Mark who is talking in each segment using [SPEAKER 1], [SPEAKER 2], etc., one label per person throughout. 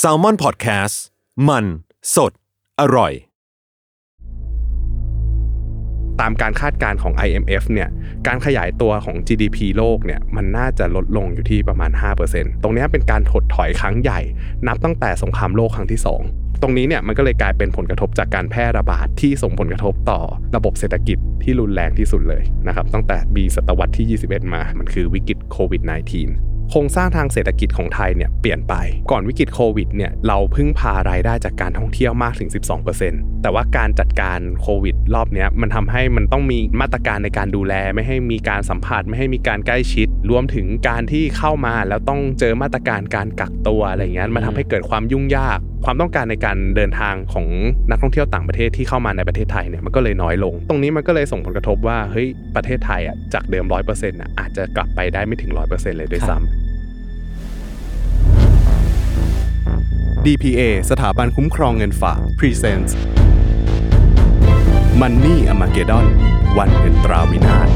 [SPEAKER 1] s a l ม o n PODCAST มันสดอร่อย
[SPEAKER 2] ตามการคาดการณ์ของ IMF เนี่ย การขยายตัวของ GDP โลกเนี่ย มันน่าจะลดลงอยู่ที่ประมาณ 5%ตรงเนี้ยเป็นการถดถอยครั้งใหญ่ นับตั้งแต่สงครามโลกครั้งที่ 2 ตรงนี้เนี่ย มันก็เลยกลายเป็นผลกระทบจากการแพร่ระบาดที่ส่งผลกระทบต่อระบบเศรษฐกิจที่รุนแรงที่สุดเลยนะครับ ตั้งแต่ปีศตวรรษที่ 21 มา มันคือวิกฤตโควิด -19 โครงสร้างทางเศรษฐกิจของไทยเนี่ยเปลี่ยนไป ก่อนวิกฤตโควิดเนี่ยเราพึ่งพารายได้จากการท่องเที่ยวมากถึง 12%แต่ว่าการจัดการโควิดรอบเนี้ยมันทำให้มันต้องมีมาตรการในการดูแล ไม่ให้มีการสัมผัส ไม่ให้มีการใกล้ชิด รวมถึงการที่เข้ามาแล้วต้องเจอมาตรการการกักตัวอะไรอย่างเงี้ยมันทำให้เกิดความยุ่งยาก ความต้องการในการเดินทางของนักท่องเที่ยวต่างประเทศที่เข้ามาในประเทศไทยเนี่ยมันก็เลยน้อยลง ตรงนี้มันก็เลยส่งผลกระทบว่าเฮ้ยประเทศไทยอ่ะจากเดิม 100%อ่ะอาจจะกลับไปได้ไม่ถึง 100%เลยด้วยซ้ำ DPA สถาบันคุ้มครองเงินฝาก Presents Money a m a g e d o n วันเงินตราวินาศ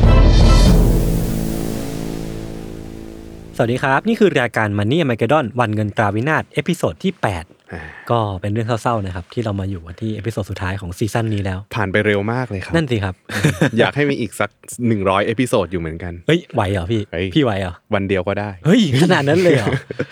[SPEAKER 3] สวัสดีครับ นี่คือรายการ Money m a g e d o n วันเงินตราวินาศเอพิโซดที่ 8 ก็เป็นเรื่องเศร้าๆนะครับ ที่เรามาอยู่กันที่เอพิโซดสุดท้ายของซีซั่นนี้แล้ว
[SPEAKER 2] ผ่านไปเร็วมากเลยครับ
[SPEAKER 3] นั่นสิครับ
[SPEAKER 2] อยากให้มีอีกสัก 100 เอพิโซดอยู่เหมือนกัน
[SPEAKER 3] เฮ้ยไหวเหรอพี่
[SPEAKER 2] เฮ้ย
[SPEAKER 3] พี่ไหวเหรอ
[SPEAKER 2] วันเดียวก็ได้
[SPEAKER 3] เฮ้ย ขนาดนั้น เลยเหรอ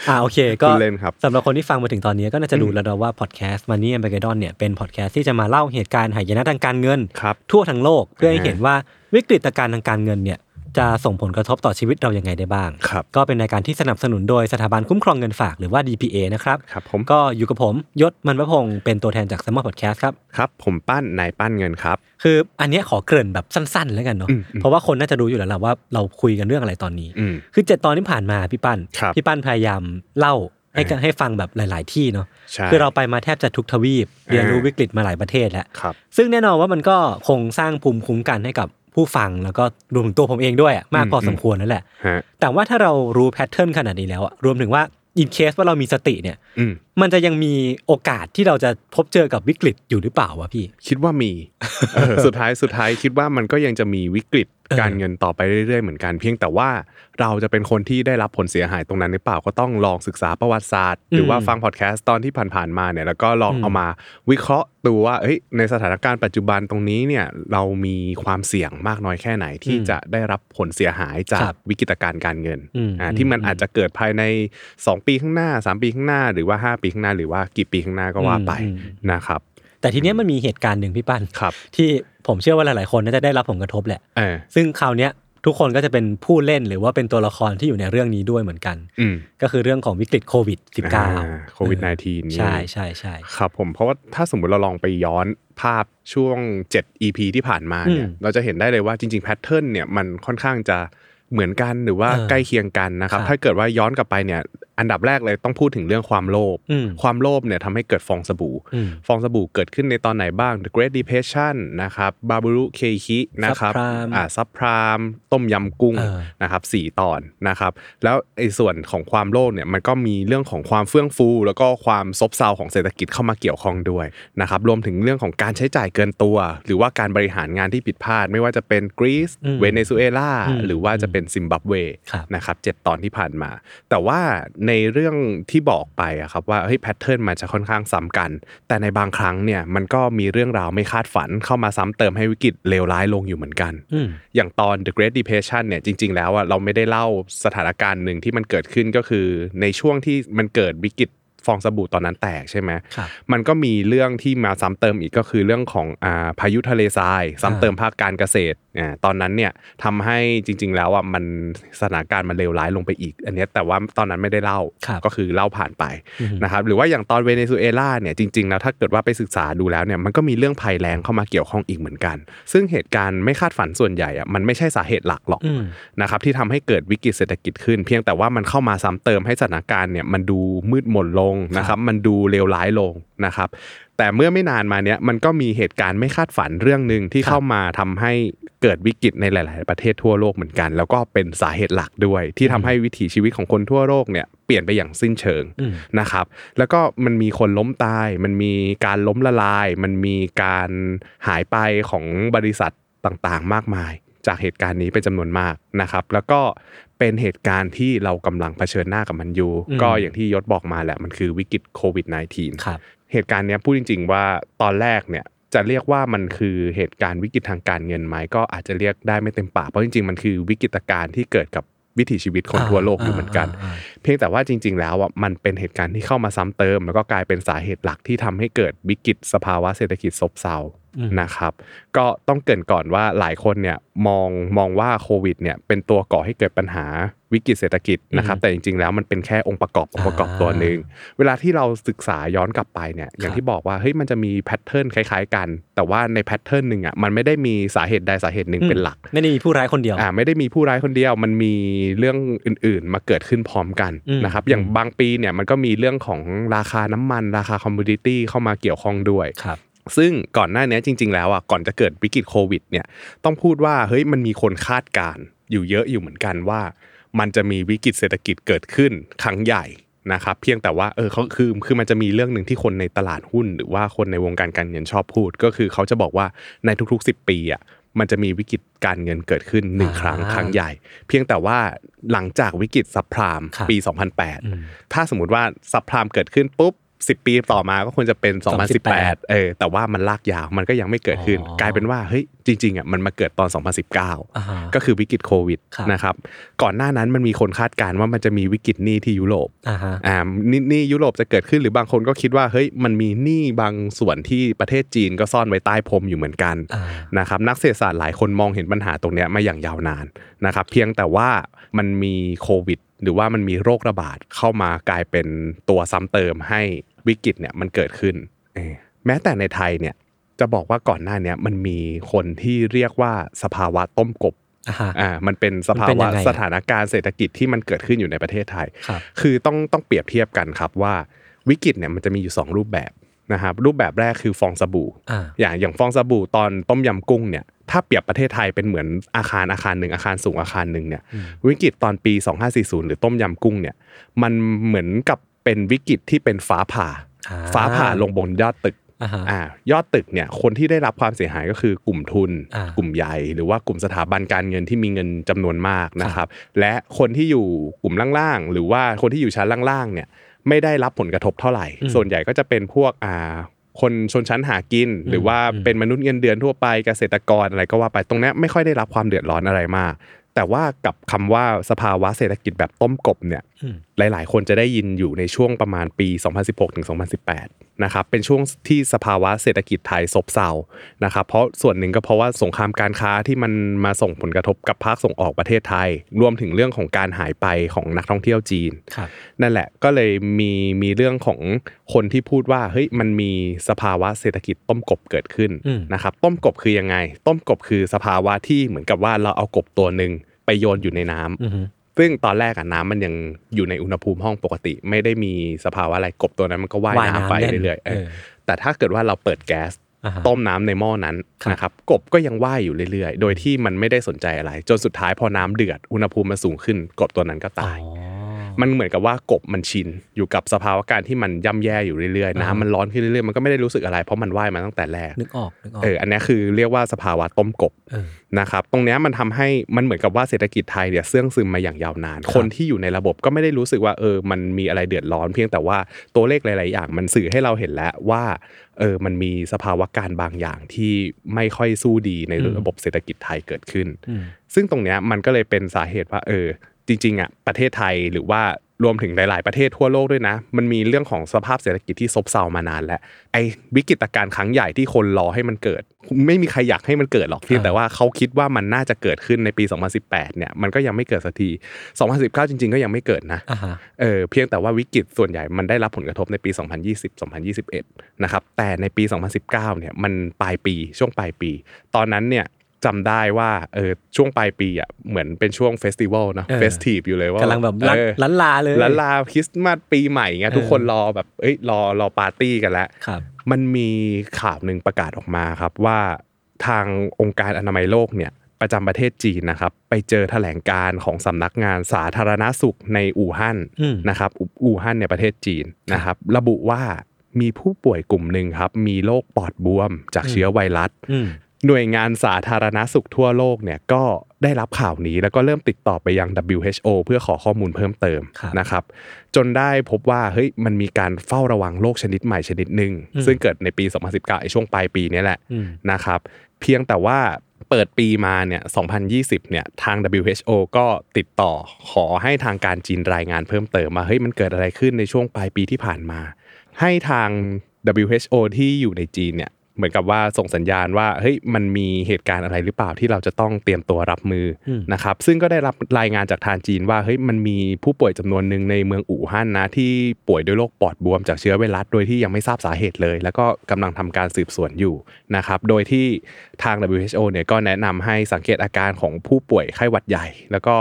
[SPEAKER 3] อ่าโอเค ก็
[SPEAKER 2] คุณเล่นครับ
[SPEAKER 3] สำหรับคนที่ฟังมาถึงตอนนี้ก็น่าจะรู้แล้วนะว่าพอดแคสต์มันนี่แมกดอนเนี่ยเป็นพอดแคสต์ที่จะมาเล่าเหตุการณ์หายนะทางการเงิน
[SPEAKER 2] ครับ
[SPEAKER 3] ทั่วทั้งโลกเพื่อให้
[SPEAKER 2] อ่าฮะ
[SPEAKER 3] เห็นว่าวิกฤตการณ์ทางการเงินเนี่ยจะส่งผลกระทบต่อชีวิตเรายังไงได้บ้าง
[SPEAKER 2] ครับ
[SPEAKER 3] ก็เป็นรายการที่สนับสนุนโดยสถาบันคุ้มครองเงินฝากหรือว่า DPA นะครับ
[SPEAKER 2] ครับผม
[SPEAKER 3] ก็อยู่กับผมยศมันประพงศ์เป็นตัวแทนจากสมอลพอดแคสต์ครับ
[SPEAKER 2] ครับ ผมปั้นนายปั้นเงินครับ
[SPEAKER 3] คืออันเนี้ยขอเกริ่นแบบสั้นๆ แล้วกันเนาะ
[SPEAKER 2] อืมอืม
[SPEAKER 3] เพราะว่าคนน่าจะรู้อยู่แล้วล่ะว่าเราคุยกันเรื่องอะไรตอนนี้
[SPEAKER 2] อืม
[SPEAKER 3] คือเจ็ดตอนที่ผ่านมาพี่ปั้น
[SPEAKER 2] ครับ
[SPEAKER 3] พี่ปั้นพยายามเล่าให้กั
[SPEAKER 2] อ่า
[SPEAKER 3] ให้ฟังแบบหลาย ๆ ที่เนาะ
[SPEAKER 2] ใช่
[SPEAKER 3] คือเราไปมาแทบจะทุกทวีปเรียนรู้
[SPEAKER 2] อ่า
[SPEAKER 3] วิกฤตมาหลายประเทศแล้ว
[SPEAKER 2] ครับ
[SPEAKER 3] ซึ่งแน่นอนว่ามันก็คงสร้างภูมิคุ้มกันให้กับผู้ฟังแล้วก็รวมถึงตัวผมเองด้วยอะมากพอ
[SPEAKER 2] อืม
[SPEAKER 3] สมควรนั่นแหละ
[SPEAKER 2] ฮะ
[SPEAKER 3] แต่ว่าถ้าเรารู้แพทเทิร์นขนาดนี้แล้วอะรวมถึงว่าอินเคสว่าเรามีสติเนี่ย
[SPEAKER 2] อืม
[SPEAKER 3] มันจะยังมีโอกาสที่เราจะพบเจอกับวิกฤตอยู่หรือเปล่าวะพี่
[SPEAKER 2] คิดว่ามีเออสุดท้ายสุดท้ายคิดว่ามันก็ยังจะมีวิกฤต
[SPEAKER 3] เออ
[SPEAKER 2] การเงินต่อไปเรื่อยๆเหมือนกัน เพียงแต่ว่าเราจะเป็นคนที่ได้รับผลเสียหายตรงนั้นหรือเปล่าก็ต้องลองศึกษาประวัติศาสตร์ หรือว่าฟังพอดแคสต์ตอนที่ผ่านๆมาเนี่ยแล้วก็ลองเอามาวิเคราะห์ดูว่าเอ้ยในสถานการณ์ปัจจุบันตรงนี้เนี่ยเรามีความเสี่ยงมากน้อยแค่ไหนที่จะได้รับผลเสียหายจา
[SPEAKER 3] ครั
[SPEAKER 2] ก
[SPEAKER 3] บ
[SPEAKER 2] วิกฤตการณ์การเงิน
[SPEAKER 3] อืม
[SPEAKER 2] อ่า
[SPEAKER 3] อืม
[SPEAKER 2] ที่มันอาจจะเกิดภายใน 2 ปีข้างหน้า 3 ปีข้างหน้า หรือว่า 5 ปีข้างหน้า หรือว่ากี่ปีข้างหน้าก็ว่าไปนะครับ
[SPEAKER 3] แต่ทีเนี้ยมันมีเหตุการณ์หนึ่งพี่ปั้น
[SPEAKER 2] ครับ
[SPEAKER 3] ที่ผมเชื่อว่าหลาย ๆ คนน่าจะได้รับผลกระทบแหละ
[SPEAKER 2] เออ
[SPEAKER 3] ซึ่งคราวเนี้ยทุกคนก็จะเป็นผู้เล่นหรือว่าเป็นตัวละครที่อยู่ในเรื่องนี้ด้วยเหมือนกัน
[SPEAKER 2] อืม
[SPEAKER 3] ก็คือเรื่องของวิกฤตโควิด -19
[SPEAKER 2] โควิด -19 นี่
[SPEAKER 3] ใช่ใช่ใช่
[SPEAKER 2] ครับผมเพราะว่าถ้าสมมติเราลองไปย้อนภาพช่วง 7 EP ที่ผ่านมาเนี่ย
[SPEAKER 3] อืม
[SPEAKER 2] เราจะเห็นได้เลยว่าจริงๆแพทเทิร์นเนี่ยมันค่อนข้างจะเหมือนกันหรือว่า
[SPEAKER 3] เออ
[SPEAKER 2] ใกล้เคียงกันนะครับ
[SPEAKER 3] ครับ
[SPEAKER 2] ถ้าเกิดว่าย้อนกลับไปเนี่ยอันดับแรกเลยต้องพูดถึงเรื่องความโลภ
[SPEAKER 3] อืม
[SPEAKER 2] ความโลภเนี่ยทำให้เกิดฟองสบู่
[SPEAKER 3] อืม
[SPEAKER 2] ฟองสบู่เกิดขึ้นในตอนไหนบ้าง The Great Depression นะครับบาบูรุเคคินะครับ
[SPEAKER 3] ซับไพรม์
[SPEAKER 2] อ่าซับพรามต้มยำกุ้ง
[SPEAKER 3] เออ
[SPEAKER 2] นะครับสี่ตอนนะครับ แล้วไอ้ส่วนของความโลภเนี่ยมันก็มีเรื่องของความเฟื่องฟู แล้วก็ความซบเซาของเศรษฐกิจเข้ามาเกี่ยวข้องด้วยนะครับรวมถึงเรื่องของการใช้จ่ายเกินตัว หรือว่าการบริหารงานที่ผิดพลาด ไม่ว่าจะเป็นกรีซ
[SPEAKER 3] อืม
[SPEAKER 2] เวเนซุเอลา
[SPEAKER 3] อืม
[SPEAKER 2] หรือว่าจะเป็นซิมบับเว
[SPEAKER 3] ครับ
[SPEAKER 2] นะครับเจ็ดตอนที่ผ่านมา แต่ว่าในเรื่องที่บอกไปอะครับว่าเฮ้ยแพทเทิร์นมันจะค่อนข้างซ้ำกัน แต่ในบางครั้งเนี่ยมันก็มีเรื่องราวไม่คาดฝันเข้ามาซ้ำเติมให้วิกฤตเลวร้ายลงอยู่เหมือนกัน
[SPEAKER 3] อืม
[SPEAKER 2] อย่างตอน The Great Depression เนี่ยจริง ๆ แล้วอะเราไม่ได้เล่าสถานการณ์หนึ่งที่มันเกิดขึ้นก็คือในช่วงที่มันเกิดวิกฤตฟองสบู่ตอนนั้นแตกใช่ไหม
[SPEAKER 3] ครับ
[SPEAKER 2] มันก็มีเรื่องที่มาซ้ำเติมอีกก็คือเรื่องของอ่าพายุทะเลทรายซ้ำเติมภาคการเกษตรอ่าตอนนั้นเนี่ยทำให้จริง ๆ แล้วอ่ะมันสถานการณ์มันเลวร้ายลงไปอีก อันเนี้ยแต่ว่าตอนนั้นไม่ได้เล่า
[SPEAKER 3] ครับ
[SPEAKER 2] ก็คือเล่าผ่านไป
[SPEAKER 3] อือฮึ
[SPEAKER 2] นะครับหรือว่าอย่างตอนเวเนซุเอลาเนี่ยจริง ๆ แล้วถ้าเกิดว่าไปศึกษาดูแล้วเนี่ยมันก็มีเรื่องภัยแล้งเข้ามาเกี่ยวข้องอีกเหมือนกัน ซึ่งเหตุการณ์ไม่คาดฝันส่วนใหญ่อ่ะมันไม่ใช่สาเหตุหลักหรอก
[SPEAKER 3] อืม
[SPEAKER 2] นะครับที่ทำให้เกิดวิกฤตเศรษฐกิจขึ้น เพียงแต่ว่ามันเข้ามาซ้ำเติมให้สถานการณ์เนี่ยมันดูมืดมนลงนะครับมันดูเลวร้ายลงนะครับแต่เมื่อไม่นานมาเนี้ยมันก็มีเหตุการณ์ไม่คาดฝันเรื่องหนึ่งที่
[SPEAKER 3] ครับ
[SPEAKER 2] เข้ามาทำให้เกิดวิกฤตในหลาย ๆ ประเทศทั่วโลกเหมือนกัน แล้วก็เป็นสาเหตุหลักด้วย ที่ทำให้วิถีชีวิตของคนทั่วโลกเนี่ยเปลี่ยนไปอย่างสิ้นเชิง
[SPEAKER 3] อืม
[SPEAKER 2] นะครับแล้วก็มันมีคนล้มตาย มันมีการล้มละลาย มันมีการหายไปของบริษัทต่างๆ มากมาย จากเหตุการณ์นี้เป็นจำนวนมากนะครับ แล้วก็เป็นเหตุการณ์ที่เรากำลังเผชิญหน้ากับมันอยู่
[SPEAKER 3] อืม
[SPEAKER 2] ก็อย่างที่ยศบอกมาแหละมันคือวิกฤตโควิด -19
[SPEAKER 3] ครับ
[SPEAKER 2] เหตุการณ์เนี้ยพูดจริง ๆ ว่าตอนแรกเนี่ยจะเรียกว่ามันคือเหตุการณ์วิกฤตทางการเงินไหมก็อาจจะเรียกได้ไม่เต็มปากเพราะจริงๆ มันคือวิกฤตการณ์ที่เกิดกับวิถีชีวิตคนทั่วโลกอยู่เหมือนกัน
[SPEAKER 3] าา
[SPEAKER 2] เพียงแต่ว่าจริง ๆ แล้วอ่ะมันเป็นเหตุการณ์ที่เข้ามาซ้ำเติม แล้วก็กลายเป็นสาเหตุหลักที่ทำให้เกิดวิกฤตสภาวะเศรษฐกิจซบเซา
[SPEAKER 3] อืม
[SPEAKER 2] นะครับก็ต้องเกรินก่อนว่าหลายคนเนี่ยมองมองว่าโควิดเนี่ยเป็นตัวก่อให้เกิดปัญหาวิกฤตเศรษฐกิจนะครับ
[SPEAKER 3] อืม
[SPEAKER 2] แต่จริงๆแล้วมันเป็นแค่องค์ประกอบองค์ประกอบ
[SPEAKER 3] อ่า
[SPEAKER 2] ตัวหนึ่งเวลาที่เราศึกษาย้อนกลับไปเนี่ยอย่าง
[SPEAKER 3] ครับ
[SPEAKER 2] ที่บอกว่าเฮ้ยมันจะมีแพทเทิร์นคล้ายๆกัน แต่ว่าในแพทเทิร์นหนึ่งอ่ะมันไม่ได้มีสาเหตุใดสาเหตุหนึ่งเป็นหลัก
[SPEAKER 3] ไม่ได้มีผู้ร้ายคนเดียว
[SPEAKER 2] อ่าไม่ได้มีผู้ร้ายคนเดียวมันมีเรื่องอื่นๆ มาเกิดขึ้นพร้อมกัน
[SPEAKER 3] อืม
[SPEAKER 2] นะครับอย่าง
[SPEAKER 3] อืม
[SPEAKER 2] บางปีเนี่ยมันก็มีเรื่องของราคาน้ำมันราคาคอมมูดิตี้เข้ามาเกี่ยวข้องด้วย
[SPEAKER 3] ครับ
[SPEAKER 2] ซึ่งก่อนหน้านี้จริง ๆ แล้วอ่ะก่อนจะเกิดวิกฤตโควิดเนี่ยต้องพูดว่าเฮ้ยมันมีคนคาดการณ์อยู่เยอะอยู่เหมือนกันว่า มันจะมีวิกฤตเศรษฐกิจเกิดขึ้นครั้งใหญ่นะครับเพียงแต่ว่าเออเขาคือคือมันจะมีเรื่องหนึ่งที่คนในตลาดหุ้น หรือว่าคนในวงการการเงินชอบพูด ก็คือเขาจะบอกว่าในทุกๆ 10 ปีอ่ะมันจะมีวิกฤตการเงินเกิดขึ้นหนึ่งครั้งครั้งใหญ่ เพียงแต่ว่าหลังจากวิกฤตซับไพรามปี 2008
[SPEAKER 3] อืม
[SPEAKER 2] ถ้าสมมติว่าซับไพรามเกิดขึ้นปุ๊บ 10 ปีต่อมาก็ควรจะเป็น 2018
[SPEAKER 3] 2018
[SPEAKER 2] เออแต่ว่ามันลากยาวมันก็ยังไม่เกิดขึ้น
[SPEAKER 3] อ๋อ
[SPEAKER 2] กลายเป็นว่าเฮ้ยจริงๆอ่ะมันมาเกิดตอน 2019
[SPEAKER 3] อ่าฮะ
[SPEAKER 2] ก็คือวิกฤตโควิด
[SPEAKER 3] ครับ
[SPEAKER 2] นะครับก่อนหน้านั้นมันมีคนคาดการณ์ว่ามันจะมีวิกฤตหนี้ที่ยุโรป
[SPEAKER 3] อ่าฮะ
[SPEAKER 2] อ่าหนี้หนี้ยุโรปจะเกิดขึ้นหรือบางคนก็คิดว่าเฮ้ยมันมีหนี้บางส่วนที่ประเทศจีนก็ซ่อนไว้ใต้พรมอยู่เหมือนกัน
[SPEAKER 3] อ่า
[SPEAKER 2] นะครับนักเศรษฐศาสตร์หลายคนมองเห็นปัญหาตรงเนี้ยมาอย่างยาวนานนะครับเพียงแต่ว่ามันมีโควิด หรือว่ามันมีโรคระบาดเข้ามากลายเป็นตัวซ้ำเติมให้วิกฤตเนี่ยมันเกิดขึ้นเออแม้แต่ในไทยเนี่ยจะบอกว่าก่อนหน้าเนี้ยมันมีคนที่เรียกว่าสภาวะต้มกบ
[SPEAKER 3] อ่าฮะ
[SPEAKER 2] อ่ามันเป็นสภา
[SPEAKER 3] มันเป็น
[SPEAKER 2] วะ
[SPEAKER 3] ยังไงอะ
[SPEAKER 2] สถานการณ์เศรษฐกิจที่มันเกิดขึ้นอยู่ในประเทศไทย
[SPEAKER 3] ครับ
[SPEAKER 2] คือต้องต้องเปรียบเทียบกันครับว่าวิกฤตเนี่ยมันจะมีอยู่สองรูปแบบนะครับรูปแบบแรกคือฟองสบู่
[SPEAKER 3] อ่า
[SPEAKER 2] อย่างอย่างฟองสบู่ตอนต้มยำกุ้งเนี่ยถ้าเปรียบประเทศไทยเป็นเหมือนอาคารอาคารหนึ่งอาคารสูงอาคารหนึ่งเนี่ย
[SPEAKER 3] อืม
[SPEAKER 2] วิกฤตตอนปี 2540 หรือต้มยำกุ้งเนี่ยมันเหมือนกับเป็นวิกฤตที่เป็นฟ้าผ่า
[SPEAKER 3] อ่
[SPEAKER 2] ฟ้าผ่าลงบนยอดตึก
[SPEAKER 3] อ่าฮะ
[SPEAKER 2] อ่ายอดตึกเนี่ยคนที่ได้รับความเสียหายก็คือกลุ่มทุน
[SPEAKER 3] อ่าก
[SPEAKER 2] ลุ่มใหญ่ หรือว่ากลุ่มสถาบันการเงินที่มีเงินจำนวนมากนะครับและคนที่อยู่กลุ่มล่างๆหรือว่าคนที่อยู่ชั้นล่างๆเนี่ยไม่ได้รับผลกระทบเท่าไหร่
[SPEAKER 3] อืม
[SPEAKER 2] ส่วนใหญ่ก็จะเป็นพวกอ่า คนชนชั้นหากิน หรือว่า
[SPEAKER 3] อืม
[SPEAKER 2] เป็นมนุษย์เงินเดือนทั่วไปเกษตรกรอะไรก็ว่าไปตรงเนี้ยไม่ค่อยได้รับความเดือดร้อนอะไรมาก แต่ว่ากับคำว่าสภาวะเศรษฐกิจแบบต้มกบเนี่ย
[SPEAKER 3] อืม
[SPEAKER 2] หลาย ๆ คนจะได้ยินอยู่ในช่วงประมาณปี 2016ถึง2018นะครับเป็นช่วงที่สภาวะเศรษฐกิจไทยซบเซานะครับเพราะส่วนหนึ่งก็เพราะว่าสงครามการค้าที่มันมาส่งผลกระทบกับภาคส่งออกประเทศไทย รวมถึงเรื่องของการหายไปของนักท่องเที่ยวจีน
[SPEAKER 3] ครับ
[SPEAKER 2] นั่นแหละก็เลยมีมีเรื่องของคนที่พูดว่าเฮ้ยมันมีสภาวะเศรษฐกิจต้มกบเกิดขึ้น
[SPEAKER 3] อืม
[SPEAKER 2] นะครับต้มกบคือยังไง ต้มกบคือสภาวะที่เหมือนกับว่าเราเอากบตัวหนึ่งไปโยนอยู่ในน้ำ
[SPEAKER 3] อือฮึ
[SPEAKER 2] ซึ่งตอนแรกอะน้ำมันยังอยู่ในอุณหภูมิห้องปกติ ไม่ได้มีสภาวะอะไรกบตัวนั้นมันก็ว่าย
[SPEAKER 3] ว่ายน้ำ
[SPEAKER 2] น้ำไป
[SPEAKER 3] เล่น
[SPEAKER 2] เรื่อยๆเออ
[SPEAKER 3] เออ
[SPEAKER 2] แต่ถ้าเกิดว่าเราเปิดแก๊ส
[SPEAKER 3] อ่าฮะ
[SPEAKER 2] ต้มน้ำในหม้อนั้น
[SPEAKER 3] ครับ
[SPEAKER 2] นะครับกบก็ยังว่ายอยู่เรื่อยๆ โดยที่มันไม่ได้สนใจอะไร จนสุดท้ายพอน้ำเดือดอุณหภูมิมันสูงขึ้นกบตัวนั้นก็
[SPEAKER 3] อ๋อ
[SPEAKER 2] ตาย มันเหมือนกับว่ากบมันชิน อยู่กับสภาวะการที่มันย่ำแย่อยู่เรื่อยๆ
[SPEAKER 3] อ่าฮะ
[SPEAKER 2] น้ำมันร้อนขึ้นเรื่อยๆ มันก็ไม่ได้รู้สึกอะไร เพราะมันว่ายมาตั้งแต่แรก
[SPEAKER 3] นึกออกนึกออก
[SPEAKER 2] เออ อันเนี้ยคือเรียกว่าสภาวะต้มกบ
[SPEAKER 3] เออ
[SPEAKER 2] นะครับ ตรงเนี้ยมันทำให้มันเหมือนกับว่าเศรษฐกิจไทยเนี่ยเสื่องซึมมาอย่างยาวนาน
[SPEAKER 3] ครับ
[SPEAKER 2] คนที่อยู่ในระบบก็ไม่ได้รู้สึกว่าเออ มันมีอะไรเดือดร้อน เพียงแต่ว่าตัวเลขหลาย ๆ อย่าง มันสื่อให้เราเห็นแล้วว่า เออ มันมีสภาวะการบางอย่างที่ไม่ค่อยสู้ดีใน
[SPEAKER 3] อืม
[SPEAKER 2] ระบบเศรษฐกิจไทยเกิดขึ้น
[SPEAKER 3] อืม
[SPEAKER 2] ซึ่งตรงเนี้ยมันก็เลยเป็นสาเหตุว่าเออจริงๆอ่ะประเทศไทยหรือว่ารวมถึงหลาย ๆ ประเทศทั่วโลกด้วยนะ มันมีเรื่องของสภาพเศรษฐกิจที่ซบเซามานานแล้วไอ้วิกฤตการณ์ครั้งใหญ่ที่คนรอให้มันเกิด ไม่มีใครอยากให้มันเกิดหรอกเพียงแต่ว่าเขาคิดว่ามันน่าจะเกิดขึ้นในปี 2018 เนี่ยมันก็ยังไม่เกิดสักที 2019 จริง ๆ ก็ยังไม่เกิดนะ
[SPEAKER 3] อ่าฮะ
[SPEAKER 2] เออเพียงแต่ว่าวิกฤตส่วนใหญ่มันได้รับผลกระทบในปี 2020 2021 นะครับแต่ในปี 2019 เนี่ยมันปลายปีช่วงปลายปี ตอนนั้นเนี่ยจำได้ว่าเออช่วงปลายปีอ่ะเหมือนเป็นช่วงเฟสติวัลเนาะ
[SPEAKER 3] เออ
[SPEAKER 2] เฟสทีฟอยู่เลยว่าก
[SPEAKER 3] กำลังแบบลัน
[SPEAKER 2] เออ
[SPEAKER 3] ลันลาเลย
[SPEAKER 2] ล้านลาคริสต์มาสปีใหม่ไง
[SPEAKER 3] เออ
[SPEAKER 2] ทุกคนรอแบบเอ้ยรอรอปาร์ตี้กันแล้ว
[SPEAKER 3] ครับ
[SPEAKER 2] มันมีข่าวหนึ่งประกาศออกมาครับว่าทางองค์การอนามัยโลกเนี่ยประจำประเทศจีนนะครับไปเจอแถลงการณ์ของสำนักงานสาธารณสุขในอู่ฮั่น
[SPEAKER 3] อืม
[SPEAKER 2] นะครับอูอู่ฮั่นในยประเทศจีนนะครับระบุว่ามีผู้ป่วยกลุ่มหนึ่งครับมีโรคปอดบวมจาก
[SPEAKER 3] อืม
[SPEAKER 2] เชื้อไวรัส
[SPEAKER 3] อืม
[SPEAKER 2] หน่วยงานสาธารณสุขทั่วโลกเนี่ยก็ได้รับข่าวนี้แล้วก็เริ่มติดต่อไปยัง WHO เพื่อขอข้อมูลเพิ่มเติม
[SPEAKER 3] ครับ
[SPEAKER 2] นะครับ จนได้พบว่าเฮ้ยมันมีการเฝ้าระวังโรคชนิดใหม่ชนิดหนึ่ง
[SPEAKER 3] อืม
[SPEAKER 2] ซึ่งเกิดในปี 2019ไอ้ช่วงปลายปีเนี่ยแหละ
[SPEAKER 3] อืม
[SPEAKER 2] นะครับเพียงแต่ว่าเปิดปีมาเนี่ย2020เนี่ยทาง WHO ก็ติดต่อขอให้ทางการจีนรายงานเพิ่มเติมมาเฮ้ยมันเกิดอะไรขึ้นในช่วงปลายปีที่ผ่านมา ให้ทาง WHO ที่อยู่ในจีนเนี่ยเหมือนกับว่าส่งสัญญาณว่าเฮ้ยมันมีเหตุการณ์อะไรหรือเปล่าที่เราจะต้องเตรียมตัวรับมืออ
[SPEAKER 3] ม
[SPEAKER 2] นะครับซึ่งก็ได้รับรายงานจากทางจีนว่าเฮ้ยมันมีผู้ป่วยจำนวนหนึ่งในเมืองอู่ฮั่นนะที่ป่วยด้วยโรคปอดบวมจากเชื้อไวรัสโดยที่ยังไม่ทราบสาเหตุเลย แล้วก็กำลังทำการสืบสวนอยู่ นะครับ โดยที่ทาง WHO เนี่ยก็แนะนำให้สังเกตอาการของผู้ป่วยไข้หวัดใหญ่ แล้วก็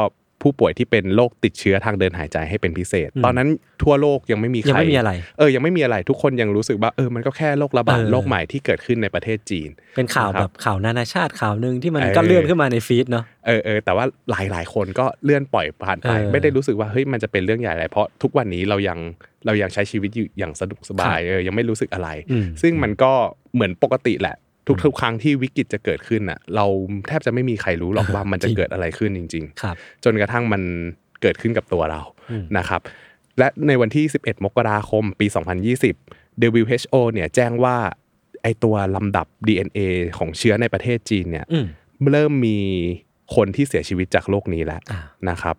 [SPEAKER 2] ผู้ป่วยที่เป็นโรคติดเชื้อทางเดินหายใจให้เป็นพิเศษ
[SPEAKER 3] อืม
[SPEAKER 2] ตอนนั้นทั่วโลกยังไม่มีใคร
[SPEAKER 3] ยังไม่มีอะไร
[SPEAKER 2] เออยังไม่มีอะไรทุกคนยังรู้สึกว่าเออมันก็แค่โรคระบาด
[SPEAKER 3] เออ
[SPEAKER 2] โรคใหม่ที่เกิดขึ้นในประเทศจีน
[SPEAKER 3] เป็นข่าว
[SPEAKER 2] นะครับ
[SPEAKER 3] แบบข่าวนานาชาติข่าวหนึ่งที่มัน
[SPEAKER 2] เออ
[SPEAKER 3] ก็เลื่อนขึ้นมาในฟีดเนาะ
[SPEAKER 2] เออเออแต่ว่าหลายหลายๆคนก็เลื่อนปล่อยผ่านไป
[SPEAKER 3] เออ
[SPEAKER 2] ไม่ได้รู้สึกว่าเฮ้ยมันจะเป็นเรื่องใหญ่อะไรเพราะทุกวันนี้เรายังเรายังใช้ชีวิตอยู่อย่างสะดวกสบายเออยังไม่รู้สึกอะไร
[SPEAKER 3] อืม
[SPEAKER 2] ซึ่งมันก็เหมือนปกติแหละ ทุกๆครั้งที่วิกฤตจะเกิดขึ้นน่ะเราแทบจะไม่มีใครรู้หรอกว่ามันจะเกิดอะไรขึ้นจริง
[SPEAKER 3] ครับ
[SPEAKER 2] ๆ จนกระทั่งมันเกิดขึ้นกับตัวเรา
[SPEAKER 3] อืม
[SPEAKER 2] นะครับ และในวันที่ 11 มกราคมปี 2020 WHO เนี่ยแจ้งว่าไอตัวลำดับ DNA ของเชื้อในประเทศจีนเนี่ย
[SPEAKER 3] อืม
[SPEAKER 2] เริ่มมีคนที่เสียชีวิตจากโรคนี้แล้ว
[SPEAKER 3] อ่า
[SPEAKER 2] นะครับ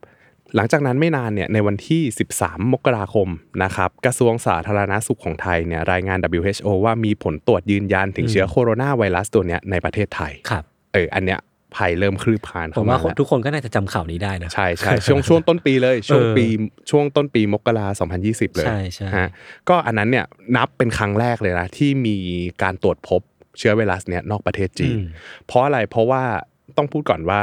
[SPEAKER 2] หลังจากนั้นไม่นานเนี่ยในวันที่ 13 มกราคมนะครับกระทรวงสาธารณาสุขของไทยเนี่ยรายงาน WHO ว่ามีผลตรวจยืนยันถึง
[SPEAKER 3] อืม
[SPEAKER 2] เชื้อโคโรนาไวรัสตัวเนี้ยในประเทศไทย
[SPEAKER 3] ครับ
[SPEAKER 2] เอออันเนี้ยภัยเริ่มคลืบคลาน
[SPEAKER 3] ผ
[SPEAKER 2] เข้าม มา
[SPEAKER 3] ว่า
[SPEAKER 2] แล้ว
[SPEAKER 3] ทุกคนก็น่าจะจำข่าวนี้ได้นะ
[SPEAKER 2] ใช่ใช่ช่วงช่วงต้นปีเลยช่วง
[SPEAKER 3] เออ
[SPEAKER 2] ปีช่วงต้นปีมกรา2020 เลย
[SPEAKER 3] ใช่ใช่
[SPEAKER 2] ฮะก็อันนั้นเนี่ยนับเป็นครั้งแรกเลยนะที่มีการตรวจพบเชื้อไวรัสเนี่ยนอกประเทศจีน
[SPEAKER 3] อืม
[SPEAKER 2] เพราะอะไร เพราะว่าต้องพูดก่อนว่า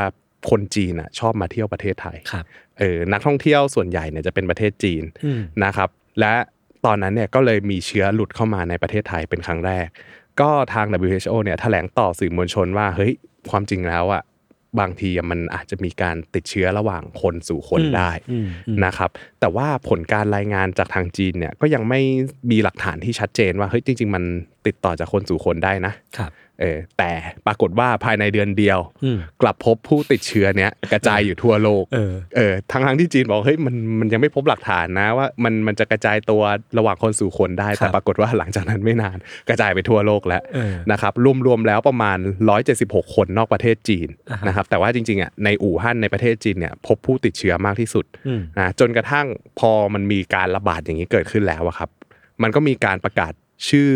[SPEAKER 2] คนจีนน่ะชอบมาเที่ยวประเทศไทย
[SPEAKER 3] ครับ
[SPEAKER 2] เออ นักท่องเที่ยวส่วนใหญ่เนี่ยจะเป็นประเทศจีน
[SPEAKER 3] อืม
[SPEAKER 2] นะครับ และตอนนั้นเนี่ยก็เลยมีเชื้อหลุดเข้ามาในประเทศไทยเป็นครั้งแรก ก็ทาง WHO เนี่ยแถลงต่อสื่อมวลชนว่า เฮ้ย ความจริงแล้วอ่ะ บางทีอะมันอาจจะมีการติดเชื้อระหว่างคนสู่คนได้
[SPEAKER 3] อืมอืม
[SPEAKER 2] นะครับแต่ว่าผลการรายงานจากทางจีนเนี่ยก็ยังไม่มีหลักฐานที่ชัดเจนว่าเฮ้ยจริง ๆ มันติดต่อจากคนสู่คนได้นะครับ เออแต่ปรากฏว่าภายในเดือนเดียว
[SPEAKER 3] อืม
[SPEAKER 2] กลับพบผู้ติดเชื้อเนี้ยกระจายอยู่ทั่วโลก
[SPEAKER 3] เออ
[SPEAKER 2] เออทั้งทั้งๆที่จีนบอกเฮ้ยมันมันยังไม่พบหลักฐานนะว่ามันมันจะกระจายตัวระหว่างคนสู่คนได้
[SPEAKER 3] ครั
[SPEAKER 2] แต่
[SPEAKER 3] บ
[SPEAKER 2] ปรากฏว่าหลังจากนั้นไม่นานกระจายไปทั่วโลกแล้ว
[SPEAKER 3] เออ
[SPEAKER 2] นะครับรวมๆแล้วประมาณ 176 คนนอกประเทศจีน
[SPEAKER 3] อ่าฮะ
[SPEAKER 2] นะครับแต่ว่าจริงๆอ่ะในอู่ฮั่นในประเทศจีนเนี่ยพบผู้ติดเชื้อมากที่สุด
[SPEAKER 3] อืม
[SPEAKER 2] นะจนกระทั่งพอมันมีการระบาดอย่างนี้เกิดขึ้นแล้วอะครับ มันก็มีการประกาศชื่อ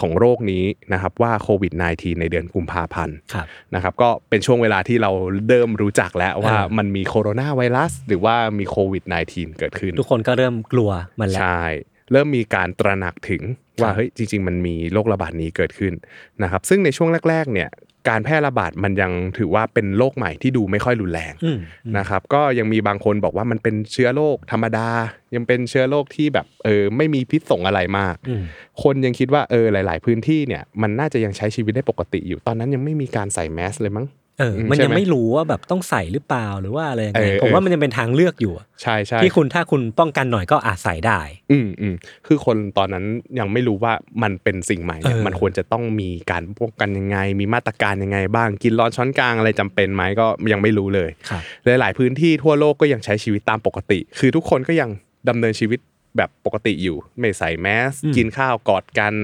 [SPEAKER 2] ของโรคนี้นะครับว่าโควิด -19 ในเดือนกุมภาพันธ์
[SPEAKER 3] ครับ
[SPEAKER 2] นะครับก็เป็นช่วงเวลาที่เราเริ่มรู้จักแล้วว่า
[SPEAKER 3] อ่ามั
[SPEAKER 2] มันมีโคโรนาไวรัส หรือว่ามีโควิด -19 เกิดขึ้น
[SPEAKER 3] ทุกคนก็เริ่มกลัวมันแล้ว
[SPEAKER 2] ใช่ เริ่มมีการตระหนักถึงว่า
[SPEAKER 3] ครับ
[SPEAKER 2] เฮ้ยจริง ๆ มันมีโรคระบาดนี้เกิดขึ้นนะครับซึ่งในช่วงแรก ๆเนี่ยการแพร่ระบาดมันยังถือว่าเป็นโรคใหม่ที่ดูไม่ค่อยรุนแรง
[SPEAKER 3] อืมอืม
[SPEAKER 2] นะครับก็ยังมีบางคนบอกว่ามันเป็นเชื้อโรคธรรมดา ยังเป็นเชื้อโรคที่แบบเออไม่มีพิษส่งอะไรมาก
[SPEAKER 3] อืม
[SPEAKER 2] คนยังคิดว่าเออหลาย ๆ พื้นที่เนี่ยมันน่าจะยังใช้ชีวิตได้ปกติอยู่ตอนนั้นยังไม่มีการใส่แมสเลยมั้ง
[SPEAKER 3] เออ
[SPEAKER 2] อืม
[SPEAKER 3] มัน
[SPEAKER 2] ใช่
[SPEAKER 3] ยัง
[SPEAKER 2] ไหม
[SPEAKER 3] ไม่รู้ว่าแบบต้องใส่หรือเปล่าหรือว่าอะไรยัง
[SPEAKER 2] เอ
[SPEAKER 3] ไง
[SPEAKER 2] อเออ
[SPEAKER 3] ผมว่ามันยังเป็นทางเลือกอยู่อะ
[SPEAKER 2] ใช่ใช่
[SPEAKER 3] ที่คุณถ้าคุณป้องกันหน่อยก็อาจใส่ได้
[SPEAKER 2] อืมอืมคือคนตอนนั้นยังไม่รู้ว่ามันเป็นสิ่งใหม่เนี่ย
[SPEAKER 3] เออ
[SPEAKER 2] มันควรจะต้องมีการป้องกันยังไง มีมาตรการยังไงบ้างกินร้อนช้อนกลางอะไรจำเป็นไหมก็ยังไม่รู้เลย
[SPEAKER 3] ครับ
[SPEAKER 2] หลาย ๆ พื้นที่ทั่วโลกก็ยังใช้ชีวิตตามปกติ คือทุกคนก็ยังดำเนินชีวิตแบบปกติอยู่ ไม่ใส่แมส
[SPEAKER 3] อืม
[SPEAKER 2] กินข้าวกอดกัน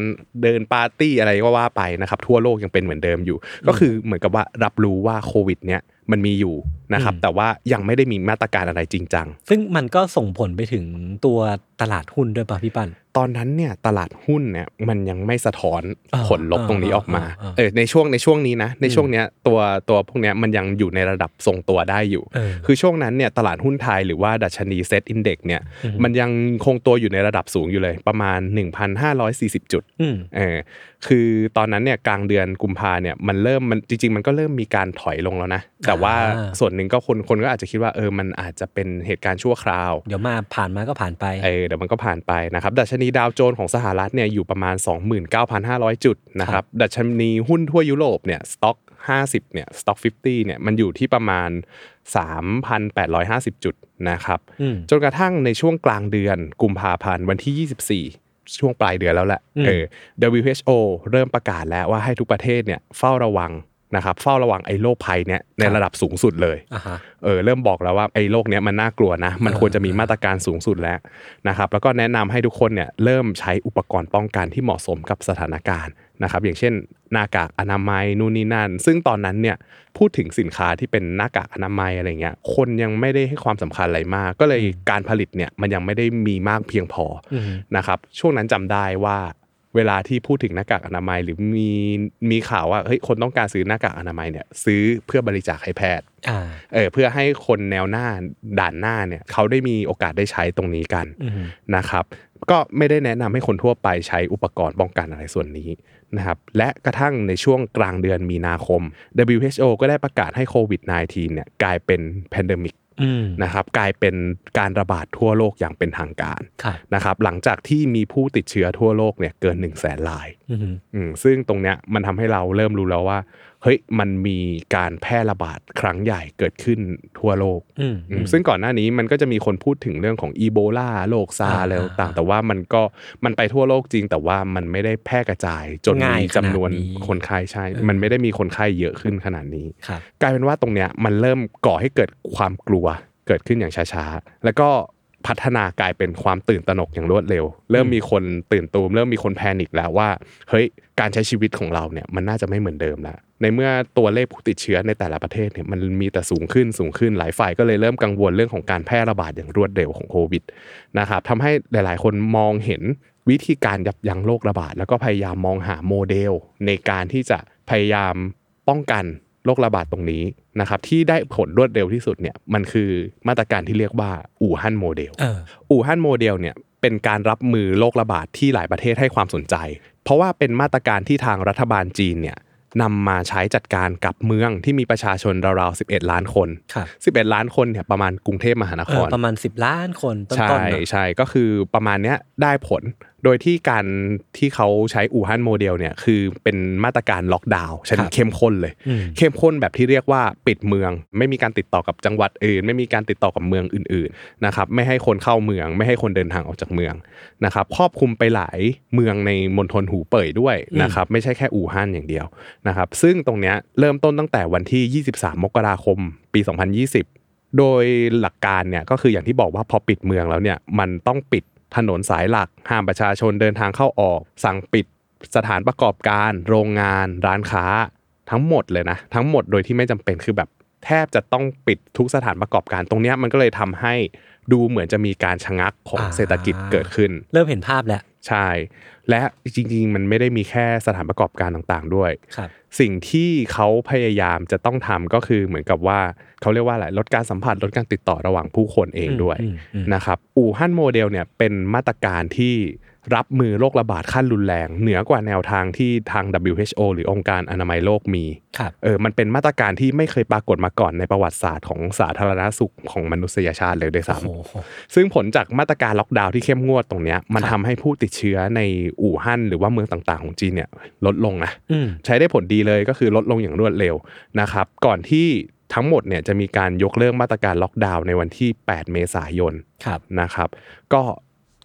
[SPEAKER 2] เดินปาร์ตี้อะไรก็ว่าไปนะครับ ทั่วโลกยังเป็นเหมือนเดิมอยู่ ก็คือเหมือนกับว่ารับรู้ว่าโควิดเนี่ยมันมีอยู่นะครับ แต่ว่ายังไม่ได้มีมาตรการอะไรจริงจัง
[SPEAKER 3] ซึ่งมันก็ส่งผลไปถึงตัวตลาดหุ้นด้วยป่ะพี่ปั้น
[SPEAKER 2] ตอนนั้นเนี่ยตลาดหุ้นเนี่ยมันยังไม่สะท้อน
[SPEAKER 3] อ่า
[SPEAKER 2] ผลลบตรงนี้ออกมา
[SPEAKER 3] อ่าอ่า
[SPEAKER 2] เออในช่วงในช่วงนี้นะ ในช่วงเนี้ยตัวตัวพวกเนี้ยมันยังอยู่ในระดับทรงตัวได้อยู่
[SPEAKER 3] เออ
[SPEAKER 2] คือช่วงนั้นเนี่ยตลาดหุ้นไทยหรือว่าดัชนีเซ็ตอินเด็กซ์เนี่ย
[SPEAKER 3] อืม
[SPEAKER 2] มันยังคงตัวอยู่ในระดับสูงอยู่เลยประมาณ 1,540 จุด
[SPEAKER 3] อืม
[SPEAKER 2] เออคือตอนนั้นเนี่ยกลางเดือนกุมภาเนี่ยมันเริ่มมันจริง ๆ มันก็เริ่มมีการถอยลงแล้วนะ แต่ว่า
[SPEAKER 3] อ่า
[SPEAKER 2] ส่วนหนึ่งก็คนคนก็อาจจะคิดว่าเออมันอาจจะเป็นเหตุการณ์ชั่วคราว
[SPEAKER 3] เดี๋ยวมาผ่านมาก็ผ่านไป
[SPEAKER 2] เออเดี๋ยวมันก็ผ่านไปนะครับดัชนีดาวโจนส์ของสหรัฐเนี่ยอยู่ประมาณ 29,500 จุดนะค
[SPEAKER 3] ครั
[SPEAKER 2] รับบ ดัชนีหุ้นทั่วยุโรปเนี่ยสต็อก50เนี่ยสต็อก50เนี่ยมันอยู่ที่ประมาณ 3,850 จุดนะครับ
[SPEAKER 3] อืม
[SPEAKER 2] จนกระทั่งในช่วงกลางเดือนกุมภาพันธ์วันที่ 24 ช่วงปลายเดือนแล้วแหละ
[SPEAKER 3] อืม
[SPEAKER 2] เออ WHO เริ่มประกาศแล้วว่าให้ทุกประเทศเนี่ยเฝ้าระวัง นะครับเฝ้าระวังไอ้โรคภัยเนี่ยในระดับสูงสุดเลย
[SPEAKER 3] อ่าฮะ
[SPEAKER 2] เออเริ่มบอกแล้วว่าไอ้โรคเนี้ยมันน่ากลัวนะ มัน
[SPEAKER 3] เออ
[SPEAKER 2] ควรจะมีมาตรการสูงสุดแล้วนะครับแล้วก็แนะนำให้ทุกคนเนี่ยเริ่มใช้อุปกรณ์ป้องกันที่เหมาะสมกับสถานการณ์นะครับอย่างเช่น หน้ากากอนามัยนู่นนี่นั่น ซึ่งตอนนั้นเนี่ยพูดถึงสินค้าที่เป็นหน้ากากอนามัยอะไรเงี้ยคนยังไม่ได้ให้ความสำคัญอะไรมาก ก็เลยการผลิตเนี่ยมันยังไม่ได้มีมากเพียงพอ
[SPEAKER 3] อืม
[SPEAKER 2] นะครับช่วงนั้นจำได้ว่าเวลาที่พูดถึงหน้ากากอนามัย หรือมีมีข่าวว่าเฮ้ยคนต้องการซื้อหน้ากากอนามัยเนี่ยซื้อเพื่อบริจาคให้แพทย์
[SPEAKER 3] อ่า
[SPEAKER 2] เออเพื่อให้คนแนวหน้าด่านหน้าเนี่ยเขาได้มีโอกาสได้ใช้ตรงนี้กัน
[SPEAKER 3] อืม
[SPEAKER 2] นะครับ ก็ไม่ได้แนะนำให้คนทั่วไปใช้อุปกรณ์ป้องกันอะไรส่วนนี้นะครับและกระทั่งในช่วงกลางเดือนมีนาคม WHO ก็ได้ประกาศให้โควิด -19 เนี่ยกลายเป็นแพนเดมิก
[SPEAKER 3] อืม
[SPEAKER 2] นะครับกลายเป็นการระบาดทั่วโลกอย่างเป็นทางการ
[SPEAKER 3] ครับ
[SPEAKER 2] นะครับหลังจากที่มีผู้ติดเชื้อทั่วโลกเนี่ยเกิน 1 0 0 0 0แสนราย
[SPEAKER 3] อืม
[SPEAKER 2] อืมซึ่งตรงเนี้ยมันทำให้เราเริ่มรู้แล้วว่าเฮ้ยมันมีการแพร่ระบาดครั้งใหญ่เกิดขึ้นทั่วโลก
[SPEAKER 3] อืม
[SPEAKER 2] อื
[SPEAKER 3] อื
[SPEAKER 2] ม
[SPEAKER 3] ม
[SPEAKER 2] ซึ่งก่อนหน้านี้มันก็จะมีคนพูดถึงเรื่องของอีโบลาโรคซา
[SPEAKER 3] อ่า
[SPEAKER 2] อะไรต่าง
[SPEAKER 3] อ่า
[SPEAKER 2] ๆแต่ว่ามันก็มันไปทั่วโลกจริง แต่ว่ามันไม่ได้แพร่กระจายจน
[SPEAKER 3] ง่า
[SPEAKER 2] มี
[SPEAKER 3] ยขนาดนี้
[SPEAKER 2] จำนวนคนไข้ใช่
[SPEAKER 3] เออ
[SPEAKER 2] มันไม่ได้มีคนไข้เยอะขึ้นขนาดนี้
[SPEAKER 3] ครับ
[SPEAKER 2] กลายเป็นว่าตรงเนี้ยมันเริ่มก่อให้เกิดความกลัวเกิดขึ้นอย่างช้าๆ แล้วก็พัฒนากลายเป็นความตื่นตระหนกอย่างรวดเร็ว เริ่มมีคนตื่นตูม เริ่มมีคนแพนิคแล้วว่าเฮ้ยการใช้ชีวิตของเราเนี่ยมันน่าจะไม่เหมือนเดิมแล้วในเมื่อตัวเลขผู้ติดเชื้อในแต่ละประเทศเนี่ยมันมีแต่สูงขึ้นสูงขึ้นหลายฝ่ายก็เลยเริ่มกังวลเรื่องของการแพร่ระบาดอย่างรวดเร็วของโควิดนะครับทำให้หลาย ๆ คนมองเห็น วิธีการยับยั้งโรคระบาด แล้วก็พยายามมองหาโมเดล ในการที่จะพยายามป้องกันโรคระบาดตรงนี้นะครับที่ได้ผลรวดเร็วที่สุดเนี่ยมันคือมาตรการที่เรียกว่าอู่ฮั่นโมเดล
[SPEAKER 3] เออ
[SPEAKER 2] อู่ฮั่นโมเดลเนี่ยเป็นการรับมือโรคระบาดที่หลายประเทศให้ความสนใจ เพราะว่าเป็นมาตรการที่ทางรัฐบาลจีนเนี่ยนำมาใช้จัดการกับเมืองที่มีประชาชนราวๆ 11 ล้านคน
[SPEAKER 3] ครับ
[SPEAKER 2] 11 ล้านคนเนี่ยประมาณกรุงเทพมหาน
[SPEAKER 3] เอ
[SPEAKER 2] ค
[SPEAKER 3] อ
[SPEAKER 2] ร
[SPEAKER 3] ประมาณสิบล้านคนต้
[SPEAKER 2] ใช่
[SPEAKER 3] นๆนะ
[SPEAKER 2] ใช่ก็คือประมาณเนี้ยได้ผล โดยที่การที่เขาใช้อู่ฮั่นโมเดลเนี่ยคือเป็นมาตรการล็อกดาวน์ชนิดเข้มข้นเลย
[SPEAKER 3] อืม
[SPEAKER 2] เข้มข้นแบบที่เรียกว่าปิดเมือง ไม่มีการติดต่อกับจังหวัดอื่น ไม่มีการติดต่อกับเมืองอื่นๆนะครับไม่ให้คนเข้าเมือง ไม่ให้คนเดินทางออกจากเมืองนะครับครอบคลุมไปหลายเมืองในมณฑลหูเป่ยด้วย
[SPEAKER 3] อืม
[SPEAKER 2] นะครับไม่ใช่แค่อู่ฮั่นอย่างเดียวนะครับซึ่งตรงเนี้ยเริ่มต้นตั้งแต่วันที่ 23 มกราคม ปี 2020 โดยหลักการเนี่ยก็คืออย่างที่บอกว่าพอปิดเมืองแล้วเนี่ยมันต้องปิดถนนสายหลัก ห้ามประชาชนเดินทางเข้าออก สั่งปิดสถานประกอบการ โรงงาน ร้านค้า ทั้งหมดเลยนะ ทั้งหมดโดยที่ไม่จำเป็นคือแบบ แทบจะต้องปิดทุกสถานประกอบการตรงเนี้ยมันก็เลยทำให้ดูเหมือนจะมีการชะงักของ
[SPEAKER 3] อ่า
[SPEAKER 2] เศรษฐกิจเกิดขึ้น
[SPEAKER 3] เริ่มเห็นภาพแล้ว
[SPEAKER 2] ใช่ และจริงๆ มันไม่ได้มีแค่สถานประกอบการต่างๆด้วย
[SPEAKER 3] ครับ
[SPEAKER 2] สิ่งที่เขาพยายามจะต้องทำก็คือเหมือนกับว่าเขาเรียกว่าอะไรลดการสัมผัสลดการติดต่อระหว่างผู้คนเองด้วย
[SPEAKER 3] อืมอืม
[SPEAKER 2] นะครับอู่ฮั่นโมเดลเนี่ยเป็นมาตรการที่รับมือโรคระบาดขั้นรุนแรง เหนือกว่าแนวทางที่ทาง WHO หรือองค์การอนามัยโลกมี
[SPEAKER 3] ครับ
[SPEAKER 2] เออมันเป็นมาตรการที่ไม่เคยปรากฏมาก่อนในประวัติศาสตร์ของสาธารณสุขของมนุษยชาติเลยด้วยซ้ำ
[SPEAKER 3] โอ้โห
[SPEAKER 2] ซึ่งผลจากมาตรการล็อกดาวน์ที่เข้มงวดตรงเนี้ยมัน
[SPEAKER 3] ครั
[SPEAKER 2] ทำ
[SPEAKER 3] บ
[SPEAKER 2] ให้ผู้ติดเชื้อในอู่ฮั่นหรือว่าเมืองต่างๆของจีนเนี่ยลดลงนะ
[SPEAKER 3] อืม
[SPEAKER 2] ใช้ได้ผลดีเลยก็คือลดลงอย่างรวดเร็วนะครับ ก่อนที่ทั้งหมดเนี่ยจะมีการยกเลิกมาตรการล็อกดาวน์ในวันที่ 8 เมษายน
[SPEAKER 3] ครับ
[SPEAKER 2] นะครับ ก็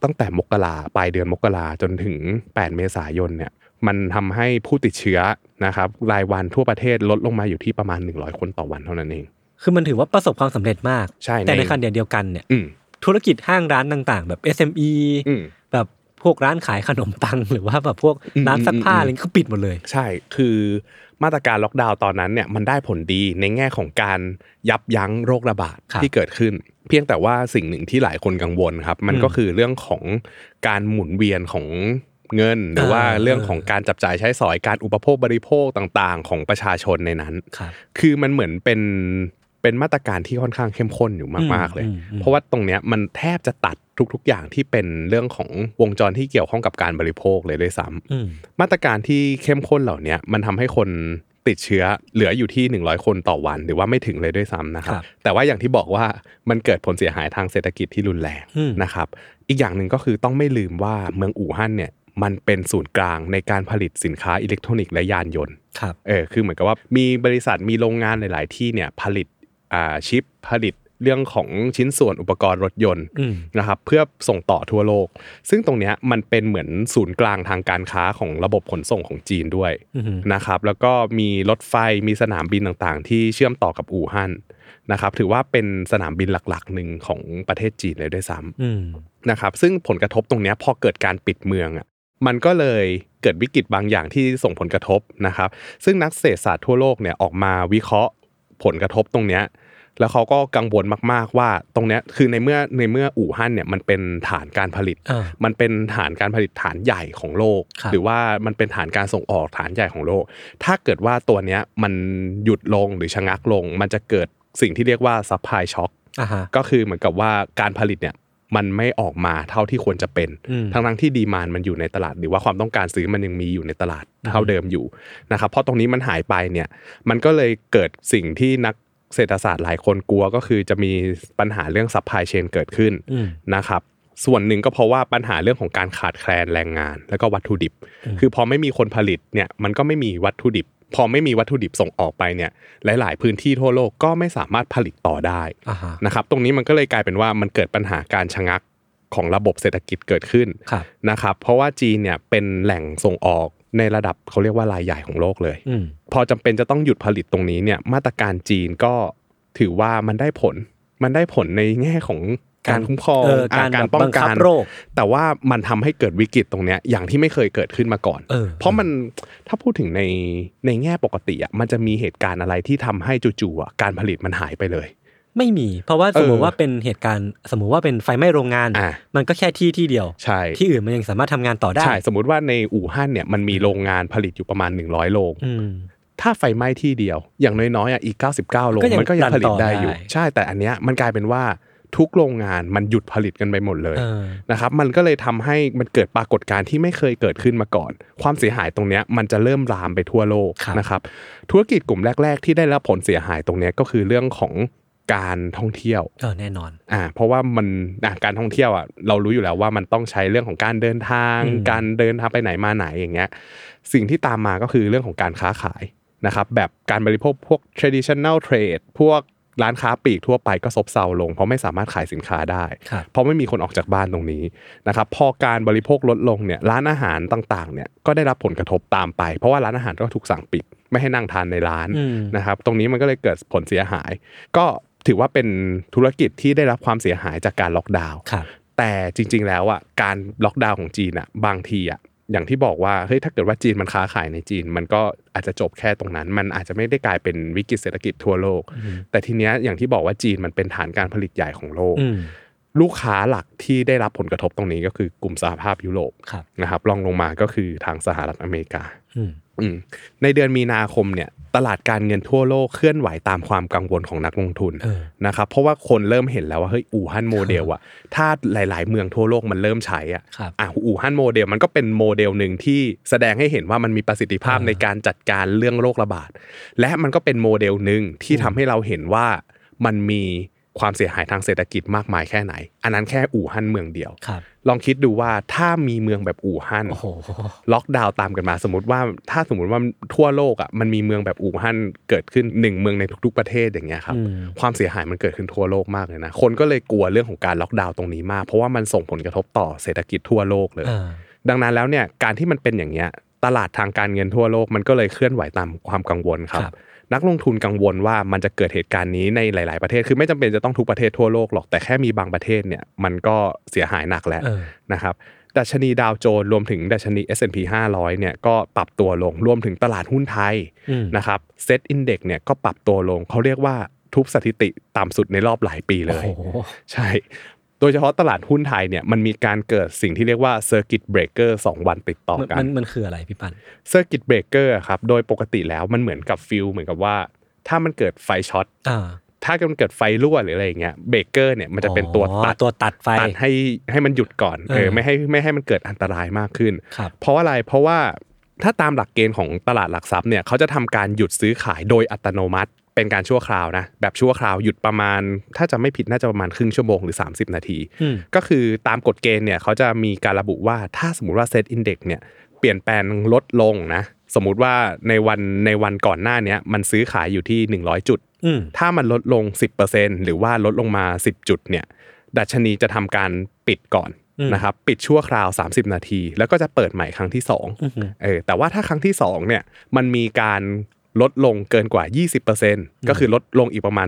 [SPEAKER 2] ตั้งแต่มกราปลายเดือนมกราจนถึง 8 เมษายนเนี่ยมันทำให้ผู้ติดเชื้อนะครับรายวันทั่วประเทศลดลงมาอยู่ที่ประมาณ 100 คนต่อวันเท่านั้นเอง
[SPEAKER 3] คือมันถือว่าประสบความสำเร็จมาก
[SPEAKER 2] ใช่
[SPEAKER 3] แต่ในขณะเดียวกันเนี่ย
[SPEAKER 2] อืม
[SPEAKER 3] ธุรกิจห้างร้านต่างๆ แบบ SME
[SPEAKER 2] อืม
[SPEAKER 3] แบบพวกร้านขายขนมปัง หรือว่าแบบพวกร้านซักผ้า
[SPEAKER 2] อืม
[SPEAKER 3] อะไรก็ปิดหมดเลย
[SPEAKER 2] ใช่ คือมาตรการล็อกดาวน์ตอนนั้นเนี่ยมันได้ผลดีในแง่ของการยับยั้งโรคระบาด
[SPEAKER 3] ครับ
[SPEAKER 2] ที่เกิดขึ้น เพียงแต่ว่าสิ่งหนึ่งที่หลายคนกังวลครับ มัน
[SPEAKER 3] อืม
[SPEAKER 2] ก็คือเรื่องของการหมุนเวียนของเงิน หรือว่า
[SPEAKER 3] อ่า
[SPEAKER 2] เรื่องของการจับจ่ายใช้สอยการอุปโภคบริโภคต่างๆ ของประชาชนในนั้น
[SPEAKER 3] ครับ
[SPEAKER 2] คือมันเหมือนเป็นเป็นมาตรการที่ค่อนข้างเข้มข้นอยู่มากๆเลย
[SPEAKER 3] อืมอืม
[SPEAKER 2] เพราะว่าตรงเนี้ยมันแทบจะตัดทุกๆอย่างที่เป็นเรื่องของวงจรที่เกี่ยวข้องกับการบริโภคเลยด้วยซ้ำ
[SPEAKER 3] อืม
[SPEAKER 2] มาตรการที่เข้มข้นเหล่าเนี้ยมันทำให้คนติดเชื้อเหลืออยู่ที่ 100 คนต่อวันหรือว่าไม่ถึงเลยด้วยซ้ำนะครับ
[SPEAKER 3] ครับ
[SPEAKER 2] แต่ว่าอย่างที่บอกว่ามันเกิดผลเสียหายทางเศรษฐกิจที่รุนแรง
[SPEAKER 3] อืม
[SPEAKER 2] นะครับ อีกอย่างหนึ่งก็คือต้องไม่ลืมว่าเมืองอู่ฮั่นเนี่ยมันเป็นศูนย์กลางในการผลิตสินค้าอิเล็กทรอนิกส์และยานยนต์
[SPEAKER 3] ครับ
[SPEAKER 2] เออคือเหมือนกับว่ามีบริษัทมีโรงงานหลาย ๆ ที่เนี่ยผลิตอ่าชิปผลิต เรื่องของชิ้นส่วนอุปกรณ์รถยนต์
[SPEAKER 3] อืม
[SPEAKER 2] นะครับเพื่อส่งต่อทั่วโลก ซึ่งตรงเนี้ยมันเป็นเหมือนศูนย์กลางทางการค้าของระบบขนส่งของจีนด้วย
[SPEAKER 3] อือหือ
[SPEAKER 2] นะครับแล้วก็มีรถไฟมีสนามบินต่างๆ ที่เชื่อมต่อกับอู่ฮั่นนะครับถือว่าเป็นสนามบินหลักๆหนึ่งของประเทศจีนเลยด้วยซ้
[SPEAKER 3] อืม
[SPEAKER 2] ำนะครับซึ่งผลกระทบตรงเนี้ยพอเกิดการปิดเมืองอ่ะมันก็เลยเกิดวิกฤตบางอย่างที่ส่งผลกระทบนะครับซึ่งนักเศรษฐศาสตร์ทั่วโลกเนี่ยออกมาวิเคราะห์ผลกระทบตรงเนี้ย แล้วเขาก็กังวลมาก ๆ ว่าตรงเนี้ยคือในเมื่อในเมื่ออู่ฮั่นเนี่ยมันเป็นฐานการผลิต
[SPEAKER 3] อ่า
[SPEAKER 2] มันเป็นฐานการผลิตฐานใหญ่ของโลก
[SPEAKER 3] ครับ
[SPEAKER 2] หรือว่ามันเป็นฐานการส่งออกฐานใหญ่ของโลก ถ้าเกิดว่าตัวเนี้ยมันหยุดลงหรือชะงักลง มันจะเกิดสิ่งที่เรียกว่าซัพพลายช็อค
[SPEAKER 3] อ่าฮะ
[SPEAKER 2] ก็คือเหมือนกับว่าการผลิตเนี่ยมันไม่ออกมาเท่าที่ควรจะเป็น
[SPEAKER 3] อืม
[SPEAKER 2] ทั้งทั้งๆที่ดีมานมันอยู่ในตลาด หรือว่าความต้องการซื้อมันยังมีอยู่ในตลาดเท่าเดิมอยู่นะครับเพราะตรงนี้มันหายไปเนี่ยมันก็เลยเกิดสิ่งที่นักเศรษฐศาสตร์หลายคนกลัวก็คือจะมีปัญหาเรื่องซัพพลายเชนเกิดขึ้น
[SPEAKER 3] อืม
[SPEAKER 2] นะครับส่วนหนึ่งก็เพราะว่าปัญหาเรื่องของการขาดแคลนแรงงาน แล้วก็วัตถุดิบ
[SPEAKER 3] อืม
[SPEAKER 2] คือพอไม่มีคนผลิตเนี่ยมันก็ไม่มีวัตถุดิบ พอไม่มีวัตถุดิบส่งออกไปเนี่ยหลาย ๆ พื้นที่ทั่วโลกก็ไม่สามารถผลิตต่อได้
[SPEAKER 3] อ่าฮะ
[SPEAKER 2] นะครับตรงนี้มันก็เลยกลายเป็นว่ามันเกิดปัญหาการชะงักของระบบเศรษฐกิจเกิดขึ้น
[SPEAKER 3] ครับ
[SPEAKER 2] นะครับเพราะว่าจีนเนี่ยเป็นแหล่งส่งออกในระดับเขาเรียกว่ารายใหญ่ของโลกเลย
[SPEAKER 3] อืม
[SPEAKER 2] พอจำเป็นจะต้องหยุดผลิตตรงนี้เนี่ยมาตรการจีนก็ถือว่ามันได้ผล มันได้ผลในแง่ของการคุ้มครอง
[SPEAKER 3] เออ
[SPEAKER 2] อ่
[SPEAKER 3] การ
[SPEAKER 2] การป้อง
[SPEAKER 3] บัง
[SPEAKER 2] กั
[SPEAKER 3] คั
[SPEAKER 2] บ น
[SPEAKER 3] โรค
[SPEAKER 2] แต่ว่ามันทำให้เกิดวิกฤตตรงเนี้ยอย่างที่ไม่เคยเกิดขึ้นมาก่อน
[SPEAKER 3] เออ
[SPEAKER 2] ราะมันถ้าพูดถึงในในแง่ปกติอ่ะมันจะมีเหตุการณ์อะไรที่ทำให้จู่ๆอ่ะการผลิตมันหายไปเลย
[SPEAKER 3] ไม่มี เพราะว่าสมมติ
[SPEAKER 2] เออ
[SPEAKER 3] ว่าเป็นเหตุการณ์ สมมุติว่าเป็นไฟไหม้โรงงาน
[SPEAKER 2] อ่ะ
[SPEAKER 3] มันก็แค่ที่ที่เดียว
[SPEAKER 2] ใช่
[SPEAKER 3] ที่อื่นมันยังสามารถทำงานต่อได้
[SPEAKER 2] ใช่สมมุติว่าในอู่ฮั่นเนี่ยมันมีโรงงานผลิตอยู่ประมาณ 100 โรง
[SPEAKER 3] อืม
[SPEAKER 2] ถ้าไฟไหม้ที่เดียว อย่างน้อยๆอ่ะอีก 99 โรง
[SPEAKER 3] ก็ยัง
[SPEAKER 2] มันก็ยังผลิตได้อยู่
[SPEAKER 3] รันต่อได้
[SPEAKER 2] ใช่แต่อันเนี้ยมันกลายเป็นว่าทุกโรงงานมันหยุดผลิตกันไปหมดเลย
[SPEAKER 3] เออ
[SPEAKER 2] นะครับมันก็เลยทำให้มันเกิดปรากฏการณ์ที่ไม่เคยเกิดขึ้นมาก่อน ความเสียหายตรงเนี้ยมันจะเริ่มลามไปทั่วโลก
[SPEAKER 3] ครับ
[SPEAKER 2] นะครับธุรกิจกลุ่มแรก ๆ ที่ได้รับผลเสียหายตรงเนี้ยก็คือเรื่องของการท่องเที่ยว
[SPEAKER 3] เออแน่นอน
[SPEAKER 2] อ่าเพราะว่ามันอ่ะการท่องเที่ยวอ่ะเรารู้อยู่แล้วว่ามันต้องใช้เรื่องของการเดินทาง
[SPEAKER 3] อืม
[SPEAKER 2] การเดินทางไปไหนมาไหนอย่างเงี้ยสิ่งที่ตามมาก็คือเรื่องของการค้าขายนะครับแบบการบริโภคพวก traditional trade พวกร้านค้าปลีกทั่วไปก็ซบเซาลง เพราะไม่สามารถขายสินค้าได้
[SPEAKER 3] ครับ
[SPEAKER 2] เพราะไม่มีคนออกจากบ้านตรงนี้นะครับพอการบริโภคลดลงเนี่ยร้านอาหารต่างๆเนี่ยก็ได้รับผลกระทบตามไป เพราะว่าร้านอาหารก็ถูกสั่งปิด ไม่ให้นั่งทานในร้าน
[SPEAKER 3] อืม
[SPEAKER 2] นะครับตรงนี้มันก็เลยเกิดผลเสียหาย ก็ถือว่าเป็นธุรกิจที่ได้รับความเสียหายจากการล็อกดาวน์
[SPEAKER 3] ครับ
[SPEAKER 2] แต่จริง ๆ แล้วอ่ะการล็อกดาวน์ของจีนอ่ะบางทีอ่ะอย่างที่บอกว่าเฮ้ยถ้าเกิดว่าจีนมันค้าขายในจีน มันก็อาจจะจบแค่ตรงนั้น มันอาจจะไม่ได้กลายเป็นวิกฤตเศรษฐกิจทั่วโลก
[SPEAKER 3] อืม
[SPEAKER 2] แต่ทีเนี้ยอย่างที่บอกว่าจีนมันเป็นฐานการผลิตใหญ่ของโลก
[SPEAKER 3] อืม
[SPEAKER 2] ลูกค้าหลักที่ได้รับผลกระทบตรงนี้ก็คือกลุ่มสหภาพยุโรป
[SPEAKER 3] ครับ
[SPEAKER 2] นะครับรองลงมาก็คือทางสหรัฐอเมริกา
[SPEAKER 3] อืม
[SPEAKER 2] อืมในเดือนมีนาคมเนี่ยตลาดการเงินทั่วโลกเคลื่อนไหวตามความกังวลของนักลงทุน
[SPEAKER 3] เออ
[SPEAKER 2] นะครับเพราะว่าคนเริ่มเห็นแล้วว่าเฮ้ยอู่ฮั่นโมเดลอะถ้าหลาย ๆ เมืองทั่วโลกมันเริ่มใช้อะ
[SPEAKER 3] ครับ
[SPEAKER 2] อ่ะอู่ฮั่นโมเดลมันก็เป็นโมเดลหนึ่งที่แสดงให้เห็นว่ามันมีประสิทธิภาพ
[SPEAKER 3] เออ
[SPEAKER 2] ในการจัดการเรื่องโรคระบาด และมันก็เป็นโมเดลหนึ่งที่ทำให้เราเห็นว่ามันมีความเสียหายทางเศรษฐกิจมากมายแค่ไหน อันนั้นแค่อู่ฮั่นเมืองเดียว
[SPEAKER 3] ครับ
[SPEAKER 2] ลองคิดดูว่าถ้ามีเมืองแบบอู่ฮั่น
[SPEAKER 3] โอ้โห
[SPEAKER 2] ล็อกดาวน์ตามกันมาสมมติว่าถ้าสมมติว่าทั่วโลกอ่ะมันมีเมืองแบบอู่ฮั่นเกิดขึ้นหนึ่งเมืองในทุก ๆประเทศอย่างเงี้ยครับ
[SPEAKER 3] อืม
[SPEAKER 2] ความเสียหายมันเกิดขึ้นทั่วโลกมากเลยนะคนก็เลยกลัวเรื่องของการล็อกดาวน์ตรงนี้มาก เพราะว่ามันส่งผลกระทบต่อเศรษฐกิจทั่วโลกเลย
[SPEAKER 3] เออ
[SPEAKER 2] ดังนั้นแล้วเนี่ยการที่มันเป็นอย่างเงี้ยตลาดทางการเงินทั่วโลกมันก็เลยเคลื่อนไหวตามความกังวลครับ
[SPEAKER 3] ครับ
[SPEAKER 2] นักลงทุนกังวลว่ามันจะเกิดเหตุการณ์นี้ในหลาย ๆประเทศคือไม่จำเป็นจะต้องทุกประเทศทั่วโลกหรอกแต่แค่มีบางประเทศเนี่ยมันก็เสียหายหนักแล้ว
[SPEAKER 3] เออ
[SPEAKER 2] นะครับดัชนีดาวโจนส์รวมถึงดัชนี S&P 500เนี่ยก็ปรับตัวลงรวมถึงตลาดหุ้นไทย
[SPEAKER 3] อืม
[SPEAKER 2] นะครับเซตอินเด็กเนี่ยก็ปรับตัวลงเขาเรียกว่าทุบสถิติต่ำสุดในรอบหลายปีเล
[SPEAKER 3] โอ้
[SPEAKER 2] ย
[SPEAKER 3] โห
[SPEAKER 2] ใช่ โดยเฉพาะตลาดหุ้นไทยเนี่ยมันมีการเกิดสิ่งที่เรียกว่า Circuit Breaker 2 วันติดต่อ
[SPEAKER 3] มัน
[SPEAKER 2] กั
[SPEAKER 3] มัน นมันคืออะไรพี่ปัน
[SPEAKER 2] Circuit Breaker อะครับโดยปกติแล้วมันเหมือนกับฟิลเหมือนกับว่า ถ้ามันเกิดไฟช็อต
[SPEAKER 3] อ่า
[SPEAKER 2] ถ้ามันเกิดไฟรั่วหรืออะไรอย่างเงี้ยเบรกเกอร์เนี่ยมันจะเป็นตัว
[SPEAKER 3] อ๋อ
[SPEAKER 2] ตัด
[SPEAKER 3] ตัวตัดไฟ
[SPEAKER 2] ตัดให้ให้มันหยุดก่อนเอ
[SPEAKER 3] เอ
[SPEAKER 2] อ
[SPEAKER 3] อ
[SPEAKER 2] ไม่ให้ไม่ให้มันเกิดอันตรายมากขึ้น
[SPEAKER 3] ครับ
[SPEAKER 2] เพราะอะไรเพราะว่าถ้าตามหลักเกณฑ์ของตลาดหลักทรัพย์เนี่ยเขาจะทำการหยุดซื้อขายโดยอัตโนมัติ เป็นการชั่วคราวนะแบบชั่วคราวหยุดประมาณ ถ้าจะไม่ผิดน่าจะประมาณครึ่งชั่วโมงหรือ 30 นาที
[SPEAKER 3] อืม
[SPEAKER 2] ก็คือตามกฎเกณฑ์เนี่ยเขาจะมีการระบุว่าถ้าสมมติว่าเซตอินเด็กเนี่ยเปลี่ยนแปลงลดลงนะสมมุติว่าในวันในวันก่อนหน้าเนี้ยมันซื้อขายอยู่ที่ 100 จุด
[SPEAKER 3] อืม
[SPEAKER 2] ถ้ามันลดลง 10%หรือว่าลดลงมา 10 จุดเนี่ยดัชนีจะทำการปิดก่อนนะครับปิดชั่วคราว 30 นาที แล้วก็จะเปิดใหม่ครั้งที่ 2
[SPEAKER 3] อื้อหือ
[SPEAKER 2] เออแต่ว่าถ้าครั้งที่2เนี่ยมันมีการลดลงเกินกว่า 20%ก็คือลดลงอีกประมาณ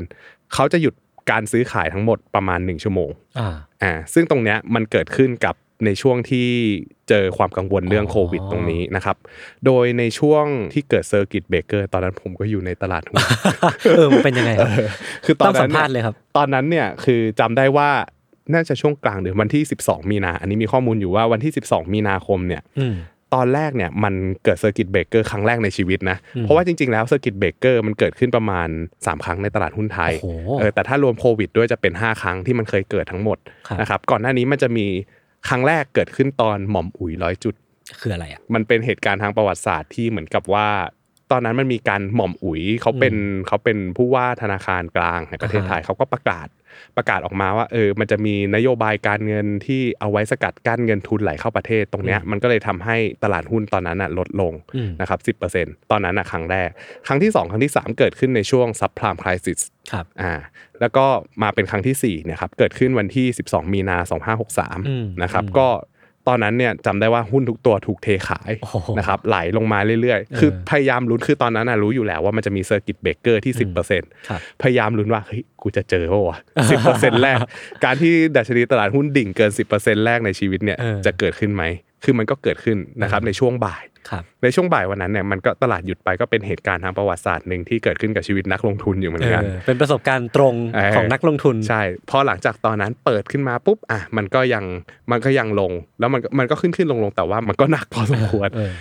[SPEAKER 2] 10%เขาจะหยุดการซื้อขายทั้งหมดประมาณ 1 ชั่วโมง
[SPEAKER 3] อ่า
[SPEAKER 2] อ่าซึ่งตรงเนี้ยมันเกิดขึ้นกับในช่วงที่เจอความกังวลเรื่องโควิดตรงนี้นะครับโดยในช่วงที่เกิดเซอร์กิตเบรกเกอร์ตอนนั้นผมก็อยู่ในตลาดหุ้น
[SPEAKER 3] เออมันเป็นยังไงครับ
[SPEAKER 2] คือตอ
[SPEAKER 3] ต้อน งสั
[SPEAKER 2] นั้
[SPEAKER 3] ม
[SPEAKER 2] น
[SPEAKER 3] ภาษณ์เลยครับ
[SPEAKER 2] ตอนนั้นเนี่ยคือจำได้ว่าน่าจะช่วงกลางเดือนวันที่ 12 มีนา อันนี้มีข้อมูลอยู่ว่าวันที่ 12 มีนาคมเนี่ย
[SPEAKER 3] อืม
[SPEAKER 2] ตอนแรกเนี่ยมันเกิดเซอร์กิตเบรกเกอร์ครั้งแรกในชีวิตนะ
[SPEAKER 3] อืม
[SPEAKER 2] เพราะว่าจริง ๆ แล้วเซอร์กิตเบรกเกอร์มันเกิดขึ้นประมาณ 3 ครั้งในตลาดหุ้นไทย
[SPEAKER 3] โอ้โห
[SPEAKER 2] เออแต่ถ้ารวมโควิดด้วยจะเป็น 5 ครั้งที่มันเคยเกิดทั้งหมด
[SPEAKER 3] ครับ
[SPEAKER 2] นะครับก่อนหน้านี้มันจะมีครั้งแรกเกิดขึ้นตอนหม่อมอุ๋ยร้อยจุด
[SPEAKER 3] คืออะไรอ่ะ
[SPEAKER 2] มันเป็นเหตุการณ์ทางประวัติศาสตร์ที่เหมือนกับว่า ตอนนั้นมันมีการหม่อมอุ๋ยเขาเป็นเขาเป็นผู้ว่าธนาคารกลางแห่งประเทศไทยเขาก็ประกาศประกาศออกมาว่าเออมันจะมีนโยบายการเงินที่เอาไว้สกัดกั้นเงินทุนไหลเข้าประเทศตรงเนี้ยมันก็เลยทำให้ตลาดหุ้นตอนนั้นน่ะลดลง
[SPEAKER 3] อืม
[SPEAKER 2] นะครับ 10%ตอนนั้นน่ะครั้งแรก ครั้งที่ 2 ครั้งที่ 3 เกิดขึ้นในช่วงซับพลามคริสิส
[SPEAKER 3] ครับ
[SPEAKER 2] อ่าแล้วก็มาเป็นครั้งที่4เนี่ยครับเกิดขึ้นวันที่ 12 มีนา
[SPEAKER 3] อืม
[SPEAKER 2] 2563นะครับก็ตอนนั้นเนี่ยจำได้ว่าหุ้นทุกตัวถูกเทขาย
[SPEAKER 3] โอ้โห
[SPEAKER 2] นะครับไหลลงมาเรื่อยๆ คือ
[SPEAKER 3] เออ
[SPEAKER 2] พยายามลุ้นคือตอนนั้นนะรู้อยู่แล้วว่ามันจะมีเซอร์กิตเบรกเกอร์ที่
[SPEAKER 3] อืม
[SPEAKER 2] 10%
[SPEAKER 3] ครับ
[SPEAKER 2] พยายามลุ้นว่าเฮ้ยกูจะเจอป่าวะ10%แรก การที่ดัชนีตลาดหุ้นดิ่งเกิน 10%แรกในชีวิตเนี่ย
[SPEAKER 3] เออ
[SPEAKER 2] จะเกิดขึ้นไหม คือมันก็เกิดขึ้นนะครับในช่วงบ่าย
[SPEAKER 3] ครับ
[SPEAKER 2] ในช่วงบ่ายวันนั้นเนี่ยมันก็ตลาดหยุดไปก็เป็นเหตุการณ์ทางประวัติศาสตร์หนึ่งที่เกิดขึ้นกับชีวิตนักลงทุนอยู่เหมือนกัน
[SPEAKER 3] เออ เป็นประสบการณ์ตรง
[SPEAKER 2] เออ
[SPEAKER 3] ของนักลงทุน
[SPEAKER 2] ใช่พอหลังจากตอนนั้นเปิดขึ้นมาปุ๊บอ่ะมันก็ยังมันก็ยังลงแล้วมันก็มันก็ขึ้นขึ้นลงลงแต่ว่ามันก็หนักพอสมควร
[SPEAKER 3] เออ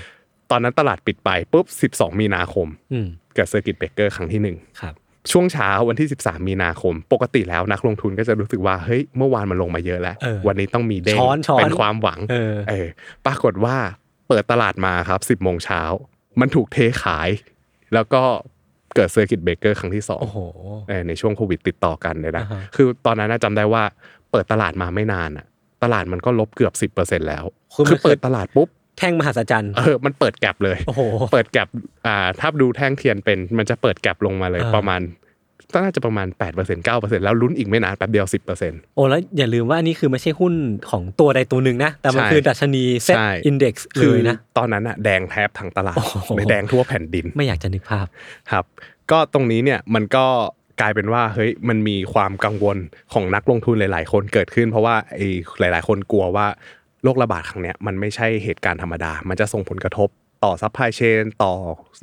[SPEAKER 2] ตอนนั้นตลาดปิดไปปุ๊บ 12 มีนาคม
[SPEAKER 3] อืม
[SPEAKER 2] เกิดเซอร์กิตเบรกเกอร์ครั้งที่
[SPEAKER 3] ครับ
[SPEAKER 2] 1 ช่วงเช้าวันที่ 13 มีนาคม ปกติแล้วนักลงทุนก็จะรู้สึกว่าเฮ้ยเมื่อวานมันลงมาเยอะแล้ว
[SPEAKER 3] เออ
[SPEAKER 2] วันนี้ต้องมีเด้ง
[SPEAKER 3] ช้อนช้อน
[SPEAKER 2] เป็นความหวัง
[SPEAKER 3] เออ
[SPEAKER 2] เออปรากฏว่าเปิดตลาดมาครับ 10 โมงเช้า มันถูกเทขาย แล้วก็เกิดเซอร์กิตเบรกเกอร์ครั้งที่2
[SPEAKER 3] โอ้โห
[SPEAKER 2] เออในช่วงโควิดติดต่อกันเลยนะ
[SPEAKER 3] อ่าฮะ
[SPEAKER 2] คือตอนนั้นน่ะจำได้ว่าเปิดตลาดมาไม่นานอะตลาดมันก็ลบเกือบ 10%แล้ว
[SPEAKER 3] คือ
[SPEAKER 2] คือ
[SPEAKER 3] เปิ
[SPEAKER 2] เปิ
[SPEAKER 3] ด
[SPEAKER 2] ดตลาดปุ๊บ
[SPEAKER 3] แท่งมหัศจรรย์
[SPEAKER 2] เออมันเปิดแก็บเลย
[SPEAKER 3] โอ้โห
[SPEAKER 2] เปิดแกลบอ่าถ้าดูแท่งเทียนเป็นมันจะเปิดแกลบลงมาเลย
[SPEAKER 3] อ่า
[SPEAKER 2] ประมาณก็น่าจะประมาณ 8% 9%แล้วลุ้นอีกไม่นานแป๊บเดียว 10%
[SPEAKER 3] โอ้แล้วอย่าลืมว่าอันนี้คือไม่ใช่หุ้นของตัวใดตัวหนึ่งนะ แต่มัน
[SPEAKER 2] ใช่
[SPEAKER 3] คือดัชนีเซ็ต
[SPEAKER 2] ใช่
[SPEAKER 3] อินดี x
[SPEAKER 2] คื
[SPEAKER 3] เลยนะ
[SPEAKER 2] ตอนนั้นอะแดงแทบทั้งตลาด
[SPEAKER 3] โอ้โห
[SPEAKER 2] ในแดงทั่วแผ่นดิน
[SPEAKER 3] ไม่อยากจะนึกภาพ
[SPEAKER 2] ครับ ก็ตรงนี้เนี่ยมันก็กลายเป็นว่าเฮ้ยมันมีความกังวลของนักลงทุนหลาย ๆ คนเกิดขึ้น เพราะว่าไอ้หลาย ๆ คนกลัวว่าโรคระบาดครั้งเนี้ยมันไม่ใช่เหตุการณ์ธรรมดา มันจะส่งผลกระทบต่อซัพพลายเชนต่อ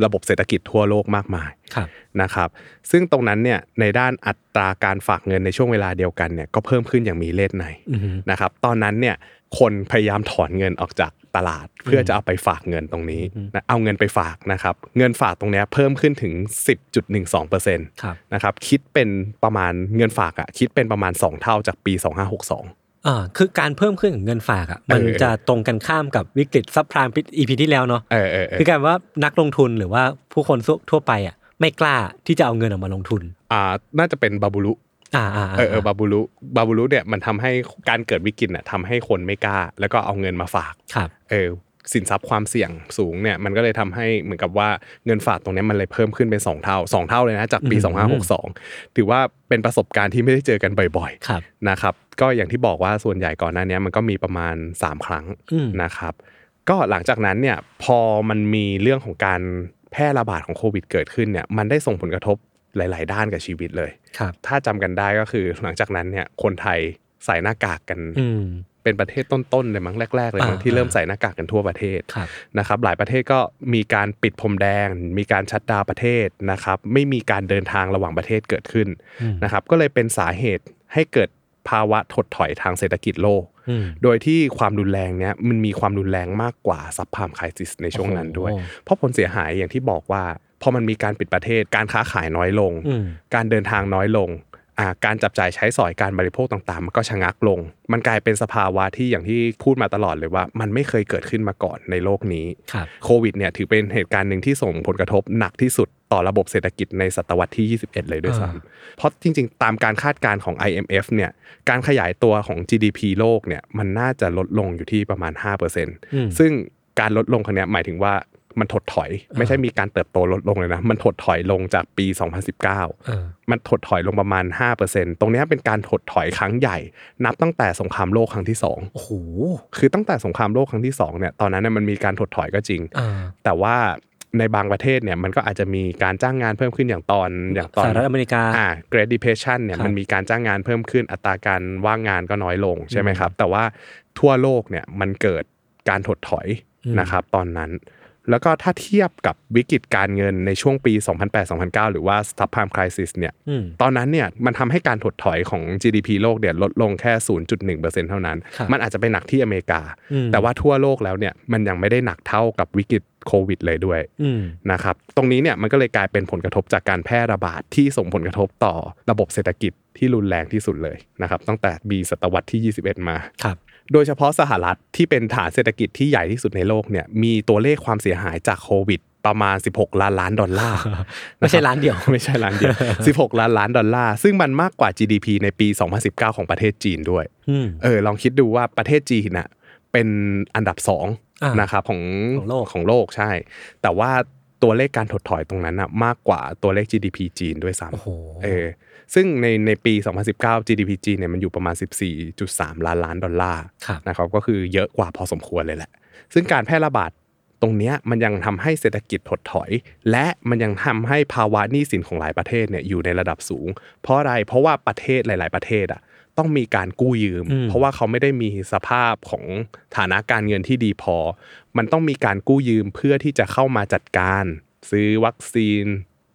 [SPEAKER 2] ระบบเศรษฐกิจทั่วโลกมากมาย
[SPEAKER 3] ครับ
[SPEAKER 2] นะครับซึ่งตรงนั้นเนี่ยในด้านอัตราการฝากเงินในช่วงเวลาเดียวกันเนี่ยก็เพิ่มขึ้นอย่างมีเลศใน
[SPEAKER 3] อือหือ
[SPEAKER 2] นะครับตอนนั้นเนี่ยคนพยายามถอนเงินออกจากตลาด เพื่อจะเอาไปฝากเงินตรงนี้นะเอาเงินไปฝากนะครับเงินฝากตรงเนี้ยเพิ่มขึ้นถึง 10.12%น
[SPEAKER 3] ครับ
[SPEAKER 2] ะครับคิดเป็นประมาณเงินฝากอะคิดเป็นประมาณ 2 เท่าจากปี 2562
[SPEAKER 3] อ่า คือการเพิ่มขึ้นของเงินฝากอ่ะ มัน
[SPEAKER 2] เออ
[SPEAKER 3] จะตรงกันข้ามกับวิกฤตซับพลามอีพีที่แล้วเนาะ
[SPEAKER 2] เออเออเออ
[SPEAKER 3] คือการว่านักลงทุนหรือว่าผู้คนทั่วไปอ่ะไม่กล้าที่จะเอาเงินออกมาลงทุน
[SPEAKER 2] อ่าน่าจะเป็นบาบูรุ
[SPEAKER 3] อ่าอ่าา
[SPEAKER 2] เออเออบาบูรุบาบูรุเนี่ยมันทำให้การเกิดวิกฤตเนี่ยทำให้คนไม่กล้า แล้วก็เอาเงินมาฝาก
[SPEAKER 3] ครับ
[SPEAKER 2] เออสินทรัพย์ความเสี่ยงสูงเนี่ยมันก็เลยทำให้เหมือนกับว่าเงินฝากตรงเนี้ยมันเลยเพิ่มขึ้นเป็น 2 เท่า 2 เท่าเลยนะจากปี
[SPEAKER 3] อืม
[SPEAKER 2] 2562 ถือว่าเป็นประสบการณ์ที่ไม่ได้เจอกันบ่อย
[SPEAKER 3] ครับ
[SPEAKER 2] ๆนะครับก็อย่างที่บอกว่าส่วนใหญ่ก่อนหน้าเนี้ยมันก็มีประมาณ 3 ครั้ง
[SPEAKER 3] อืม
[SPEAKER 2] นะครับก็หลังจากนั้นเนี่ยพอมันมีเรื่องของการแพร่ระบาดของโควิดเกิดขึ้นเนี่ยมันได้ส่งผลกระทบหลาย ๆ ด้านกับชีวิตเลย
[SPEAKER 3] ครับ
[SPEAKER 2] ถ้าจำกันได้ก็คือหลังจากนั้นเนี่ยคนไทยใส่หน้ากากกัน
[SPEAKER 3] อืม
[SPEAKER 2] เป็นประเทศต้นๆเลยมั้งแรกๆเลยมั้ง
[SPEAKER 3] อ่า
[SPEAKER 2] ที่เริ่มใส่หน้ากากกันทั่วประเทศ
[SPEAKER 3] ครับ
[SPEAKER 2] นะครับหลายประเทศก็มีการปิดพรมแดง มีการชัดดาวน์ประเทศนะครับไม่มีการเดินทางระหว่างประเทศเกิดขึ้น
[SPEAKER 3] อืม
[SPEAKER 2] นะครับก็เลยเป็นสาเหตุให้เกิดภาวะถดถอยทางเศรษฐกิจโลก
[SPEAKER 3] อืม
[SPEAKER 2] โดยที่ความรุนแรงเนี้ยมันมีความรุนแรงมากกว่าซับพามคริสิสในช่วงนั้นด้วย
[SPEAKER 3] โอ้โห
[SPEAKER 2] เพราะผลเสียหายอย่างที่บอกว่าพอมันมีการปิดประเทศการค้าขายน้อยลง
[SPEAKER 3] อืม
[SPEAKER 2] การเดินทางน้อยลงอ่าการจับจ่ายใช้สอยการบริโภคต่างๆ มันก็ชะงักลง มันกลายเป็นสภาวะที่อย่างที่พูดมาตลอดเลยว่า มันไม่เคยเกิดขึ้นมาก่อนในโลกนี้
[SPEAKER 3] ครับ
[SPEAKER 2] โควิดเนี่ยถือเป็นเหตุการณ์หนึ่งที่ส่งผลกระทบหนักที่สุดต่อระบบเศรษฐกิจในศตวรรษที่ 21 เลยด้วยซ้ำเพราะจริงๆ ตามการคาดการณ์ของ IMF เนี่ยการขยายตัวของ GDP โลกเนี่ยมันน่าจะลดลงอยู่ที่ประมาณ
[SPEAKER 3] อืม
[SPEAKER 2] 5%ซึ่งการลดลงครั้งเนี้ยหมายถึงว่า มันถดถอย ไม่ใช่มีการเติบโตลดลงเลยนะ มันถดถอยลงจากปี 2019
[SPEAKER 3] เออ
[SPEAKER 2] มันถดถอยลงประมาณ 5%ตรงเนี้ยเป็นการถดถอยครั้งใหญ่ นับตั้งแต่สงครามโลกครั้งที่
[SPEAKER 3] โอ้โห
[SPEAKER 2] 2 คือตั้งแต่สงครามโลกครั้งที่2เนี่ยตอนนั้นเนี่ยมันมีการถดถอยก็จริง
[SPEAKER 3] เออ
[SPEAKER 2] แต่ว่าในบางประเทศเนี่ยมันก็อาจจะมีการจ้างงานเพิ่มขึ้นอย่างตอนอย่างตอ
[SPEAKER 3] ส
[SPEAKER 2] น
[SPEAKER 3] หรัฐอเมริกา
[SPEAKER 2] อ่า Great Depression เนี่ย
[SPEAKER 3] ครับ
[SPEAKER 2] มันมีการจ้างงานเพิ่มขึ้นอัตราการว่างงานก็น้อยลงใช่ไหมครับ แต่ว่าทั่วโลกเนี่ยมันเกิดการถดถอย
[SPEAKER 3] อืม
[SPEAKER 2] นะครับตอนนั้น แล้วก็ถ้าเทียบกับวิกฤตการเงินในช่วงปี 2008-2009 หรือว่า subprime crisis เนี่ย
[SPEAKER 3] อืม
[SPEAKER 2] ตอนนั้นเนี่ยมันทำให้การถดถอยของ GDP โลกเนี่ยลดลงแค่ 0.1%เท่านั้น
[SPEAKER 3] ครับ
[SPEAKER 2] มันอาจจะไปหนักที่อเมริกา
[SPEAKER 3] อืม
[SPEAKER 2] แต่ว่าทั่วโลกแล้วเนี่ยมันยังไม่ได้หนักเท่ากับวิกฤตโควิดเลยด้วย
[SPEAKER 3] อืม
[SPEAKER 2] นะครับตรงนี้เนี่ยมันก็เลยกลายเป็นผลกระทบจากการแพร่ระบาดที่ส่งผลกระทบต่อระบบเศรษฐกิจที่รุนแรงที่สุดเลยนะครับตั้งแต่ปีศตวรรษที่ 21 มา
[SPEAKER 3] ครับ
[SPEAKER 2] โดยเฉพาะสหรัฐที่เป็นฐานเศรษฐกิจที่ใหญ่ที่สุดในโลกเนี่ยมีตัวเลขความเสียหายจากโควิดประมาณ 16 ล้านล้านดอลลาร์
[SPEAKER 3] ไม่ใช่ร้านเดียว
[SPEAKER 2] ไม่ใช่ล้านเดียว 16 ล้านล้านดอลลาร์ ซึ่งมันมากกว่า GDP ในปี 2019 ของประเทศจีนด้วย
[SPEAKER 3] อืม
[SPEAKER 2] เออลองคิดดูว่าประเทศจีนน่ะเป็นอันดับสอง
[SPEAKER 3] อ่าน
[SPEAKER 2] นะครับของ
[SPEAKER 3] ของโลก
[SPEAKER 2] ของโลกใช่ แต่ว่าตัวเลขการถดถอยตรงนั้นน่ะมากกว่าตัวเลข GDP จีนด้วยซ้
[SPEAKER 3] โอ้โห
[SPEAKER 2] ำเออซึ่งในในปี 2019 GDP จีนเนี่ยมันอยู่ประมาณ 14.3 ล้านล้านดอลลาร์
[SPEAKER 3] ครับ
[SPEAKER 2] นะครับก็คือเยอะกว่าพอสมควรเลยแหละ ซึ่งการแพร่ระบาดตรงเนี้ยมันยังทำให้เศรษฐกิจถดถอย และมันยังทำให้ภาวะหนี้สินของหลายประเทศเนี่ยอยู่ในระดับสูง เพราะอะไรเพราะว่าประเทศหลาย ๆ ประเทศอ่ะต้องมีการกู้ยืม
[SPEAKER 3] อืม
[SPEAKER 2] เพราะว่าเขาไม่ได้มีสภาพของฐานะการเงินที่ดีพอ มันต้องมีการกู้ยืมเพื่อที่จะเข้ามาจัดการ ซื้อวัคซีน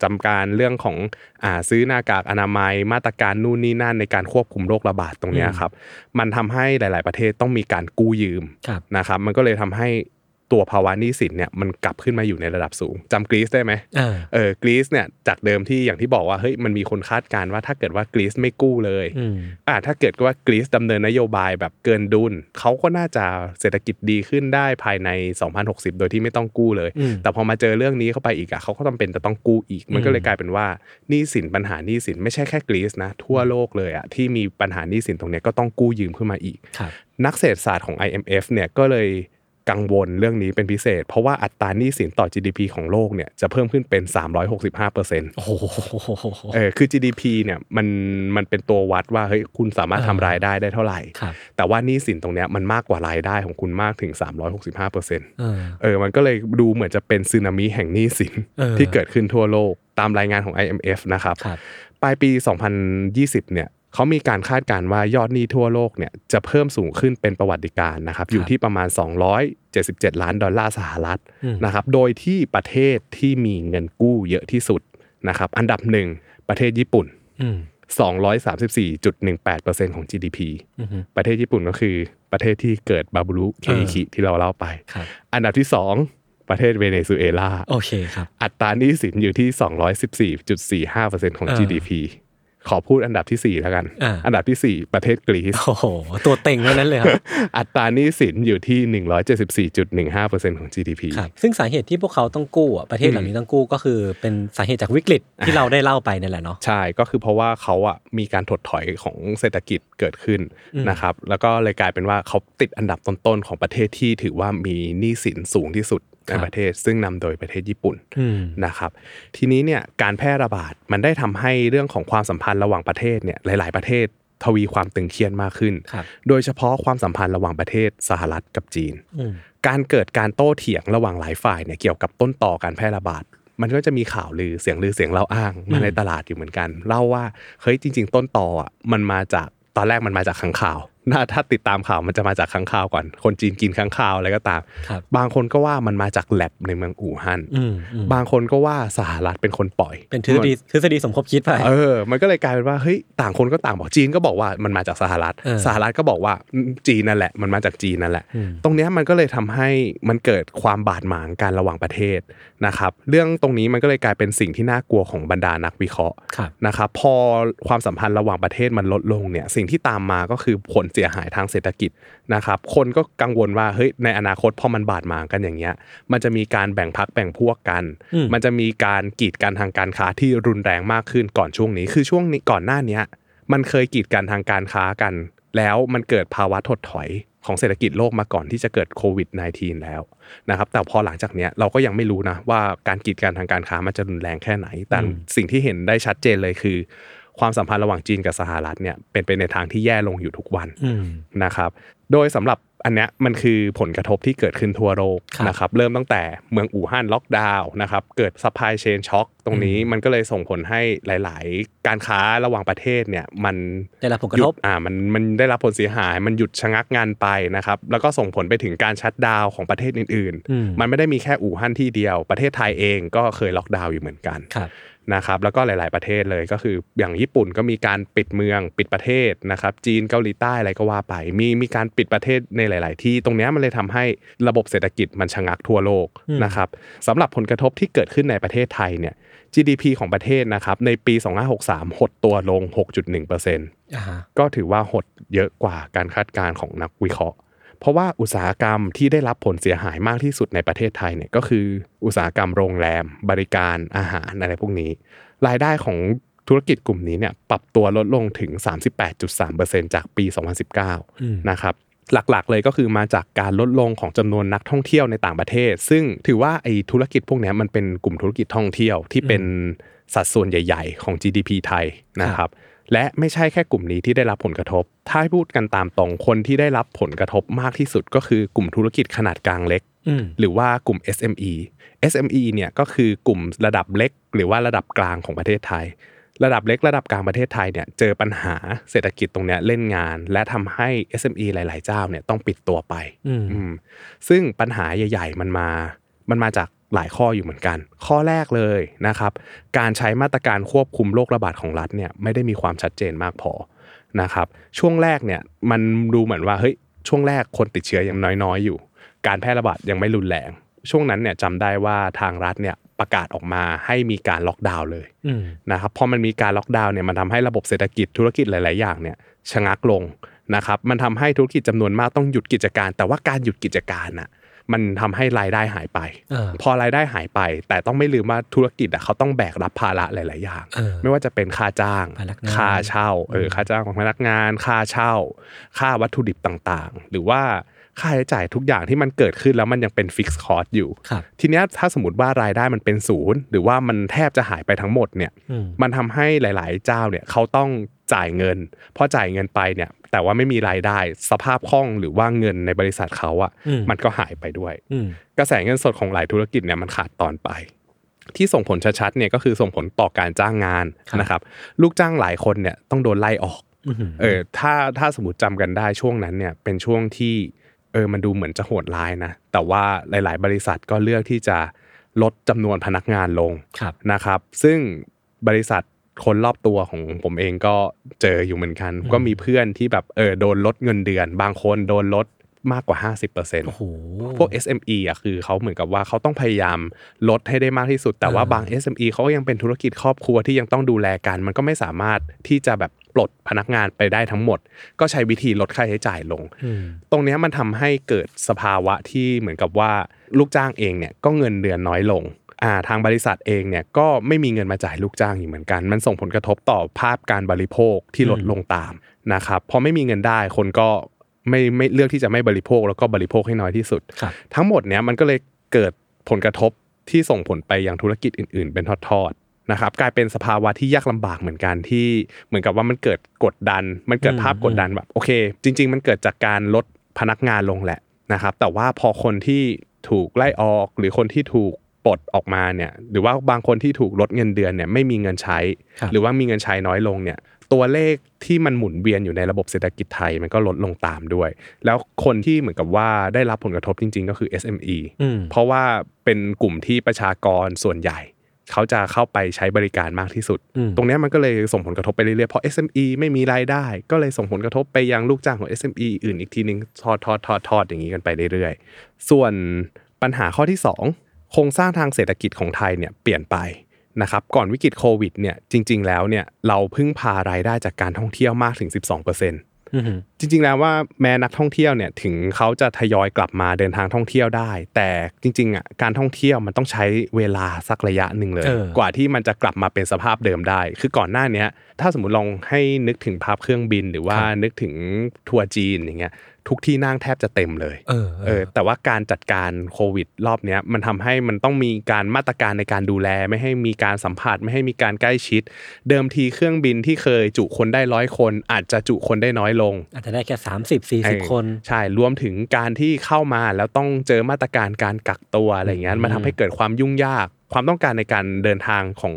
[SPEAKER 2] จำการเรื่องของอาซื้อหน้ากากอนามัยมาตรการนู่นนี่นั่นในการควบคุมโรคระบาดตรงเนี้ยครับมันทำให้หลาย ๆ ประเทศต้องมีการกู้ยืม
[SPEAKER 3] ครับ
[SPEAKER 2] นะครับมันก็เลยทำให้ตัวภาวะหนี้สินเนี่ยมันกลับขึ้นมาอยู่ในระดับสูงจำกรีซได้ไหม
[SPEAKER 3] เออ
[SPEAKER 2] เออกรีซเนี่ยจากเดิมที่อย่างที่บอกว่าเฮ้ยมันมีคนคาดการณ์ว่าถ้าเกิดว่ากรีซไม่กู้เลย
[SPEAKER 3] อืม
[SPEAKER 2] อ่าถ้าเกิดว่ากรีซดำเนินนโยบายแบบเกินดุลเขาก็น่าจะเศรษฐกิจดีขึ้นได้ภายใน 2060 โดยที่ไม่ต้องกู้เลย
[SPEAKER 3] อืม
[SPEAKER 2] แต่พอมาเจอเรื่องนี้เข้าไปอีกอะเขาก็จำเป็นจะต้องกู้อีก มันก็เลยกลายเป็นว่าหนี้สินปัญหาหนี้สินไม่ใช่แค่กรีซนะทั่วโลกเลยอะที่มีปัญหาหนี้สินตรงเนี้ยก็ต้องกู้ยืมขึ้นมาอีก
[SPEAKER 3] ครับ
[SPEAKER 2] นักเศรษฐศาสตร์ของ IMF เนี่ยก็เลยกังวลเรื่องนี้เป็นพิเศษ เพราะว่าอัตราหนี้สินต่อ GDP ของโลกเนี่ยจะเพิ่มขึ้นเป็น 365เปอร์เซ็นต์
[SPEAKER 3] โอ้โห
[SPEAKER 2] เออคือ GDP เนี่ยมันมันเป็นตัววัดว่าเฮ้ยคุณสามารถ
[SPEAKER 3] อ่า
[SPEAKER 2] ทำรายได้ได้เท่าไหร่
[SPEAKER 3] ครับ
[SPEAKER 2] แต่ว่าหนี้สินตรงเนี้ยมันมากกว่ารายได้ของคุณมากถึง 365เปอร์เซ็นต์
[SPEAKER 3] เออ
[SPEAKER 2] เออมันก็เลยดูเหมือนจะเป็นสึนามิแห่งหนี้สิน
[SPEAKER 3] เออ
[SPEAKER 2] ที่เกิดขึ้นทั่วโลกตามรายงานของ IMF นะครับ
[SPEAKER 3] ครับ
[SPEAKER 2] ปลายปี 2020 เนี่ยเขามีการคาดการณ์ว่ายอดหนี้ทั่วโลกเนี่ยจะเพิ่มสูงขึ้นเป็นประวัติการณ์นะครับ อยู่ที่ประมาณ 277 ล้านดอลลาร์สหรัฐ
[SPEAKER 3] อืม
[SPEAKER 2] นะครับ โดยที่ประเทศที่มีเงินกู้เยอะที่สุดนะครับ อันดับหนึ่งประเทศญี่ปุ่น
[SPEAKER 3] อืม
[SPEAKER 2] 234.18%ของ GDP
[SPEAKER 3] อืม
[SPEAKER 2] ประเทศญี่ปุ่นก็คือประเทศที่เกิดบาบูรุเคอิคิที่เราเล่าไป
[SPEAKER 3] ครับ
[SPEAKER 2] อันดับที่ 2 ประเทศเวเนซุเอลา
[SPEAKER 3] โอเคครับ
[SPEAKER 2] อัตราหนี้สินอยู่ที่ 214.45%ของ
[SPEAKER 3] เออ
[SPEAKER 2] GDP ขอพูดอันดับทีสี่4 แล้วกัน
[SPEAKER 3] อ่า
[SPEAKER 2] อันดับทีสี่ 4 ประเทศกรีซ
[SPEAKER 3] โอ้โห ตัวเต็งเท่านั้นเลยครับ
[SPEAKER 2] อัตราหนี้สินอยู่ที่ 174.15%ของ GDP
[SPEAKER 3] ครับ ซึ่งสาเหตุที่พวกเขาต้องกู้อ่ะ ประเทศเหล่านี้ต้องกู้ก็คือเป็นสาเหตุจากวิกฤตที่เราได้เล่าไปนี่แหละเนาะ
[SPEAKER 2] ใช่ ก็คือเพราะว่าเขาอ่ะมีการถดถอยของเศรษฐกิจเกิดขึ้น
[SPEAKER 3] อืม
[SPEAKER 2] นะครับ แล้วก็เลยกลายเป็นว่าเขาติดอันดับต้นๆ ของประเทศที่ถือว่ามีหนี้สินสูงที่สุดในประเทศ ซึ่งนำโดยประเทศญี่ปุ่น
[SPEAKER 3] อืม
[SPEAKER 2] นะครับทีนี้เนี่ยการแพร่ระบาดมันได้ทำให้เรื่องของความสัมพันธ์ระหว่างประเทศเนี่ยหลาย ๆ ประเทศทวีความตึงเครียดมากขึ้น
[SPEAKER 3] ครับ
[SPEAKER 2] โดยเฉพาะความสัมพันธ์ระหว่างประเทศสหรัฐกับจีน
[SPEAKER 3] อืม
[SPEAKER 2] การเกิดการโต้เถียงระหว่างหลายฝ่ายเนี่ยเกี่ยวกับต้นต่อการแพร่ระบาด มันก็จะมีข่าวลือเสียงลือเสียงเล่าอ้างมาในตลาดอยู่เหมือนกัน เล่าว่าเฮ้ยจริง ๆ ต้นต่ออ่ะมันมาจากตอนแรกมันมาจากขังข่าวน่าถ้าติดตามข่าวมันจะมาจากขังข่าวก่อน คนจีนกินขังข่าวอะไรก็ตาม
[SPEAKER 3] ครับ
[SPEAKER 2] บางคนก็ว่ามันมาจากแลบในเมืองอู่ฮั่น
[SPEAKER 3] อืมอืม
[SPEAKER 2] บางคนก็ว่าสหรัฐเป็นคนปล่อย
[SPEAKER 3] เป็นทฤษฎีทฤษฎีสมคบคิดไป
[SPEAKER 2] เออ มันก็เลยกลายเป็นว่าเฮ้ยต่างคนก็ต่างบอกจีนก็บอกว่ามันมาจากสหรัฐ
[SPEAKER 3] เออ
[SPEAKER 2] สหรัฐก็บอกว่าอืมจีนนั่นแหละมันมาจากจีนนั่นแหละ
[SPEAKER 3] อืม
[SPEAKER 2] ตรงเนี้ยมันก็เลยทำให้มันเกิดความบาดหมางกันระหว่างประเทศนะครับ เรื่องตรงนี้มันก็เลยกลายเป็นสิ่งที่น่ากลัวของบรรดานักวิเคราะห์
[SPEAKER 3] ครับ
[SPEAKER 2] นะครับพอความสัมพันธ์ระหว่างประเทศมันลดลงเนี่ยสิ่งที่ตามมาก็คือผลเสียหายทางเศรษฐกิจนะครับคนก็กังวลว่าเฮ้ยในอนาคตพอมันบาดหมางกันอย่างเงี้ยมันจะมีการแบ่งพักแบ่งพวกกัน
[SPEAKER 3] อืม
[SPEAKER 2] มันจะมีการกีดกันทางการค้าที่รุนแรงมากขึ้นก่อนช่วงนี้ คือช่วงนี้ก่อนหน้าเนี้ยมันเคยกีดกันทางการค้ากัน แล้วมันเกิดภาวะถดถอย ของเศรษฐกิจโลกมาก่อนที่จะเกิดโควิด -19 แล้วนะครับแต่พอหลังจากเนี้ยเราก็ยังไม่รู้นะว่าการกีดกันทางการค้ามันจะรุนแรงแค่ไหน แต่
[SPEAKER 3] อืม
[SPEAKER 2] สิ่งที่เห็นได้ชัดเจนเลยคือ ความสัมพันธ์ระหว่างจีนกับสหรัฐเนี่ยเป็นไปในทางที่แย่ลงอยู่ทุกวัน
[SPEAKER 3] อืม
[SPEAKER 2] นะครับ โดยสำหรับอันเนี้ยมันคือผลกระทบที่เกิดขึ้นทั่วโลก
[SPEAKER 3] ครับ
[SPEAKER 2] นะครับ เริ่มตั้งแต่เมืองอู่ฮั่นล็อกดาวน์นะครับ เกิดซัพพลายเชนช็อ k ตรงนี้มันก็เลยส่งผลให้หลาย ๆ การค้าระหว่างประเทศเนี่ยมัน
[SPEAKER 3] ได้รับผลกระทบ
[SPEAKER 2] หยุดอ่ามันมันได้รับผลเสียหาย มันหยุดชะงักงานไปนะครับ แล้วก็ส่งผลไปถึงการชัดดาวน์ของประเทศอื่น
[SPEAKER 3] อืม
[SPEAKER 2] ๆ มันไม่ได้มีแค่อู่ฮั่นที่เดียว ประเทศไทยเองก็เคยล็อกดาวน์อยู่เหมือนกัน
[SPEAKER 3] ครับ
[SPEAKER 2] นะครับแล้วก็หลาย ๆประเทศเลยก็คืออย่างญี่ปุ่นก็มีการปิดเมืองปิดประเทศนะครับจีนเกาหลีใต้อะไรก็ว่าไป มีมีการปิดประเทศในหลาย ๆ ที่ตรงเนี้ยมันเลยทำให้ระบบเศรษฐกิจมันชะงักทั่วโลก
[SPEAKER 3] อืม
[SPEAKER 2] นะครับสำหรับผลกระทบที่เกิดขึ้นในประเทศไทยเนี่ย GDP ของประเทศนะครับในปี 2563 หดตัวลง 6.1%
[SPEAKER 3] อ่าฮะ
[SPEAKER 2] ก็ถือว่าหดเยอะกว่าการคาดการณ์ของนักวิเคราะห์ เพราะว่าอุตสาหกรรมที่ได้รับผลเสียหายมากที่สุดในประเทศไทยเนี่ยก็คืออุตสาหกรรมโรงแรม บริการอาหารอะไรพวกนี้ รายได้ของธุรกิจกลุ่มนี้เนี่ยปรับตัวลดลงถึง 38.3%จากปี
[SPEAKER 3] อืม
[SPEAKER 2] 2019 นะครับ หลักๆเลยก็คือมาจากการลดลงของจำนวนนักท่องเที่ยวในต่างประเทศ ซึ่งถือว่าไอ้ธุรกิจพวกเนี้ยมันเป็นกลุ่มธุรกิจท่องเที่ยวที่เป็นสัดส่วนใหญ่ ๆ ของ GDP ไทยนะครับ และไม่ใช่แค่กลุ่มนี้ที่ได้รับผลกระทบ ถ้าให้พูดกันตามตรงคนที่ได้รับผลกระทบมากที่สุดก็คือกลุ่มธุรกิจขนาดกลางเล็ก
[SPEAKER 3] อืม
[SPEAKER 2] หรือว่ากลุ่ม SME SME เนี่ยก็คือกลุ่มระดับเล็ก หรือว่าระดับกลางของประเทศไทย ระดับเล็กระดับกลางประเทศไทยเนี่ยเจอปัญหาเศรษฐกิจตรงเนี้ยเล่นงาน และทำให้ SME หลาย ๆ เจ้าเนี่ยต้องปิดตัวไป
[SPEAKER 3] อืม
[SPEAKER 2] อืมซึ่งปัญหาใหญ่ ๆ มันมา มันมาจากหลายข้ออยู่เหมือนกัน ข้อแรกเลยนะครับ การใช้มาตรการควบคุมโรคระบาดของรัฐเนี่ยไม่ได้มีความชัดเจนมากพอนะครับ ช่วงแรกเนี่ยมันดูเหมือนว่าเฮ้ยช่วงแรกคนติดเชื้อยังน้อยๆอยู่ การแพร่ระบาดยังไม่รุนแรง ช่วงนั้นเนี่ยจำได้ว่าทางรัฐเนี่ยประกาศออกมาให้มีการล็อกดาวน์เลย
[SPEAKER 3] อืม
[SPEAKER 2] นะครับพอมันมีการล็อกดาวน์เนี่ยมันทำให้ระบบเศรษฐกิจธุรกิจหลาย ๆ อย่างเนี่ยชะงักลงนะครับมันทำให้ธุรกิจจำนวนมากต้องหยุดกิจการ แต่ว่าการหยุดกิจการน่ะมันทำให้รายได้หายไป
[SPEAKER 3] เออ
[SPEAKER 2] พอรายได้หายไป แต่ต้องไม่ลืมว่าธุรกิจอ่ะเขาต้องแบกรับภาระหลาย ๆ อย่าง
[SPEAKER 3] เออ
[SPEAKER 2] ไม่ว่าจะเป็นค่าจ้าง
[SPEAKER 3] พนักงาน
[SPEAKER 2] ค่าเช่าเออค่าจ้างของพนักงาน ค่าเช่า ค่าวัตถุดิบต่าง ๆ หรือว่าค่าใช้จ่ายทุกอย่างที่มันเกิดขึ้นแล้วมันยังเป็นฟิกซ์คอร์สอยู่
[SPEAKER 3] ครับ
[SPEAKER 2] ทีเนี้ยถ้าสมมติว่ารายได้มันเป็นศูนย์หรือว่ามันแทบจะหายไปทั้งหมดเนี่ย
[SPEAKER 3] อืม
[SPEAKER 2] มันทำให้หลาย ๆ เจ้าเนี่ยเขาต้องจ่ายเงินพอจ่ายเงินไปเนี่ยแต่ว่าไม่มีรายได้สภาพคล่องหรือว่าเงินในบริษัทเขาอะ
[SPEAKER 3] อืม
[SPEAKER 2] มันก็หายไปด้วย
[SPEAKER 3] อืม
[SPEAKER 2] กระแสเงินสดของหลายธุรกิจเนี่ยมันขาดตอนไป ที่ส่งผลชัดๆเนี่ยก็คือส่งผลต่อการจ้างงาน
[SPEAKER 3] ครับ
[SPEAKER 2] นะครับลูกจ้างหลายคนเนี่ยต้องโดนไล่ออก
[SPEAKER 3] อืม
[SPEAKER 2] เออถ้าถ้าสมมติจำกันได้ช่วงนั้นเนี่ยเป็นช่วงที่เออมันดูเหมือนจะโหดร้ายนะ แต่ว่าหลาย ๆ บริษัทก็เลือกที่จะลดจำนวนพนักงานลง
[SPEAKER 3] ครับ
[SPEAKER 2] นะครับ ซึ่งบริษัทคนรอบตัวของผมเองก็เจออยู่เหมือนกัน
[SPEAKER 3] อืม
[SPEAKER 2] ก็มีเพื่อนที่แบบเออโดนลดเงินเดือน บางคนโดนลดมากกว่า 50%
[SPEAKER 3] โอ้โห
[SPEAKER 2] พวก SME อ่ะคือเขาเหมือนกับว่าเขาต้องพยายามลดให้ได้มากที่สุด แต่ว่า
[SPEAKER 3] อ่า
[SPEAKER 2] บาง SME เขาก็ยังเป็นธุรกิจครอบครัวที่ยังต้องดูแลกัน มันก็ไม่สามารถที่จะแบบปลดพนักงานไปได้ทั้งหมด ก็ใช้วิธีลดค่าใช้จ่ายลง
[SPEAKER 3] อืม
[SPEAKER 2] ตรงเนี้ยมันทำให้เกิดสภาวะที่เหมือนกับว่าลูกจ้างเองเนี่ยก็เงินเดือนน้อยลงอ่าทางบริษัทเองเนี่ยก็ไม่มีเงินมาจ่ายลูกจ้างอยู่เหมือนกัน มันส่งผลกระทบต่อภาพการบริโภคที่ลด
[SPEAKER 3] อืม
[SPEAKER 2] ลงตามนะครับพอไม่มีเงินได้คนก็ไม่ไม่เลือกที่จะไม่บริโภคแล้วก็บริโภคให้น้อยที่สุด
[SPEAKER 3] ครับ
[SPEAKER 2] ทั้งหมดเนี้ยมันก็เลยเกิดผลกระทบที่ส่งผลไปยังธุรกิจอื่น ๆ เป็นทอดๆนะครับกลายเป็นสภาวะที่ยากลำบากเหมือนกันที่เหมือนกับว่ามันเกิดกดดัน มันเกิด
[SPEAKER 3] อืม
[SPEAKER 2] ภาพกดดันแบบโอเค จริง ๆ มันเกิดจากการลดพนักงานลงแหละนะครับ แต่ว่าพอคนที่ถูกไล่ออก หรือคนที่ถูกปลดออกมาเนี่ยหรือว่าบางคนที่ถูกลดเงินเดือนเนี่ยไม่มีเงินใช้
[SPEAKER 3] ครับ
[SPEAKER 2] หรือว่ามีเงินใช้น้อยลงเนี่ยตัวเลขที่มันหมุนเวียนอยู่ในระบบเศรษฐกิจไทยมันก็ลดลงตามด้วย แล้วคนที่เหมือนกับว่าได้รับผลกระทบจริง ๆ ก็คือ SME
[SPEAKER 3] อืม
[SPEAKER 2] เพราะว่าเป็นกลุ่มที่ประชากรส่วนใหญ่ เขาจะเข้าไปใช้บริการมากที่สุด
[SPEAKER 3] อืม
[SPEAKER 2] ตรงเนี้ยมันก็เลยส่งผลกระทบไปเรื่อยๆเพราะ SME ไม่มีรายได้ ก็เลยส่งผลกระทบไปยังลูกจ้างของ SME อื่นอีกทีนึงทอดทอดทอดทอดอย่างนี้กันไปเรื่อยๆ ส่วนปัญหาข้อที่ 2 โครงสร้างทางเศรษฐกิจของไทยเนี่ยเปลี่ยนไปนะครับก่อนวิกฤตโควิดเนี่ยจริง ๆ แล้วเนี่ยเราพึ่งพารายได้จากการท่องเที่ยวมากถึง 12%
[SPEAKER 3] อืม
[SPEAKER 2] จริงๆ แล้วว่าแม้นักท่องเที่ยวเนี่ยถึงเขาจะทยอยกลับมาเดินทางท่องเที่ยวได้ แต่จริงๆอ่ะการท่องเที่ยวมันต้องใช้เวลาสักระยะหนึ่งเลย
[SPEAKER 3] เออ
[SPEAKER 2] กว่าที่มันจะกลับมาเป็นสภาพเดิมได้ คือก่อนหน้าเนี้ยถ้าสมมติลองให้นึกถึงภาพเครื่องบินหรือว่านึกถึงทัวร์จีนอย่างเงี้ย ทุกที่นั่งแทบจะเต็มเลย
[SPEAKER 3] เออ
[SPEAKER 2] เออแต่ว่าการจัดการโควิดรอบเนี้ยมันทำให้มันต้องมีการมาตรการในการดูแล ไม่ให้มีการสัมผัสไม่ให้มีการใกล้ชิด เดิมทีเครื่องบินที่เคยจุคนได้ร้อยคน อาจจะจุคนได้น้อยลง
[SPEAKER 3] อาจจะได้แค่สามสิบสี่สิบ
[SPEAKER 2] เออ
[SPEAKER 3] คน
[SPEAKER 2] ใช่รวมถึงการที่เข้ามาแล้วต้องเจอมาตรการการกักตัวอะไรอย่างเงี้ย
[SPEAKER 3] อืม
[SPEAKER 2] มันทำให้เกิดความยุ่งยาก ความต้องการในการเดินทางของ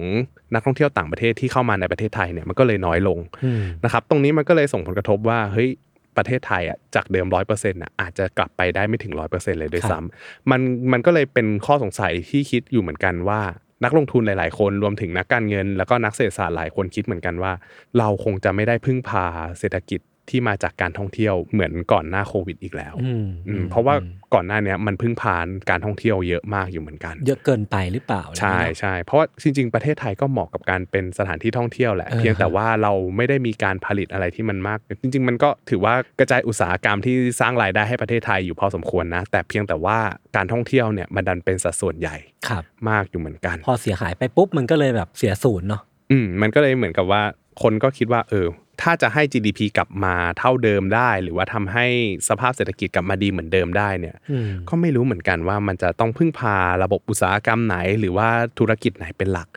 [SPEAKER 2] นักท่องเที่ยวต่างประเทศที่เข้ามาในประเทศไทยเนี่ยมันก็เลยน้อยลง
[SPEAKER 3] อืม
[SPEAKER 2] นะครับตรงนี้มันก็เลยส่งผลกระทบว่าเฮ้ยประเทศไทยอ่ะจากเดิมร้อยเปอร์เซ็นต์อ่ะอาจจะกลับไปได้ไม่ถึงร้อยเปอร์เซ็นต์เลยด้วยซ้ำมันมันก็เลยเป็นข้อสงสัยที่คิดอยู่เหมือนกันว่า นักลงทุนหลาย ๆ คนรวมถึงนักการเงิน แล้วก็นักเศรษฐศาสตร์หลายคนคิดเหมือนกันว่า เราคงจะไม่ได้พึ่งพาเศรษฐกิจที่มาจากการท่องเที่ยวเหมือนก่อนหน้าโควิดอีกแล้ว
[SPEAKER 3] อืม
[SPEAKER 2] อืมเพราะว่าก่อนหน้าเนี้ยมันพึ่งพาการท่องเที่ยวเยอะมากอยู่เหมือนกัน
[SPEAKER 3] เยอะเกินไปหรือเปล่า
[SPEAKER 2] ใช่
[SPEAKER 3] อะไรเงี้ย
[SPEAKER 2] ใช่เพราะว่าจริง ๆ ประเทศไทยก็เหมาะกับการเป็นสถานที่ท่องเที่ยวแหละ
[SPEAKER 3] เออ
[SPEAKER 2] เพียงแต่ว่าเราไม่ได้มีการผลิตอะไรที่มันมาก จริง ๆ มันก็ถือว่ากระจายอุตสาหกรรมที่สร้างรายได้ให้ประเทศไทยอยู่พอสมควรนะ แต่เพียงแต่ว่าการท่องเที่ยวเนี่ยมันดันเป็นสัดส่วนใหญ่
[SPEAKER 3] ครับ
[SPEAKER 2] มากอยู่เหมือนกัน
[SPEAKER 3] พอเสียหายไปปุ๊บมันก็เลยแบบเสียศูนย์เนาะ
[SPEAKER 2] อืมมันก็เลยเหมือนกับว่าคนก็คิดว่าเออถ้าจะให้ GDP กลับมาเท่าเดิมได้ หรือว่าทำให้สภาพเศรษฐกิจกลับมาดีเหมือนเดิมได้เนี่ย
[SPEAKER 3] อืม
[SPEAKER 2] ก็ไม่รู้เหมือนกันว่ามันจะต้องพึ่งพาระบบอุตสาหกรรมไหน หรือว่าธุรกิจไหนเป็นหลัก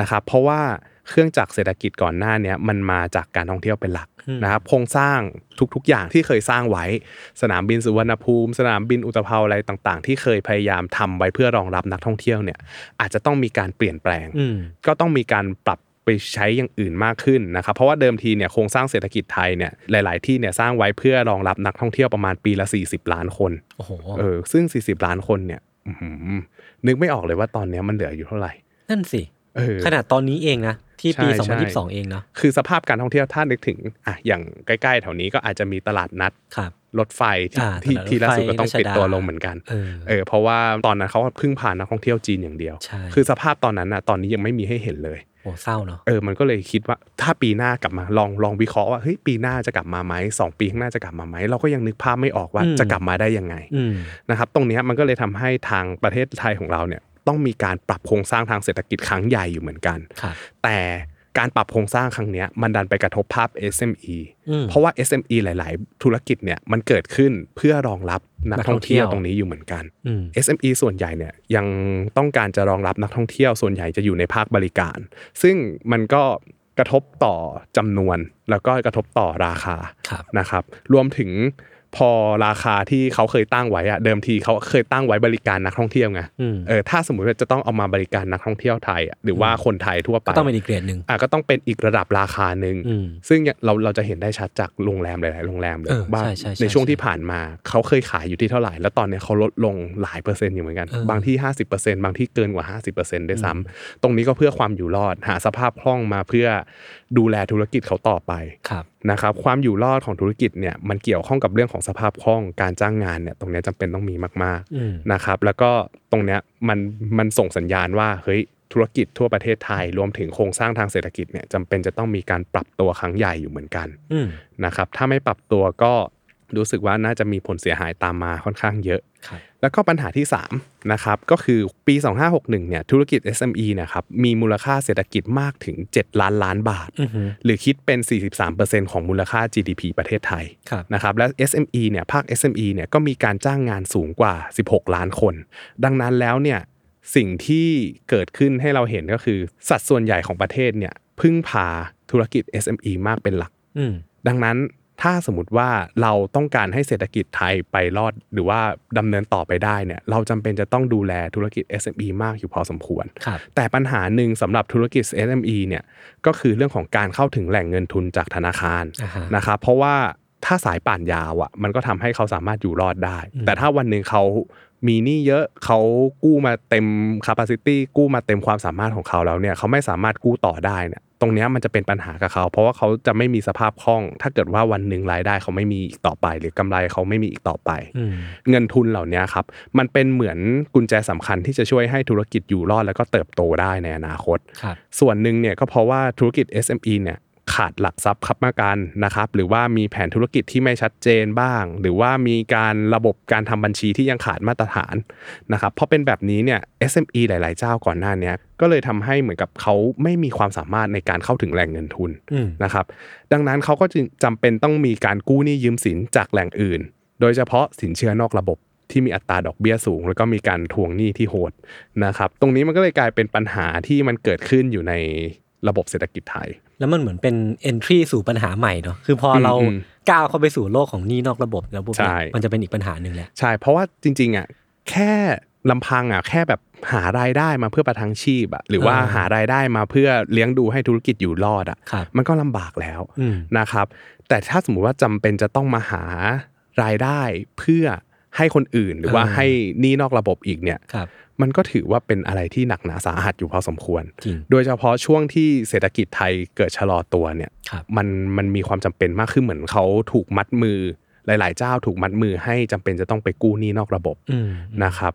[SPEAKER 2] นะครับเพราะว่าเครื่องจักรเศรษฐกิจก่อนหน้าเนี้ยมันมาจากการท่องเที่ยวเป็นหลัก
[SPEAKER 3] อืม
[SPEAKER 2] นะครับโครงสร้างทุกๆ อย่างที่เคยสร้างไว้ สนามบินสุวรรณภูมิ สนามบินอุตภเปาอะไรต่างๆ ที่เคยพยายามทำไว้เพื่อรองรับนักท่องเที่ยวเนี่ยอาจจะต้องมีการเปลี่ยนแปลง
[SPEAKER 3] อืม
[SPEAKER 2] ก็ต้องมีการปรับไปใช้อย่างอื่นมากขึ้นนะครับ เพราะว่าเดิมทีเนี่ยโครงสร้างเศรษฐกิจไทยเนี่ยหลาย ๆ ที่เนี่ยสร้างไว้เพื่อรองรับนักท่องเที่ยวประมาณปีละ 40 ล้านคน
[SPEAKER 3] โอ้โห
[SPEAKER 2] เออซึ่ง 40 ล้านคนเนี่ยอื้อหือนึกไม่ออกเลยว่าตอนเนี้ยมันเหลืออยู่เท่าไหร่
[SPEAKER 3] นั่นสิ
[SPEAKER 2] เออ
[SPEAKER 3] ขนาดตอนนี้เองนะ ที่ปี
[SPEAKER 2] ใช่ใช่
[SPEAKER 3] 2022 เองเนาะ
[SPEAKER 2] คือสภาพการท่องเที่ยวถ้านึกถึงอ่ะอย่างใกล้ๆแถวนี้ก็อาจจะมีตลาดนัด
[SPEAKER 3] ครับ
[SPEAKER 2] รถไฟที่
[SPEAKER 3] อ่า
[SPEAKER 2] ที่
[SPEAKER 3] ตลาดรถไฟ
[SPEAKER 2] ที่ล่าสุดก็ต้อง
[SPEAKER 3] รัชดา
[SPEAKER 2] ปิดตัวลงเหมือนกัน
[SPEAKER 3] เออ
[SPEAKER 2] เออเพราะว่าตอนนั้นเขาเพึ่งผ่านนักท่องเที่ยวจีนอย่างเดียว
[SPEAKER 3] ใช่
[SPEAKER 2] คือสภาพตอนนั้นอ่ะตอนนี้ยังไม่มีให้เห็นเลย
[SPEAKER 3] โอ้เศร้าเนาะ
[SPEAKER 2] เออมันก็เลยคิดว่าถ้าปีหน้ากลับมาลองลองวิเคราะห์ว่าเฮ้ยปีหน้าจะกลับมาไหมสองปีข้างหน้าจะกลับมาไหมเราก็ยังนึกภาพไม่ออกว่า
[SPEAKER 3] อืม
[SPEAKER 2] จะกลับมาได้ยังไง
[SPEAKER 3] อืม
[SPEAKER 2] นะครับตรงเนี้ยมันก็เลยทำให้ทางประเทศไทยของเราเนี่ยต้องมีการปรับโครงสร้างทางเศรษฐกิจครั้งใหญ่อยู่เหมือนกัน
[SPEAKER 3] ครับ
[SPEAKER 2] แต่การปรับโครงสร้างครั้งเนี้ยมันดันไปกระทบภาพ SME
[SPEAKER 3] อืม
[SPEAKER 2] เพราะว่า SME หลาย ๆ ธุรกิจเนี่ยมันเกิดขึ้นเพื่อรองรับนัก
[SPEAKER 3] นักท่
[SPEAKER 2] ท่อ
[SPEAKER 3] อง งเที่
[SPEAKER 2] เที่ย
[SPEAKER 3] ยว ว
[SPEAKER 2] ตรงนี้อยู่เหมือนกัน
[SPEAKER 3] อืม
[SPEAKER 2] SME ส่วนใหญ่เนี่ยยังต้องการจะรองรับนักท่องเที่ยวส่วนใหญ่จะอยู่ในภาคบริการ ซึ่งมันก็กระทบต่อจำนวน แล้วก็กระทบต่อราคา
[SPEAKER 3] ครับ
[SPEAKER 2] นะครับรวมถึงพอราคาที่เขาเคยตั้งไว้อะเดิมทีเขาเคยตั้งไว้บริการนักท่องเที่ยวไง
[SPEAKER 3] อืม
[SPEAKER 2] เออถ้าสมมติว่าจะต้องเอามาบริการนักท่องเที่ยวไทยอะหรือว่าคนไทยทั่วไป
[SPEAKER 3] ก็ต้องเป็นอีกเกรดหนึ่ง
[SPEAKER 2] อ่ะก็ต้องเป็นอีกระดับราคาหนึ่ง
[SPEAKER 3] อืม
[SPEAKER 2] ซึ่งเนี่ยเราเราจะเห็นได้ชัดจากโรงแรมหลายๆโรงแรมเลย
[SPEAKER 3] เออ
[SPEAKER 2] ว่า
[SPEAKER 3] ใช่ใช่ใช่
[SPEAKER 2] ในช่วง
[SPEAKER 3] ใช่
[SPEAKER 2] ที่ผ่านมาเขาเคยขายอยู่ที่เท่าไหร่ แล้วตอนเนี้ยเขาลดลงหลายเปอร์เซ็นต์อยู่เหมือนกัน
[SPEAKER 3] เออบ
[SPEAKER 2] างที่ 50%บางที่เกินกว่า 50%ด้วยซ้ำตรงนี้ก็เพื่อความอยู่รอดหาสภาพคล่องมาเพื่อดูแลธุรกิจเขาต่อไป
[SPEAKER 3] ครับ
[SPEAKER 2] นะครับความอยู่รอดของธุรกิจเนี่ยมันเกี่ยวข้องกับเรื่องของสภาพคล่องการจ้างงานเนี่ยตรงเนี้ยจำเป็นต้องมีมาก
[SPEAKER 3] อืม
[SPEAKER 2] ๆนะครับแล้วก็ตรงเนี้ยมันมันส่งสัญญาณว่าเฮ้ยธุรกิจทั่วประเทศไทย รวมถึงโครงสร้างทางเศรษฐกิจเนี่ยจำเป็นจะต้องมีการปรับตัวครั้งใหญ่อยู่เหมือนกัน
[SPEAKER 3] อืม
[SPEAKER 2] นะครับถ้าไม่ปรับตัวก็รู้สึกว่าน่าจะมีผลเสียหายตามมาค่อนข้างเยอะ
[SPEAKER 3] ครับ
[SPEAKER 2] แล้วก็ปัญหาที่3นะครับก็คือปี 2561เนี่ยธุรกิจ SME นะครับมีมูลค่าเศรษฐกิจมากถึง 7 ล้านล้านบาท
[SPEAKER 3] อือหือ
[SPEAKER 2] หรือคิดเป็น 43%ของมูลค่า GDP ประเทศไทย
[SPEAKER 3] ครับ
[SPEAKER 2] นะครับและ SME เนี่ยภาค SME เนี่ยก็มีการจ้างงานสูงกว่า 16 ล้านคน ดังนั้นแล้วเนี่ยสิ่งที่เกิดขึ้นให้เราเห็นก็คือสัดส่วนใหญ่ของประเทศเนี่ยพึ่งพาธุรกิจ SME มากเป็นหลัก
[SPEAKER 3] อืม
[SPEAKER 2] ดังนั้นถ้าสมมติว่าเราต้องการให้เศรษฐกิจไทยไปรอด หรือว่าดำเนินต่อไปได้เนี่ยเราจำเป็นจะต้องดูแลธุรกิจ SME มากอยู่พอสมควร
[SPEAKER 3] ครับ
[SPEAKER 2] แต่ปัญหาหนึ่งสำหรับธุรกิจ SME เนี่ยก็คือเรื่องของการเข้าถึงแหล่งเงินทุนจากธนาคาร
[SPEAKER 3] อ่าฮะ
[SPEAKER 2] นะครับเพราะว่าถ้าสายป่านยาวอ่ะมันก็ทำให้เขาสามารถอยู่รอดได้
[SPEAKER 3] อืม
[SPEAKER 2] แต่ถ้าวันหนึ่งเขามีหนี้เยอะเขากู้มาเต็ม capacity กู้มาเต็มความสามารถของเขาแล้วเนี่ยเขาไม่สามารถกู้ต่อได้เนี่ยตรงเนี้ยมันจะเป็นปัญหากับเขา เพราะว่าเขาจะไม่มีสภาพคล่อง ถ้าเกิดว่าวันหนึ่งรายได้เขาไม่มีอีกต่อไป หรือกำไรเขาไม่มีอีกต่อไป
[SPEAKER 3] อืม
[SPEAKER 2] เงินทุนเหล่านี้ครับ มันเป็นเหมือนกุญแจสำคัญที่จะช่วยให้ธุรกิจอยู่รอดแล้วก็เติบโตได้ในอนาคต
[SPEAKER 3] ครับ
[SPEAKER 2] ส่วนหนึ่งเนี่ยก็เพราะว่าธุรกิจ SME เนี่ยขาดหลักทรัพย์คับมากันนะครับ หรือว่ามีแผนธุรกิจที่ไม่ชัดเจนบ้าง หรือว่ามีการระบบการทำบัญชีที่ยังขาดมาตรฐานนะครับพอเป็นแบบนี้เนี่ย SME หลาย ๆ เจ้าก่อนหน้าเนี้ยก็เลยทำให้เหมือนกับเขาไม่มีความสามารถในการเข้าถึงแหล่งเงินทุน
[SPEAKER 3] อืม
[SPEAKER 2] นะครับดังนั้นเขาก็จึงจำเป็นต้องมีการกู้หนี้ยืมสินจากแหล่งอื่น โดยเฉพาะสินเชื่อนอกระบบที่มีอัตราดอกเบี้ยสูง แล้วก็มีการทวงหนี้ที่โหดนะครับ ตรงนี้มันก็เลยกลายเป็นปัญหาที่มันเกิดขึ้นอยู่ในระบบเศรษฐกิจไทย
[SPEAKER 3] แล้วมันเหมือนเป็น entry สู่ปัญหาใหม่เนาะคือพอเรา
[SPEAKER 2] อืมอืม
[SPEAKER 3] ก้าวเข้าไปสู่โลกของหนี้นอกระบบแล้วปุ๊บเนี่ย
[SPEAKER 2] ใช่
[SPEAKER 3] มันจะเป็นอีกปัญหาหนึ่งแหละ
[SPEAKER 2] ใช่เพราะว่าจริงๆอ่ะแค่ลำพังอ่ะแค่แบบหารายได้มาเพื่อประทังชีพอ่ะหรือว่า
[SPEAKER 3] อ่า
[SPEAKER 2] หารายได้มาเพื่อเลี้ยงดูให้ธุรกิจอยู่รอดอ่ะ
[SPEAKER 3] ครับ
[SPEAKER 2] มันก็ลำบากแล้ว
[SPEAKER 3] อืม
[SPEAKER 2] นะครับแต่ถ้าสมมุติว่าจำเป็นจะต้องมาหารายได้เพื่อให้คนอื่นหรือว่า
[SPEAKER 3] เออ
[SPEAKER 2] ให้หนี่นอกระบบอีกเนี่ย
[SPEAKER 3] ครับ
[SPEAKER 2] มันก็ถือว่าเป็นอะไรที่หนักหนาสาหัสอยู่พอสมควร
[SPEAKER 3] จริง
[SPEAKER 2] โดยเฉพาะช่วงที่เศรษฐกิจไทยเกิดชะลอตัวเนี่ย
[SPEAKER 3] ครับ
[SPEAKER 2] มันมันมีความจำเป็นมากขึ้นเหมือนเขาถูกมัดมือหลาย ๆ เจ้าถูกมัดมือให้จำเป็นจะต้องไปกู้หนี้นอกระบบ
[SPEAKER 3] อืม
[SPEAKER 2] นะครับ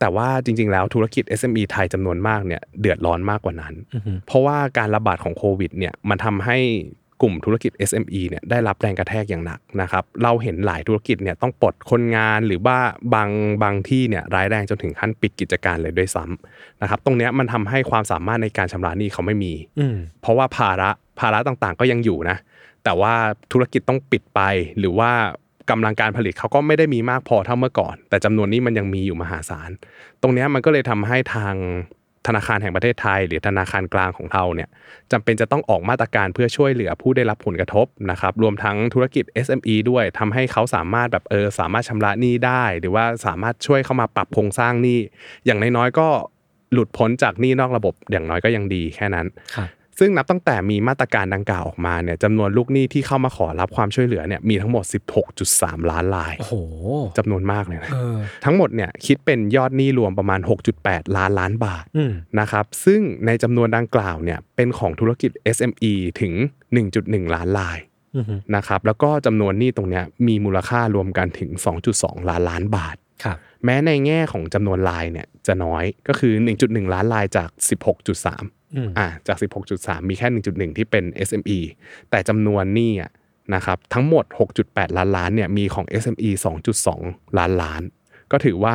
[SPEAKER 2] แต่ว่าจริง ๆ แล้วธุรกิจ SME ไทยจำนวนมากเนี่ยเดือดร้อนมากกว่านั้น
[SPEAKER 3] อืม
[SPEAKER 2] เพราะว่าการระบาดของโควิดเนี่ยมันทำให้กลุ่มธุรกิจ SME เนี่ยได้รับแรงกระแทกอย่างหนักนะครับเราเห็นหลายธุรกิจเนี่ยต้องปลดคนงานหรือว่าบางบางที่เนี่ยร้ายแรงจนถึงขั้นปิดกิจการเลยด้วยซ้ำนะครับตรงเนี้ยมันทำให้ความสามารถในการชำระหนี้เขาไม่มี
[SPEAKER 3] อืม
[SPEAKER 2] เพราะว่าภาระภาระต่างๆก็ยังอยู่นะ แต่ว่าธุรกิจต้องปิดไป หรือว่ากำลังการผลิตเขาก็ไม่ได้มีมากพอเท่าเมื่อก่อน แต่จำนวนนี้มันยังมีอยู่มหาศาล ตรงเนี้ยมันก็เลยทำให้ทางธนาคารแห่งประเทศไทย หรือธนาคารกลางของเราเนี่ยจำเป็นจะต้องออกมาตรการเพื่อช่วยเหลือผู้ได้รับผลกระทบนะครับรวมทั้งธุรกิจ SME ด้วยทำให้เขาสามารถแบบเออสามารถชำระหนี้ได้ หรือว่าสามารถช่วยเข้ามาปรับโครงสร้างหนี้อย่างน้อยๆก็หลุดพ้นจากหนี้นอกระบบอย่างน้อยก็ยังดีแค่นั้น
[SPEAKER 3] ครับ
[SPEAKER 2] ซึ่งนับตั้งแต่มีมาตรการดังกล่าวออกมาเนี่ยจำนวนลูกหนี้ที่เข้ามาขอรับความช่วยเหลือเนี่ยมีทั้งหมด 16.3 ล้านราย
[SPEAKER 3] โอ้โห
[SPEAKER 2] จำนวนมากเลยนะ
[SPEAKER 3] เออ
[SPEAKER 2] ทั้งหมดเนี่ยคิดเป็นยอดหนี้รวมประมาณ 6.8 ล้านล้านบาท
[SPEAKER 3] อืม
[SPEAKER 2] นะครับซึ่งในจำนวนดังกล่าวเนี่ยเป็นของธุรกิจ SME ถึง 1.1 ล้านราย
[SPEAKER 3] อืม
[SPEAKER 2] นะครับแล้วก็จำนวนหนี้ตรงเนี้ยมีมูลค่ารวมกันถึง 2.2 ล้านล้านบาท
[SPEAKER 3] ครับ
[SPEAKER 2] แม้ในแง่ของจำนวนรายเนี่ยจะน้อยก็คือ 1.1 ล้านรายจาก 16.3
[SPEAKER 3] อืม
[SPEAKER 2] อ่าจาก 16.3 มีแค่ 1.1 ที่เป็น SME แต่จำนวนหนี่อ่ะนะครับทั้งหมด 6.8 ล้านล้านเนี่ยมีของ SME 2.2 ล้านล้าน ก็ถือว่า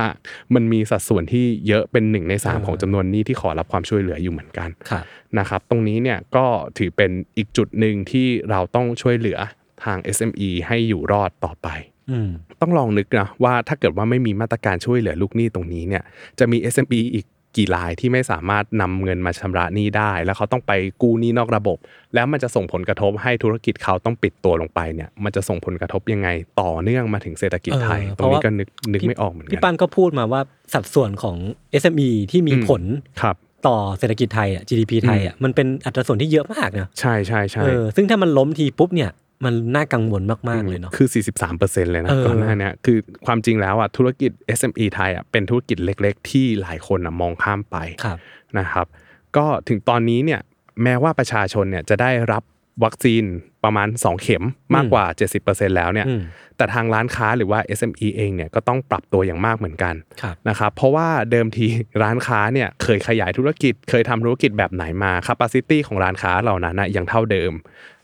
[SPEAKER 2] มันมีสัดส่วนที่เยอะเป็น 1 ใน 3 ของจำนวนหนี้ที่ขอรับความช่วยเหลืออยู่เหมือนกัน
[SPEAKER 3] ครับ
[SPEAKER 2] นะครับตรงนี้เนี่ยก็ถือเป็นอีกจุดหนึ่งที่เราต้องช่วยเหลือทาง SME ให้อยู่รอดต่อไป
[SPEAKER 3] อืม
[SPEAKER 2] ต้องลองนึกนะว่าถ้าเกิดว่าไม่มีมาตรการช่วยเหลือลูกหนี้ตรงนี้เนี่ยจะมี SME อีกกี่รายที่ไม่สามารถนำเงินมาชำระหนี้ได้ แล้วเขาต้องไปกู้หนี้นอกระบบ แล้วมันจะส่งผลกระทบให้ธุรกิจเขาต้องปิดตัวลงไปเนี่ยมันจะส่งผลกระทบยังไงต่อเนื่องมาถึงเศรษฐกิจไทย
[SPEAKER 3] เออ
[SPEAKER 2] ตรงนี้
[SPEAKER 3] เพาะว่า
[SPEAKER 2] ก็นึกนึกไม่ออกเหมือน
[SPEAKER 3] พี่
[SPEAKER 2] กั
[SPEAKER 3] ปั้นก็พูดมาว่าสัดส่วนของ SME ที่มีผล
[SPEAKER 2] ครับ
[SPEAKER 3] ต่อเศรษฐกิจไทยอ่ะ GDP ไทยอ่ะมันเป็นอัตราส่วนที่เยอะมากนะ
[SPEAKER 2] ใช่ใช่ใช่
[SPEAKER 3] เออซึ่งถ้ามันล้มทีปุ๊บเนี่ยมันน่ากังวลมากๆเลยเนาะ
[SPEAKER 2] คือ 43เปอร์เซ็นต์เลยนะ
[SPEAKER 3] เออ
[SPEAKER 2] ก่อนหน้าเนี้คือความจริงแล้วอ่ะธุรกิจ SME ไทยอ่ะเป็นธุรกิจเล็ก ๆ ที่หลายคนอ่ะมองข้ามไป
[SPEAKER 3] ครับ
[SPEAKER 2] นะครับก็ถึงตอนนี้เนี่ยแม้ว่าประชาชนเนี่ยจะได้รับวัคซีนประมาณ 2 เข็มมากกว่า 70%แล้วเนี่ย
[SPEAKER 3] อืม
[SPEAKER 2] แต่ทางร้านค้าหรือว่า SME เองเนี่ยก็ต้องปรับตัวอย่างมากเหมือนกัน
[SPEAKER 3] ครับ
[SPEAKER 2] นะครับเพราะว่าเดิมที ร้านค้าเนี่ยเคยขยายธุรกิจ เคยทำธุรกิจแบบไหนมาแคปซิตี้ของร้านค้าเหล่านั้นนะยังเท่าเดิม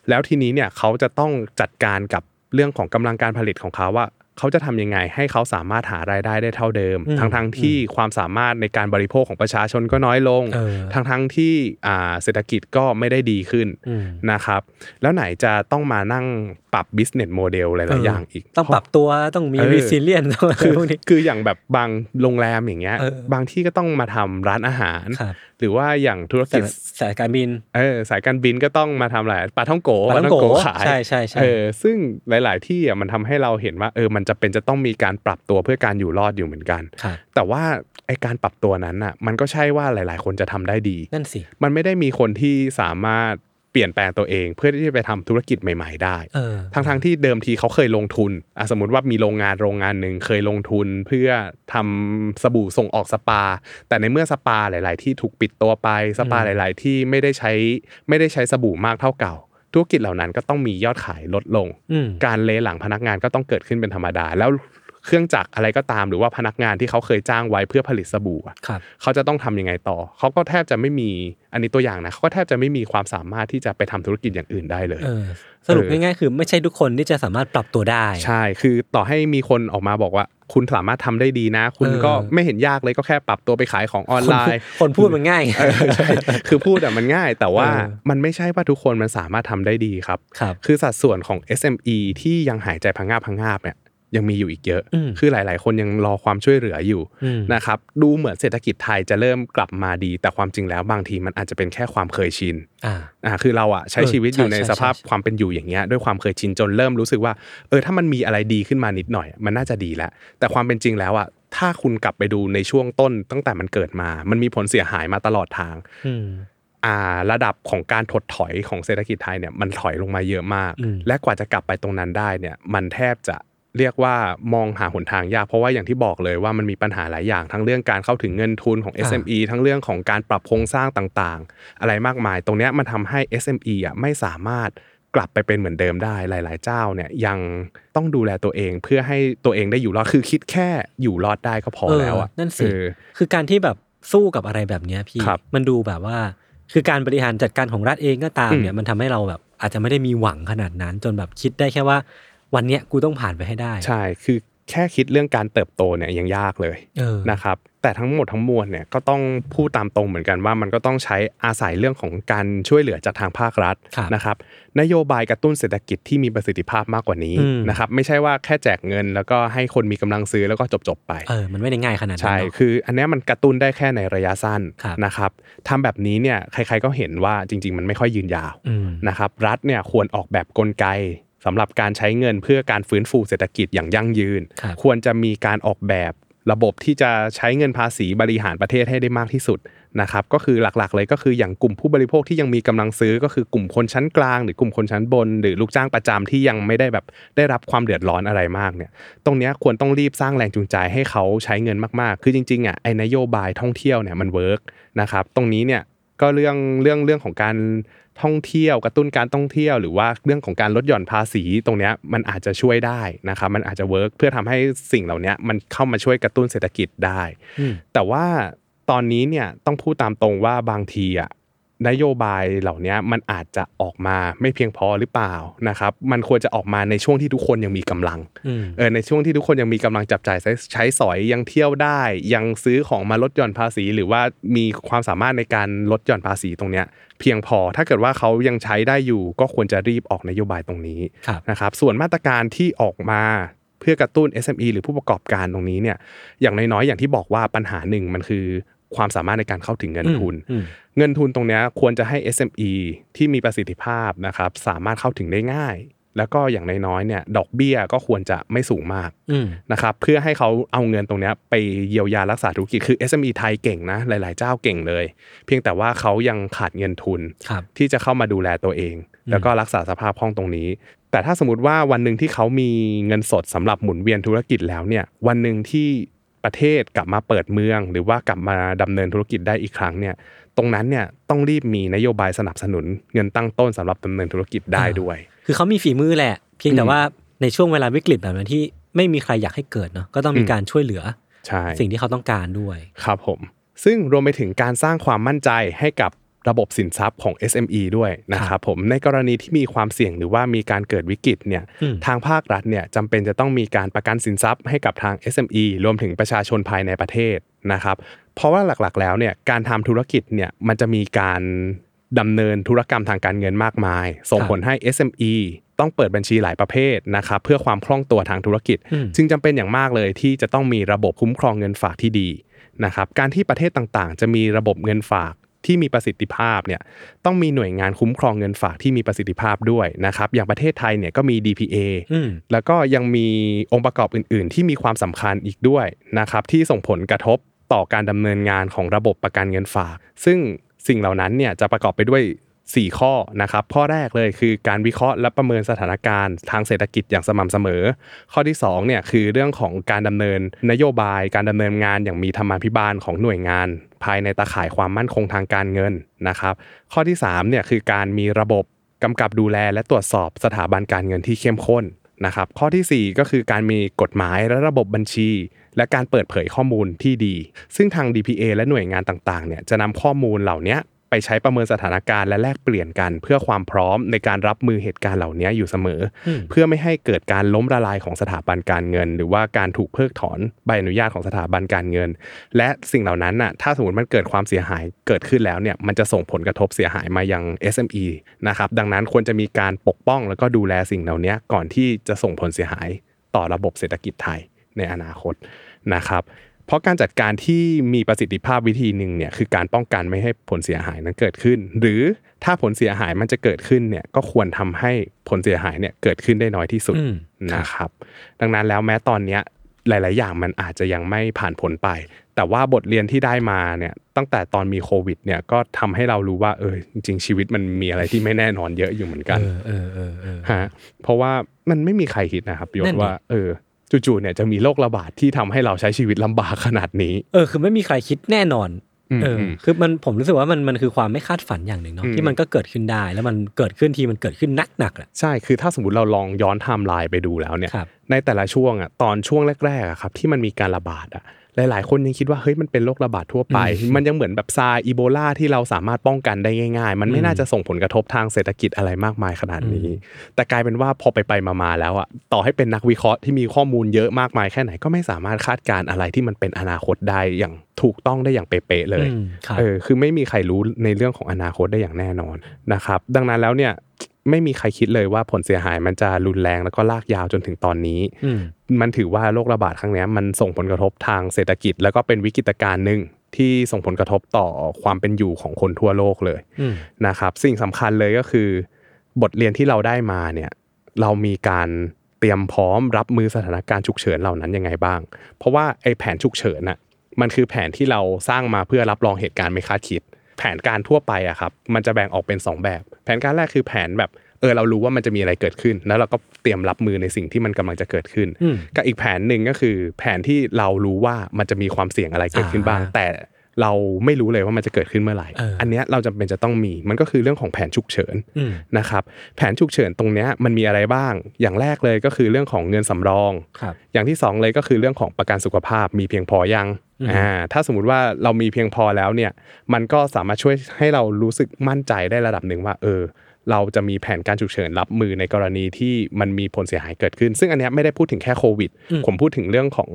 [SPEAKER 2] แล้วทีนี้เนี่ยเขาจะต้องจัดการกับเรื่องของกำลังการผลิตของเขาว่าเขาจะทำยังไงให้เขาสามารถหารายได้ได้เท่าเดิม
[SPEAKER 3] อืม
[SPEAKER 2] ทั้งทงๆที่ความสามารถในการบริโภคของประชาชนก็น้อยลง
[SPEAKER 3] เออ
[SPEAKER 2] ทั้งทั้งๆที่อ่าเศรษฐกิจก็ไม่ได้ดีขึ้น
[SPEAKER 3] อืม
[SPEAKER 2] นะครับ แล้วไหนจะต้องมานั่งปรับ business model ห
[SPEAKER 3] เอ
[SPEAKER 2] ลายๆ
[SPEAKER 3] ออ
[SPEAKER 2] อย่างอีก
[SPEAKER 3] ต้องปรับตัวต้องมี
[SPEAKER 2] เออ
[SPEAKER 3] รีซิเลียนต้องอะไร
[SPEAKER 2] คือ
[SPEAKER 3] พวกนี้
[SPEAKER 2] คืออย่างแบบบางโรงแรมอย่างเงี้ย
[SPEAKER 3] เออ
[SPEAKER 2] บางที่ก็ต้องมาทำร้านอาหาร
[SPEAKER 3] ครับ
[SPEAKER 2] หรือว่าอย่างธุร
[SPEAKER 3] แต่
[SPEAKER 2] กิจ
[SPEAKER 3] สายการบิน
[SPEAKER 2] เออสายการบินก็ต้องมาทำอะไรปลาท่องโก
[SPEAKER 3] ปลาท่องโก
[SPEAKER 2] ขาย
[SPEAKER 3] ใช่ใช่ใช่
[SPEAKER 2] เออซึ่งหลาย ๆ ที่อ่ะมันทำให้เราเห็นว่าเออมันจะเป็นจะต้องมีการปรับตัวเพื่อการอยู่รอดอยู่เหมือนกัน
[SPEAKER 3] ครับ
[SPEAKER 2] แต่ว่าไอการปรับตัวนั้นอ่ะมันก็ใช่ว่าหลาย ๆ คนจะทำได้ดี
[SPEAKER 3] นั่นสิ
[SPEAKER 2] มันไม่ได้มีคนที่สามารถเปลี่ยนแปลงตัวเอง เพื่อที่จะไปทำธุรกิจใหม่ ๆ ได้
[SPEAKER 3] เออ
[SPEAKER 2] ทั้งๆที่เดิมทีเขาเคยลงทุนอ่ะสมมติว่ามีโรงงานโรงงานหนึ่งเคยลงทุนเพื่อทำสบู่ส่งออกสปา แต่ในเมื่อสปาหลาย ๆ ที่ถูกปิดตัวไปสปา
[SPEAKER 3] อืม
[SPEAKER 2] หลาย ๆ ที่ไม่ได้ใช้ไม่ได้ใช้สบู่มากเท่าเก่า ธุรกิจเหล่านั้นก็ต้องมียอดขายลดลง
[SPEAKER 3] อืม
[SPEAKER 2] การเลหลังพนักงานก็ต้องเกิดขึ้นเป็นธรรมดา แล้วเครื่องจักรอะไรก็ตาม หรือว่าพนักงานที่เขาเคยจ้างไว้เพื่อผลิตสบู่อะ
[SPEAKER 3] ครับ
[SPEAKER 2] เขาจะต้องทำยังไงต่อ เขาก็แทบจะไม่มี อันนี้ตัวอย่างนะ เขาก็แทบจะไม่มีความสามารถที่จะไปทำธุรกิจอย่างอื่นได้เลย
[SPEAKER 3] เออ สรุปง่ายๆ คือไม่ใช่ทุกคนที่จะสามารถปรับตัวได้
[SPEAKER 2] ใช่ คือต่อให้มีคนออกมาบอกว่า คุณสามารถทำได้ดีนะ คุณ
[SPEAKER 3] เออ
[SPEAKER 2] ก็ไม่เห็นยากเลยก็แค่ปรับตัวไปขายของออนไลน์
[SPEAKER 3] คนพูดคนพูดมันง่าย
[SPEAKER 2] เออใช่ คือพูดอะมันง่าย แต่ว่า
[SPEAKER 3] เออ
[SPEAKER 2] มันไม่ใช่ว่าทุกคนมันสามารถทำได้ดีครับ
[SPEAKER 3] ครับ
[SPEAKER 2] คือสัดส่วนของ SME ที่ยังหายใจพังงาบพังงาบเนี่ย ยังมีอยู่อีกเยอะ
[SPEAKER 3] อืม
[SPEAKER 2] คือหลาย ๆ คนยังรอความช่วยเหลืออยู่
[SPEAKER 3] อืม
[SPEAKER 2] นะครับดูเหมือนเศรษฐกิจไทยจะเริ่มกลับมาดี แต่ความจริงแล้วบางทีมันอาจจะเป็นแค่ความเคยชิน
[SPEAKER 3] อ่า
[SPEAKER 2] อ่าคือเราอะใช้
[SPEAKER 3] เออ
[SPEAKER 2] ชีวิตอยู่
[SPEAKER 3] ใช่
[SPEAKER 2] ใน
[SPEAKER 3] ใช่
[SPEAKER 2] สภาพ
[SPEAKER 3] ใช่
[SPEAKER 2] ความเป็นอยู่อย่างเงี้ยด้วยความเคยชินจนเริ่มรู้สึกว่าเออถ้ามันมีอะไรดีขึ้นมานิดหน่อย มันน่าจะดีแล้วแต่ความเป็นจริงแล้วอะถ้าคุณกลับไปดูในช่วงต้น ตั้งแต่มันเกิดมา มันมีผลเสียหายมาตลอดทาง
[SPEAKER 3] อืม
[SPEAKER 2] อ่าระดับของการถดถอยของเศรษฐกิจไทยเนี่ยมันถอยลงมาเยอะมาก
[SPEAKER 3] อืม
[SPEAKER 2] และกว่าจะกลับไปตรงนั้นได้เนี่ยมันแทบจะเรียกว่ามองหาหนทางยากเพราะว่าอย่างที่บอกเลยว่ามันมีปัญหาหลายอย่าง ทั้งเรื่องการเข้าถึงเงินทุนของ SME ทั้งเรื่องของการปรับโครงสร้างต่างๆ อะไรมากมาย ตรงเนี้ยมันทำให้ SME อ่ะไม่สามารถกลับไปเป็นเหมือนเดิมได้หลาย ๆ เจ้าเนี่ยยังต้องดูแลตัวเองเพื่อให้ตัวเองได้อยู่รอดคือคิดแค่อยู่รอดได้ก็พอแล้วอ่ะ
[SPEAKER 3] เออนั่นสิ
[SPEAKER 2] เออ
[SPEAKER 3] คือการที่แบบสู้กับอะไรแบบเนี้ยพี่
[SPEAKER 2] ครับ
[SPEAKER 3] มันดูแบบว่า คือการบริหารจัดการของรัฐเองก็ตาม
[SPEAKER 2] อืม
[SPEAKER 3] เนี่ย มันทำให้เราแบบอาจจะไม่ได้มีหวังขนาดนั้น จนแบบคิดได้แค่ว่า วันเนี้ยกูต้องผ่านไปให้ได้
[SPEAKER 2] ใช่คือแค่คิดเรื่องการเติบโตเนี่ยยังยากเลย
[SPEAKER 3] เออ
[SPEAKER 2] นะครับแต่ทั้งหมดทั้งมวลเนี่ยก็ต้องพูดตามตรงเหมือนกันว่ามันก็ต้องใช้อาศัยเรื่องของการช่วยเหลือจากทางภาครัฐ
[SPEAKER 3] ครับ
[SPEAKER 2] นะครับนโยบายกระตุ้นเศรษฐกิจที่มีประสิทธิภาพมากกว่านี้
[SPEAKER 3] อืม
[SPEAKER 2] นะครับไม่ใช่ว่าแค่แจกเงิน แล้วก็ให้คนมีกำลังซื้อแล้วก็จบจบๆไป
[SPEAKER 3] เออ มันไม่ได้ง่ายขนาดนั้น
[SPEAKER 2] ใช่
[SPEAKER 3] เนอะ
[SPEAKER 2] คืออันเนี้ยมันกระตุ้นได้แค่ในระยะสั้น
[SPEAKER 3] ครับ
[SPEAKER 2] นะครับทำแบบนี้เนี่ยใครๆก็เห็นว่าจริง ๆ มันไม่ค่อยยืนยาว
[SPEAKER 3] อืม
[SPEAKER 2] นะครับรัฐเนี่ยควรออกแบบกลไกสำหรับการใช้เงินเพื่อการฟื้นฟูเศรษฐกิจอย่างยั่งยืน
[SPEAKER 3] ครับ
[SPEAKER 2] ควรจะมีการออกแบบระบบที่จะใช้เงินภาษีบริหารประเทศให้ได้มากที่สุดนะครับก็คือหลักๆ เลยก็คืออย่างกลุ่มผู้บริโภคที่ยังมีกำลังซื้อ ก็คือกลุ่มคนชั้นกลาง หรือกลุ่มคนชั้นบน หรือลูกจ้างประจำที่ยังไม่ได้แบบได้รับความเดือดร้อนอะไรมากเนี่ยตรงเนี้ยควรต้องรีบสร้างแรงจูงใจให้เขาใช้เงินมากๆ คือจริงๆอ่ะไอนโยบายท่องเที่ยวเนี่ยมันเวิร์กนะครับตรงนี้เนี่ย ก็เรื่องเรื่องเรื่องของการท่องเที่ยวกระตุ้นการท่องเที่ยว หรือว่าเรื่องของการลดหย่อนภาษีตรงเนี้ยมันอาจจะช่วยได้นะครับมันอาจจะเวิร์กเพื่อทำให้สิ่งเหล่าเนี้ยมันเข้ามาช่วยกระตุ้นเศรษฐกิจได้
[SPEAKER 3] อืม
[SPEAKER 2] แต่ว่าตอนนี้เนี่ยต้องพูดตามตรงว่าบางทีอ่ะนโยบายเหล่าเนี้ยมันอาจจะออกมาไม่เพียงพอหรือเปล่านะครับมันควรจะออกมาในช่วงที่ทุกคนยังมีกำลัง
[SPEAKER 3] อืม
[SPEAKER 2] เออในช่วงที่ทุกคนยังมีกำลังจับจ่ายใช้ใช้สอยยังเที่ยวได้ ยังซื้อของมาลดหย่อนภาษี หรือว่ามีความสามารถในการลดหย่อนภาษีตรงเนี้ยเพียงพอถ้าเกิดว่าเขายังใช้ได้อยู่ ก็ควรจะรีบออกนโยบายตรงนี้
[SPEAKER 3] ครับ
[SPEAKER 2] นะครับส่วนมาตรการที่ออกมาเพื่อกระตุ้น SME หรือผู้ประกอบการตรงนี้เนี่ยอย่างน้อยๆอย่างที่บอกว่าปัญหาหนึ่งมันคือความสามารถในการเข้าถึงเงินทุน
[SPEAKER 3] อืม
[SPEAKER 2] เงินทุนตรงเนี้ยควรจะให้ SME ที่มีประสิทธิภาพนะครับสามารถเข้าถึงได้ง่าย แล้วก็อย่างน้อยๆเนี่ยดอกเบี้ยก็ควรจะไม่สูงมาก
[SPEAKER 3] อืม
[SPEAKER 2] นะครับเพื่อให้เขาเอาเงินตรงเนี้ยไปเยียวยารักษาธุรกิจคือ SME ไทยเก่งนะหลาย ๆ เจ้าเก่งเลย เพียงแต่ว่าเขายังขาดเงินทุน
[SPEAKER 3] ครับ
[SPEAKER 2] ที่จะเข้ามาดูแลตัวเอง
[SPEAKER 3] อืม
[SPEAKER 2] แล้วก็รักษาสภาพคล่องตรงนี้ แต่ถ้าสมมติว่าวันหนึ่งที่เขามีเงินสดสำหรับหมุนเวียนธุรกิจแล้วเนี่ยวันหนึ่งที่ประเทศกลับมาเปิดเมือง หรือว่ากลับมาดำเนินธุรกิจได้อีกครั้งเนี่ยตรงนั้นเนี่ยต้องรีบมีนโยบายสนับสนุนเงินตั้งต้นสำหรับดำเนินธุรกิจได้ด้วย
[SPEAKER 3] คือเขามีฝีมือแหละ เพียงแต่
[SPEAKER 2] อืม
[SPEAKER 3] ว่าในช่วงเวลาวิกฤตแบบนั้นที่ไม่มีใครอยากให้เกิดเนาะ ก็ต้องมี
[SPEAKER 2] อืม
[SPEAKER 3] การช่วยเหลือ
[SPEAKER 2] ใช่
[SPEAKER 3] สิ่งที่เขาต้องการด้วย
[SPEAKER 2] ครับผม ซึ่งรวมไปถึงการสร้างความมั่นใจให้กับระบบสินทรัพย์ของ SME ด้วยนะค
[SPEAKER 3] ครั
[SPEAKER 2] รับบผมในกรณีที่มีความเสี่ยงหรือว่ามีการเกิดวิกฤตเนี่ย
[SPEAKER 3] อืม
[SPEAKER 2] ทางภาครัฐเนี่ยจำเป็นจะต้องมีการประกันสินทรัพย์ให้กับทาง SME รวมถึงประชาชนภายในประเทศนะครับเพราะว่าหลักๆ แล้วเนี่ยการทำธุรกิจเนี่ยมันจะมีการดำเนินธุรกรรมทางการเงินมากมาย ส่งผลให้ SME ต้องเปิดบัญชีหลายประเภทนะครับเพื่อความคล่องตัวทางธุรกิจ
[SPEAKER 3] อืม
[SPEAKER 2] จึงจำเป็นอย่างมากเลยที่จะต้องมีระบบคุ้มครองเงินฝากที่ดีนะครับการที่ประเทศต่างๆ จะมีระบบเงินฝากที่มีประสิทธิภาพเนี่ยต้องมีหน่วยงานคุ้มครองเงินฝากที่มีประสิทธิภาพด้วยนะครับอย่างประเทศไทยเนี่ยก็มี DPA
[SPEAKER 3] อืม
[SPEAKER 2] แล้วก็ยังมีองค์ประกอบอื่น ๆ ที่มีความสำคัญอีกด้วยนะครับที่ส่งผลกระทบต่อการดำเนินงานของระบบประกันเงินฝาก ซึ่งสิ่งเหล่านั้นเนี่ยจะประกอบไปด้วย 4 ข้อนะครับข้อแรกเลยคือการวิเคราะห์และประเมินสถานการณ์ทางเศรษฐกิจอย่างสม่ำเสมอ ข้อที่2เนี่ยคือเรื่องของการดำเนินนโยบายการดำเนินงานอย่างมีธรรมาภิบาลของหน่วยงาน ภายในตาข่ายความมั่นคงทางการเงินนะครับ ข้อที่3เนี่ยคือการมีระบบกำกับดูแลและตรวจสอบสถาบันการเงินที่เข้มข้นนะครับข้อทีสี่ 4 ก็คือการมีกฎหมายและระบบบัญชี และการเปิดเผยข้อมูลที่ดี ซึ่งทาง DPA และหน่วยงานต่างๆเนี่ยจะนำข้อมูลเหล่าเนี้ยไปใช้ประเมินสถานการณ์และแลกเปลี่ยนกัน เพื่อความพร้อมในการรับมือเหตุการณ์เหล่านี้อยู่เสมอ
[SPEAKER 3] อืม
[SPEAKER 2] เพื่อไม่ให้เกิดการล้มละลายของสถาบันการเงิน หรือว่าการถูกเพิกถอนใบอนุญาตของสถาบันการเงิน และสิ่งเหล่านั้นน่ะถ้าสมมติมันเกิดความเสียหายเกิดขึ้นแล้วเนี่ยมันจะส่งผลกระทบเสียหายมายัง SME นะครับดังนั้นควรจะมีการปกป้องแล้วก็ดูแลสิ่งเหล่านี้ก่อนที่จะส่งผลเสียหาย ต่อระบบเศรษฐกิจไทยในอนาคตนะครับ เพราะการจัดการที่มีประสิทธิภาพวิธีหนึ่งเนี่ยคือการป้องกันไม่ให้ผลเสียหายนั้นเกิดขึ้น หรือถ้าผลเสียหายมันจะเกิดขึ้นเนี่ยก็ควรทำให้ผลเสียหายเนี่ยเกิดขึ้นได้น้อยที่สุด
[SPEAKER 3] อืม
[SPEAKER 2] นะครับดังนั้นแล้วแม้ตอนเนี้ยหลาย ๆ อย่างมันอาจจะยังไม่ผ่านผลไป แต่ว่าบทเรียนที่ได้มาเนี่ยตั้งแต่ตอนมีโควิดเนี่ยก็ทำให้เรารู้ว่าเออจริง ๆ ชีวิตมันมีอะไรที่ไม่แน่นอนเยอะอยู่เหมือนกัน
[SPEAKER 3] เออเออเออเออ
[SPEAKER 2] ฮะเพราะว่ามันไม่มีใครคิดนะครับยศ
[SPEAKER 3] นั่นดิ
[SPEAKER 2] ว่าเออจู่ๆเนี่ยจะมีโรคระบาดที่ทำให้เราใช้ชีวิตลำบากขนาดนี้
[SPEAKER 3] เออ คือไม่มีใครคิดแน่นอน
[SPEAKER 2] อืม
[SPEAKER 3] เอออ
[SPEAKER 2] ม
[SPEAKER 3] คือมันผมรู้สึกว่ามันมันคือความไม่คาดฝันอย่างหนึ่งเนาะ
[SPEAKER 2] อืม
[SPEAKER 3] ที่มันก็เกิดขึ้นได้ แล้วมันเกิดขึ้นทีมันเกิดขึ้นนักหนักๆแหละ
[SPEAKER 2] ใช่คือถ้าสมมติเราลองย้อนไทม์ไลน์ไปดูแล้วเนี่ย
[SPEAKER 3] ครับ
[SPEAKER 2] ในแต่ละช่วงอ่ะตอนช่วงแรกๆอะครับที่มันมีการระบาดอ่ะหลายๆ คนยังคิดว่าเฮ้ยมันเป็นโรคระบาดทั่วไป มันยังเหมือนแบบซาร์อีโบลาที่เราสามารถป้องกันได้ง่าย ๆ มันไม่
[SPEAKER 3] อืม
[SPEAKER 2] น่าจะส่งผลกระทบทางเศรษฐกิจอะไรมากมายขนาดนี้ แต่กลายเป็นว่าพอไปไปๆมาๆแล้วอ่ะต่อให้เป็นนักวิเคราะห์ที่มีข้อมูลเยอะมากมายแค่ไหนก็ไม่สามารถคาดการณ์อะไรที่มันเป็นอนาคตได้อย่างถูกต้องได้อย่างเป๊ะๆเลย
[SPEAKER 3] อืมครับ
[SPEAKER 2] เออคือไม่มีใครรู้ในเรื่องของอนาคตได้อย่างแน่นอนนะครับ ดังนั้นแล้วเนี่ยไม่มีใครคิดเลยว่าผลเสียหายมันจะรุนแรงแล้วก็ลากยาวจนถึงตอนนี้
[SPEAKER 3] อืม
[SPEAKER 2] มันถือว่าโรคระบาดครั้งเนี้ยมันส่งผลกระทบทางเศรษฐกิจ แล้วก็เป็นวิกฤตการณ์หนึ่งที่ส่งผลกระทบต่อความเป็นอยู่ของคนทั่วโลกเลย
[SPEAKER 3] อืม
[SPEAKER 2] นะครับ สิ่งสำคัญเลยก็คือ บทเรียนที่เราได้มาเนี่ยเรามีการเตรียมพร้อมรับมือสถานการณ์ฉุกเฉินเหล่านั้นยังไงบ้าง เพราะว่าไอ้แผนฉุกเฉินน่ะมันคือแผนที่เราสร้างมาเพื่อรับรองเหตุการณ์ไม่คาดคิด แผนการทั่วไปอะครับมันจะแบ่งออกเป็น 2 แบบ แผนการแรกคือแผนแบบเออเรารู้ว่ามันจะมีอะไรเกิดขึ้น แล้วเราก็เตรียมรับมือในสิ่งที่มันกำลังจะเกิดขึ้น
[SPEAKER 3] อืม
[SPEAKER 2] กับอีกแผนหนึ่งก็คือ แผนที่เรารู้ว่ามันจะมีความเสี่ยงอะไรเกิดขึ้นบ้าง
[SPEAKER 3] อ่า
[SPEAKER 2] แต่เราไม่รู้เลยว่ามันจะเกิดขึ้นเมื่อไหร่
[SPEAKER 3] เอออั
[SPEAKER 2] อันเนี้ยเราจำเป็นจะต้องมีมันก็คือเรื่องของแผนฉุกเฉิน
[SPEAKER 3] อืม
[SPEAKER 2] นะครับแผนฉุกเฉินตรงเนี้ยมันมีอะไรบ้าง อย่างแรกเลยก็คือเรื่องของเงินสำรอง
[SPEAKER 3] ครับ
[SPEAKER 2] อย่างที่สองเลยก็คือเรื่องของประกันสุขภาพมีเพียงพอยัง
[SPEAKER 3] อืม
[SPEAKER 2] อ่าถ้าสมมติว่าเรามีเพียงพอแล้วเนี่ยมันก็สามารถช่วยให้เรารู้สึกมั่นใจได้ระดับหนึ่งว่าเออ เราจะมีแผนการฉุกเฉินรับมือในกรณีที่มันมีผลเสียหายเกิดขึ้น ซึ่งอันเนี้ยไม่ได้พูดถึงแค่โควิด ผมพูดถึงเรื่องของ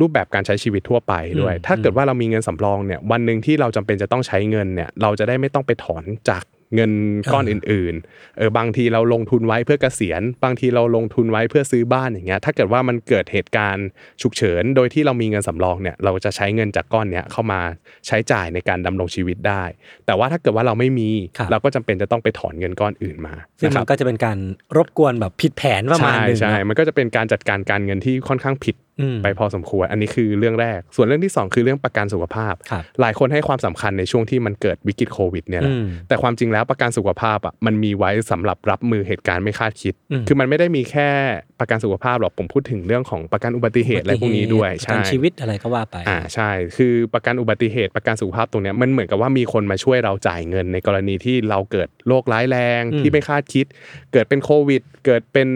[SPEAKER 2] รูปแบบการใช้ชีวิตทั่วไปด้วย
[SPEAKER 3] อืม
[SPEAKER 2] ถ้าเกิดว่าเรามีเงินสำรองเนี่ยวันหนึ่งที่เราจำเป็นจะต้องใช้เงินเนี่ยเราจะได้ไม่ต้องไปถอนจากเงินก้อนอื่น ๆ เออบางทีเราลงทุนไว้เพื่อเกษียณ บางทีเราลงทุนไว้เพื่อซื้อบ้านอย่างเงี้ยถ้าเกิดว่ามันเกิดเหตุการณ์ฉุกเฉิน โดยที่เรามีเงินสำรองเนี่ยเราจะใช้เงินจากก้อนเนี้ยเข้ามาใช้จ่ายในการดำรงชีวิตได้ แต่ว่าถ้าเกิดว่าเราไม่มี
[SPEAKER 3] ครับ
[SPEAKER 2] เราก็จำเป็นจะต้องไปถอนเงินก้อนอื่นมา
[SPEAKER 3] ซึ่ง
[SPEAKER 2] นะค
[SPEAKER 3] มั
[SPEAKER 2] รั
[SPEAKER 3] น
[SPEAKER 2] บ
[SPEAKER 3] ก็จะเป็นการรบกวนแบบผิดแผนประมาณ
[SPEAKER 2] ใช่
[SPEAKER 3] หนึง
[SPEAKER 2] ใช่
[SPEAKER 3] เนอะ
[SPEAKER 2] มันก็จะเป็นการจัดการการเงินที่ค่อนข้างผิด
[SPEAKER 3] อืม
[SPEAKER 2] ไปพอสมควร อันนี้คือเรื่องแรก ส่วนเรื่องที่สองคือเรื่องประกันสุขภาพ
[SPEAKER 3] ครับ
[SPEAKER 2] หลายคนให้ความสำคัญในช่วงที่มันเกิดวิกฤตโควิดเนี่ยแหละ
[SPEAKER 3] อืม
[SPEAKER 2] แต่ความจริงแล้วประกันสุขภาพอ่ะมันมีไว้สำหรับรับมือเหตุการณ์ไม่คาดคิด
[SPEAKER 3] อืม
[SPEAKER 2] คือมันไม่ได้มีแค่ประกันสุขภาพหรอกผมพูดถึงเรื่องของประกันอุบัติเหตุอะไรพวกนี้ด้วย
[SPEAKER 3] ประ
[SPEAKER 2] ใช่
[SPEAKER 3] กันชีวิตอะไรก็ว่าไป
[SPEAKER 2] อ่าใช่ คือประกันอุบัติเหตุประกันสุขภาพตรงเนี้ยมันเหมือนกับว่ามีคนมาช่วยเราจ่ายเงินในกรณีที่เราเกิดโรคร้ายแรง
[SPEAKER 3] อืม
[SPEAKER 2] ที่ไม่คาดคิด เกิดเป็นโควิด เกิดเป็น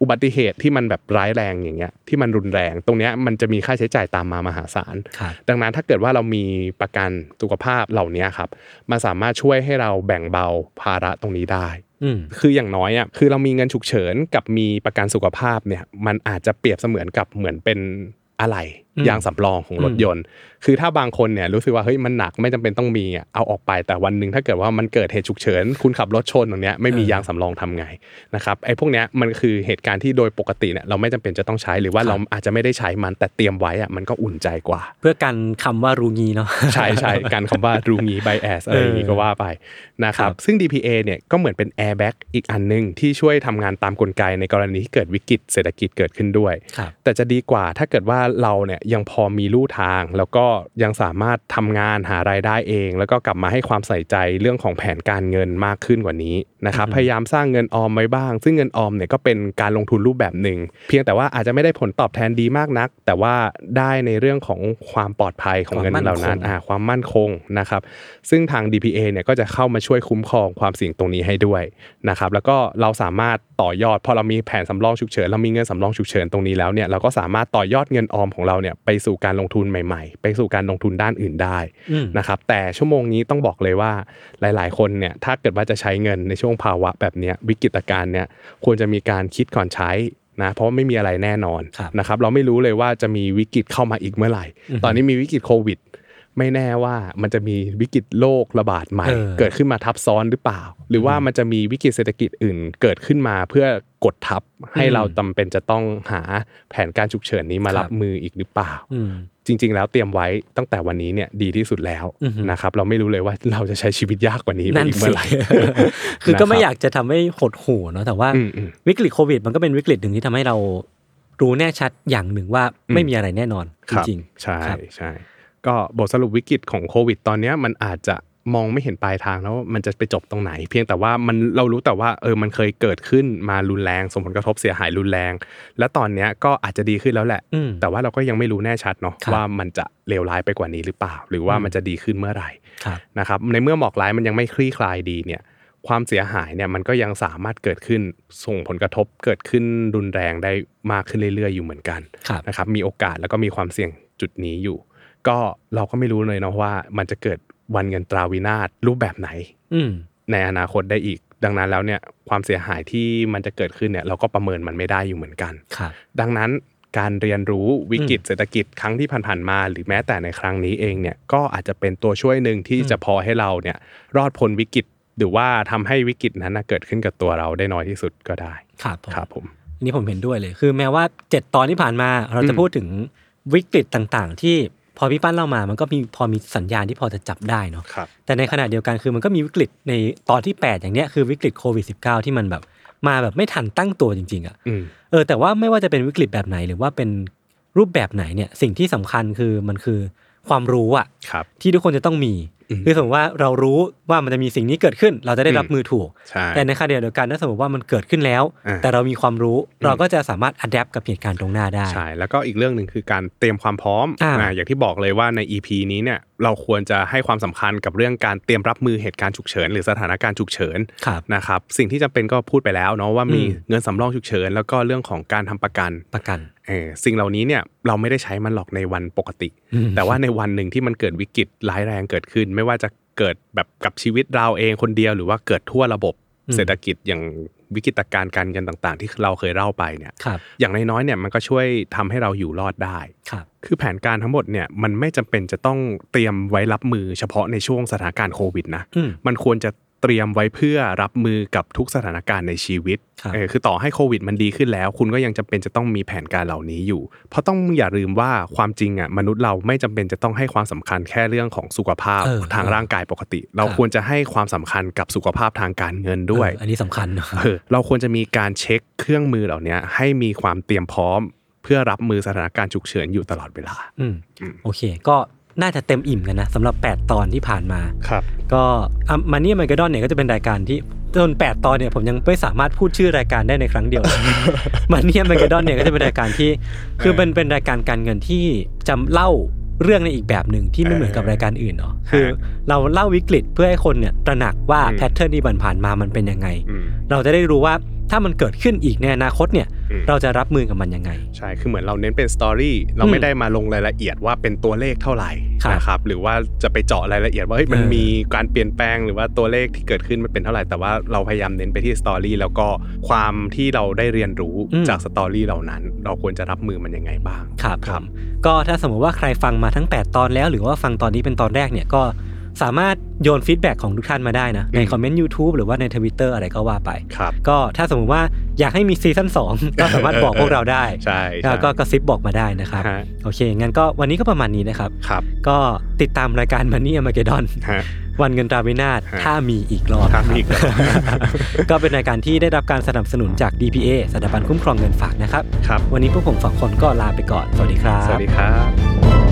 [SPEAKER 2] อุบัติเหตุที่มันแบบร้ายแรงอย่างเงี้ยที่มันรุนแรง ตรงเนี้ยมันจะมีค่าใช้จ่ายตามมามหาศาล
[SPEAKER 3] ครับ
[SPEAKER 2] ดังนั้นถ้าเกิดว่าเรามีประกันสุขภาพเหล่านี้ครับมันสามารถช่วยให้เราแบ่งเบาภาระตรงนี้ได้
[SPEAKER 3] อืม
[SPEAKER 2] คืออย่างน้อยอ่ะคือเรามีเงินฉุกเฉินกับมีประกันสุขภาพเนี่ยมันอาจจะเปรียบเสมือนกับเหมือนเป็นอะไร
[SPEAKER 3] อืม
[SPEAKER 2] ยางสำรองของรถยนต์ คือถ้าบางคนเนี่ยรู้สึกว่าเฮ้ยมันหนักไม่จำเป็นต้องมีอ่ะเอาออกไปแต่วันหนึ่งถ้าเกิดว่ามันเกิดเหตุฉุกเฉิน คุณขับรถชนตรงเนี้ยไม่
[SPEAKER 3] เออย
[SPEAKER 2] มีางสำรองทำไงนะครับไอ้พวกเนี้ยมันคือเหตุการณ์ที่โดยปกติเนี่ยเราไม่จำเป็นจะต้องใช้หรือว่า
[SPEAKER 3] ครับ
[SPEAKER 2] เราอาจจะไม่ได้ใช้มันแต่เตรียมไว้อ่ะมันก็อุ่นใจกว่า
[SPEAKER 3] เพื่อกันคำว่ารูงีเนาะ
[SPEAKER 2] ใช่ใช่การคำว่ารูงี้ b i แอสอะไรอย่างนี้ก็ว่าไปนะครั
[SPEAKER 3] ครับ บ
[SPEAKER 2] ซึ่ง DPA เนี่ยก็เหมือนเป็น Airbag อีกอันหนึง ที่ช่วยทำงานตามกลไกในกรณีที่เกิดวิกฤตเศรษฐกิจเกิดขึ้นด้วย
[SPEAKER 3] ครับ
[SPEAKER 2] แต่จะดีกว่าถ้าเกิดว่าเราเนี่ยยังพอมีลู่ทาง แล้วก็ยังสามารถทำงานหารายได้เอง แล้วก็กลับมาให้ความใส่ใจเรื่องของแผนการเงินมากขึ้นกว่านี้นะครับพยายามสร้างเงินออมไว้บ้าง ซึ่งเงินออมเนี่ยก็เป็นการลงทุนรูปแบบหนึ่ง เพียงแต่ว่าอาจจะไม่ได้ผลตอบแทนดีมากนัก แต่ว่าได้ในเรื่องของความปลอดภัยของเงินเหล่านั้นอ่าความมั่นคงนะครับ ซึ่งทาง DPA เนี่ยก็จะเข้ามาช่วยคุ้มครองความเสี่ยงตรงนี้ให้ด้วยนะครับแล้วก็เราสามารถต่อยอดพอเรามีแผนสำรองฉุกเฉินเรามีเงินสำรองฉุกเฉินตรงนี้แล้วเนี่ยเราก็สามารถต่อยอดเงินออมของเราเนี่ยไปสู่การลงทุนใหม่ๆ ไปสู่การลงทุนด้านอื่นได้
[SPEAKER 3] อืม
[SPEAKER 2] นะครับแต่ชั่วโมงนี้ต้องบอกเลยว่าหลายๆ คนเนี่ยถ้าเกิดว่าจะใช้เงินในช่วงภาวะแบบเนี้ยวิกฤตการณ์เนี่ยควรจะมีการคิดก่อนใช้นะเพราะว่าไม่มีอะไรแน่นอนนะครับเราไม่รู้เลยว่าจะมีวิกฤตเข้ามาอีกเมื่อไหร่ ตอนนี้มีวิกฤตโควิด ไม่แน่ว่ามันจะมีวิกฤตโลกระบาดใหม่
[SPEAKER 3] เออ
[SPEAKER 2] เกิดขึ้นมาทับซ้อนหรือเปล่า หรือว่ามันจะมีวิกฤตเศรษฐกิจอื่น เกิดขึ้นมาเพื่อกดทับให้เราจำเป็นจะต้องหาแผนการฉุกเฉินนี้มารับมืออีกหรือเปล่า
[SPEAKER 3] อืม
[SPEAKER 2] จริง ๆ แล้วเตรียมไว้ตั้งแต่วันนี้เนี่ยดีที่สุดแล้ว
[SPEAKER 3] อือฮึ
[SPEAKER 2] นะครับเราไม่รู้เลยว่าเราจะใช้ชีวิตยากกว่านี้ไป
[SPEAKER 3] นั่น
[SPEAKER 2] อีกเมื่
[SPEAKER 3] สิ
[SPEAKER 2] อไหร่
[SPEAKER 3] คือก็
[SPEAKER 2] นะครับ
[SPEAKER 3] ไม่อยากจะทำให้หดหู่เนาะแต่ว่า
[SPEAKER 2] อืมอืม
[SPEAKER 3] วิกฤตโควิดมันก็เป็นวิกฤตหนึ่งที่ทำให้เรารู้แน่ชัดอย่างหนึ่งว่า
[SPEAKER 2] อืม
[SPEAKER 3] ไม่มีอะไรแน่นอนจ
[SPEAKER 2] ครับ
[SPEAKER 3] ริง
[SPEAKER 2] ใช่
[SPEAKER 3] ครับ
[SPEAKER 2] ใช่ก็บทสรุปวิกฤตของโควิด ตอนเนี้ยมันอาจจะมองไม่เห็นปลายทางแล้วว่ามันจะไปจบตรงไหน เพียงแต่ว่ามันเรารู้แต่ว่าเออมันเคยเกิดขึ้นมารุนแรงส่งผลกระทบเสียหายรุนแรง และตอนเนี้ยก็อาจจะดีขึ้นแล้วแหละ
[SPEAKER 3] ๆอืม
[SPEAKER 2] แต่ว่าเราก็ยังไม่รู้แน่ชัดเนาะ
[SPEAKER 3] ครับ
[SPEAKER 2] ว่ามันจะเลวร้ายไปกว่านี้หรือเปล่า หรือว่า
[SPEAKER 3] อืม
[SPEAKER 2] มันจะดีขึ้นเมื่อไหร่
[SPEAKER 3] ครับ
[SPEAKER 2] นะครับในเมื่อหมอกร้ายมันยังไม่คลี่คลายดีเนี่ยความเสียหายเนี่ยมันก็ยังสามารถเกิดขึ้นส่งผลกระทบเกิดขึ้นรุนแรงได้มากขึ้นเรื่อยๆอยู่เหมือนกัน
[SPEAKER 3] ครับ
[SPEAKER 2] นะครับมีโอกาสแล้วก็มีความเสี่ยงจุดนี้อยู่ ก็เราก็ไม่รู้เลยเนาะว่ามันจะเกิดวันเงินตราวินาศรูปแบบไหน
[SPEAKER 3] อืม
[SPEAKER 2] ในอนาคตได้อีก ดังนั้นแล้วเนี่ยความเสียหายที่มันจะเกิดขึ้นเนี่ยเราก็ประเมินมันไม่ได้อยู่เหมือนกัน
[SPEAKER 3] ครับ
[SPEAKER 2] ดังนั้นการเรียนรู้วิกฤตเศรษฐกิจครั้งที่ผ่านๆมา หรือแม้แต่ในครั้งนี้เองเนี่ยก็อาจจะเป็นตัวช่วยหนึ่งที่
[SPEAKER 3] อืม
[SPEAKER 2] จะพอให้เราเนี่ยรอดพ้นวิกฤตหรือว่าทำให้วิกฤตนั้นนะเกิดขึ้นกับตัวเราได้น้อยที่สุดก็ได้
[SPEAKER 3] ครับผม
[SPEAKER 2] ครับผม
[SPEAKER 3] อันนี่ผมเห็นด้วยเลย คือแม้ว่าเจ็ดตอนที่ผ่านมาเราจะ
[SPEAKER 2] อืม
[SPEAKER 3] พูดถึงวิกฤตต่างๆ ที่พอพี่ปั้นเล่ามามันก็มีพอมีสัญญาณที่พอจะจับได้เนาะ
[SPEAKER 2] ครับ
[SPEAKER 3] แต่ในขณะเดียวกันคือมันก็มีวิกฤตในตอนที่ 8 อย่างเนี้ยคือวิกฤตโควิด -19 ที่มันแบบมาแบบไม่ทันตั้งตัวจริงๆอ่ะ
[SPEAKER 2] อืม
[SPEAKER 3] เออแต่ว่าไม่ว่าจะเป็นวิกฤตแบบไหนหรือว่าเป็นรูปแบบไหนเนี่ยสิ่งที่สำคัญคือมันคือความรู้อะ
[SPEAKER 2] ครับ
[SPEAKER 3] ที่ทุกคนจะต้องมี
[SPEAKER 2] อืม
[SPEAKER 3] คือสมมติว่าเรารู้ว่ามันจะมีสิ่งนี้เกิดขึ้น เราจะได้รับ
[SPEAKER 2] อืม
[SPEAKER 3] มือถูก
[SPEAKER 2] ใช่
[SPEAKER 3] แต่ในขณะเดียวกันถ้าสมมติว่ามันเกิดขึ้นแล้ว
[SPEAKER 2] อ่า
[SPEAKER 3] แต่เรามีความรู้เราก็จะสามารถอัดแอปกับเหตุการณ์ตรงหน้าได้
[SPEAKER 2] ใช่แล้วก็อีกเรื่องหนึ่งคือการเตรียมความพร้อม
[SPEAKER 3] อ่า
[SPEAKER 2] าอย่างที่บอกเลยว่าใน EP นี้เนี่ยเราควรจะให้ความสำคัญกับเรื่องการเตรียมรับมือเหตุการณ์ฉุกเฉินหรือสถานการณ์ฉุกเฉิน
[SPEAKER 3] ครับ
[SPEAKER 2] นะครับสิ่งที่จำเป็นก็พูดไปแล้วเนาะว่ามี
[SPEAKER 3] อืม
[SPEAKER 2] เงินสำรองฉุกเฉิน แล้วก็เรื่องของการทำประกัน
[SPEAKER 3] ประกัน
[SPEAKER 2] เออสิ่งเหล่านี้เนี่ยเราไม่ได้ใช้มันหรอกในวันปกติ แต่ว่าในวันหนึ่งที่มันเกิดวิกฤตร้ายแรงเกิดขึ้น ไม่ว่าจะเกิดแบบกับชีวิตเราเองคนเดียว หรือว่าเกิดทั่วระบบเศรษฐกิจอย่างวิกฤตการณ์การเงินต่าง ๆ ที่เราเคยเล่าไปเนี่ย
[SPEAKER 3] ครับ
[SPEAKER 2] อย่างน้อยๆเนี่ยมันก็ช่วยทำให้เราอยู่รอดได้
[SPEAKER 3] ครับ
[SPEAKER 2] คือแผนการทั้งหมดเนี่ยมันไม่จำเป็นจะต้องเตรียมไว้รับมือเฉพาะในช่วงสถานการณ์โควิดนะ
[SPEAKER 3] อืม
[SPEAKER 2] มันควรจะเตรียมไว้เพื่อรับมือกับทุกสถานการณ์ในชีวิต
[SPEAKER 3] ครับ
[SPEAKER 2] เออคือต่อให้โควิดมันดีขึ้นแล้ว คุณก็ยังจำเป็นจะต้องมีแผนการเหล่านี้อยู่ เพราะต้องอย่าลืมว่าความจริงอ่ะมนุษย์เราไม่จำเป็นจะต้องให้ความสำคัญแค่เรื่องของสุขภาพ
[SPEAKER 3] เออ
[SPEAKER 2] ทาง
[SPEAKER 3] เออ
[SPEAKER 2] ร่างกายปกติ เรา
[SPEAKER 3] ครับ
[SPEAKER 2] ควรจะให้ความสำคัญกับสุขภาพทางการเงินด้วย
[SPEAKER 3] เอออันนี้สำคัญเนอะ
[SPEAKER 2] เออเราควรจะมีการเช็คเครื่องมือเหล่านี้ให้มีความเตรียมพร้อม เพื่อรับมือสถานการณ์ฉุกเฉินอยู่ตลอดเวลา
[SPEAKER 3] อืม
[SPEAKER 2] อืม
[SPEAKER 3] โอเค ก็น่าจะเต็มอิ่มกันนะสำหรับ 8 ตอนที่ผ่านมา
[SPEAKER 2] ครับ
[SPEAKER 3] ก็มันนี่มันกดอนเนี่ยก็จะเป็นรายการที่จน 8 ตอนเนี่ยผมยังไม่สามารถพูดชื่อรายการได้ในครั้งเดียว มันนี่มันกดอนเนี่ยก็จะเป็นรายการที่คือเป็นเป็นรายการการเงินที่จำเล่าเรื่องในอีกแบบหนึ่งที่ไม่เหมือนกับรายการอื่นเนาะคือ เราเล่าวิกฤตเพื่อให้คนเนี่ยตระหนักว่า
[SPEAKER 2] อืม
[SPEAKER 3] แพทเทิร์นที่ผ่านๆมามันเป็นยังไง เราจะได้รู้ว่าถ้ามันเกิดขึ้นอีกในอนาคตเนี่ย
[SPEAKER 2] อืม
[SPEAKER 3] เราจะรับมือกับมันยังไง
[SPEAKER 2] ใช่ คือเหมือนเราเน้นเป็นสตอรี่ เรา
[SPEAKER 3] อืม
[SPEAKER 2] ไม่ได้มาลงรายละเอียดว่าเป็นตัวเลขเท่าไหร่
[SPEAKER 3] ครับ
[SPEAKER 2] นะครับ หรือว่าจะไปเจาะรายละเอียดว่าเฮ้ยมัน
[SPEAKER 3] เออ
[SPEAKER 2] มีการเปลี่ยนแปลงหรือว่าตัวเลขที่เกิดขึ้นมันเป็นเท่าไหร่ แต่ว่าเราพยายามเน้นไปที่สตอรี่แล้วก็ความที่เราได้เรียนรู้จากสตอรี่เหล่านั้น เราควรจะรับมือมันยังไงบ้าง
[SPEAKER 3] ครับ
[SPEAKER 2] ครับ
[SPEAKER 3] ผมก็ถ้าสมมติว่าใครฟังมาทั้ง 8 ตอนแล้ว หรือว่าฟังตอนนี้เป็นตอนแรกเนี่ยก็สามารถโยนฟีดแบ็กของทุกท่านมาได้นะ ในคอมเมนต์ YouTube หรือว่าในทวิตเตอร์อะไรก็ว่าไป
[SPEAKER 2] ครับ
[SPEAKER 3] ก็ถ้าสมมติว่าอยากให้มีซีซั่น2 ก็สามารถบอกพวกเราได้
[SPEAKER 2] ใช่ใช่
[SPEAKER 3] แล้วก็กระซิบบอกมาได้นะครับ
[SPEAKER 2] ฮะ
[SPEAKER 3] โอเค งั้นก็วันนี้ก็ประมาณนี้นะครับ
[SPEAKER 2] ครับ
[SPEAKER 3] ก็ติดตามรายการมันนี่อเมริก ดอน
[SPEAKER 2] ฮะ
[SPEAKER 3] วันเงินตราวินาศ
[SPEAKER 2] ฮะ
[SPEAKER 3] ถ้ามีอีกรอบ
[SPEAKER 2] ถ้ามีอีกรอบ
[SPEAKER 3] ก็เป็นรายการที่ได้รับการสนับสนุนจาก DPA สถาบันคุ้มครองเงินฝากนะครับ
[SPEAKER 2] ครับ
[SPEAKER 3] วันนี้พวกผมสองคนก็ลาไปก่อน สวัสดีครับ
[SPEAKER 2] สวัสดีครับ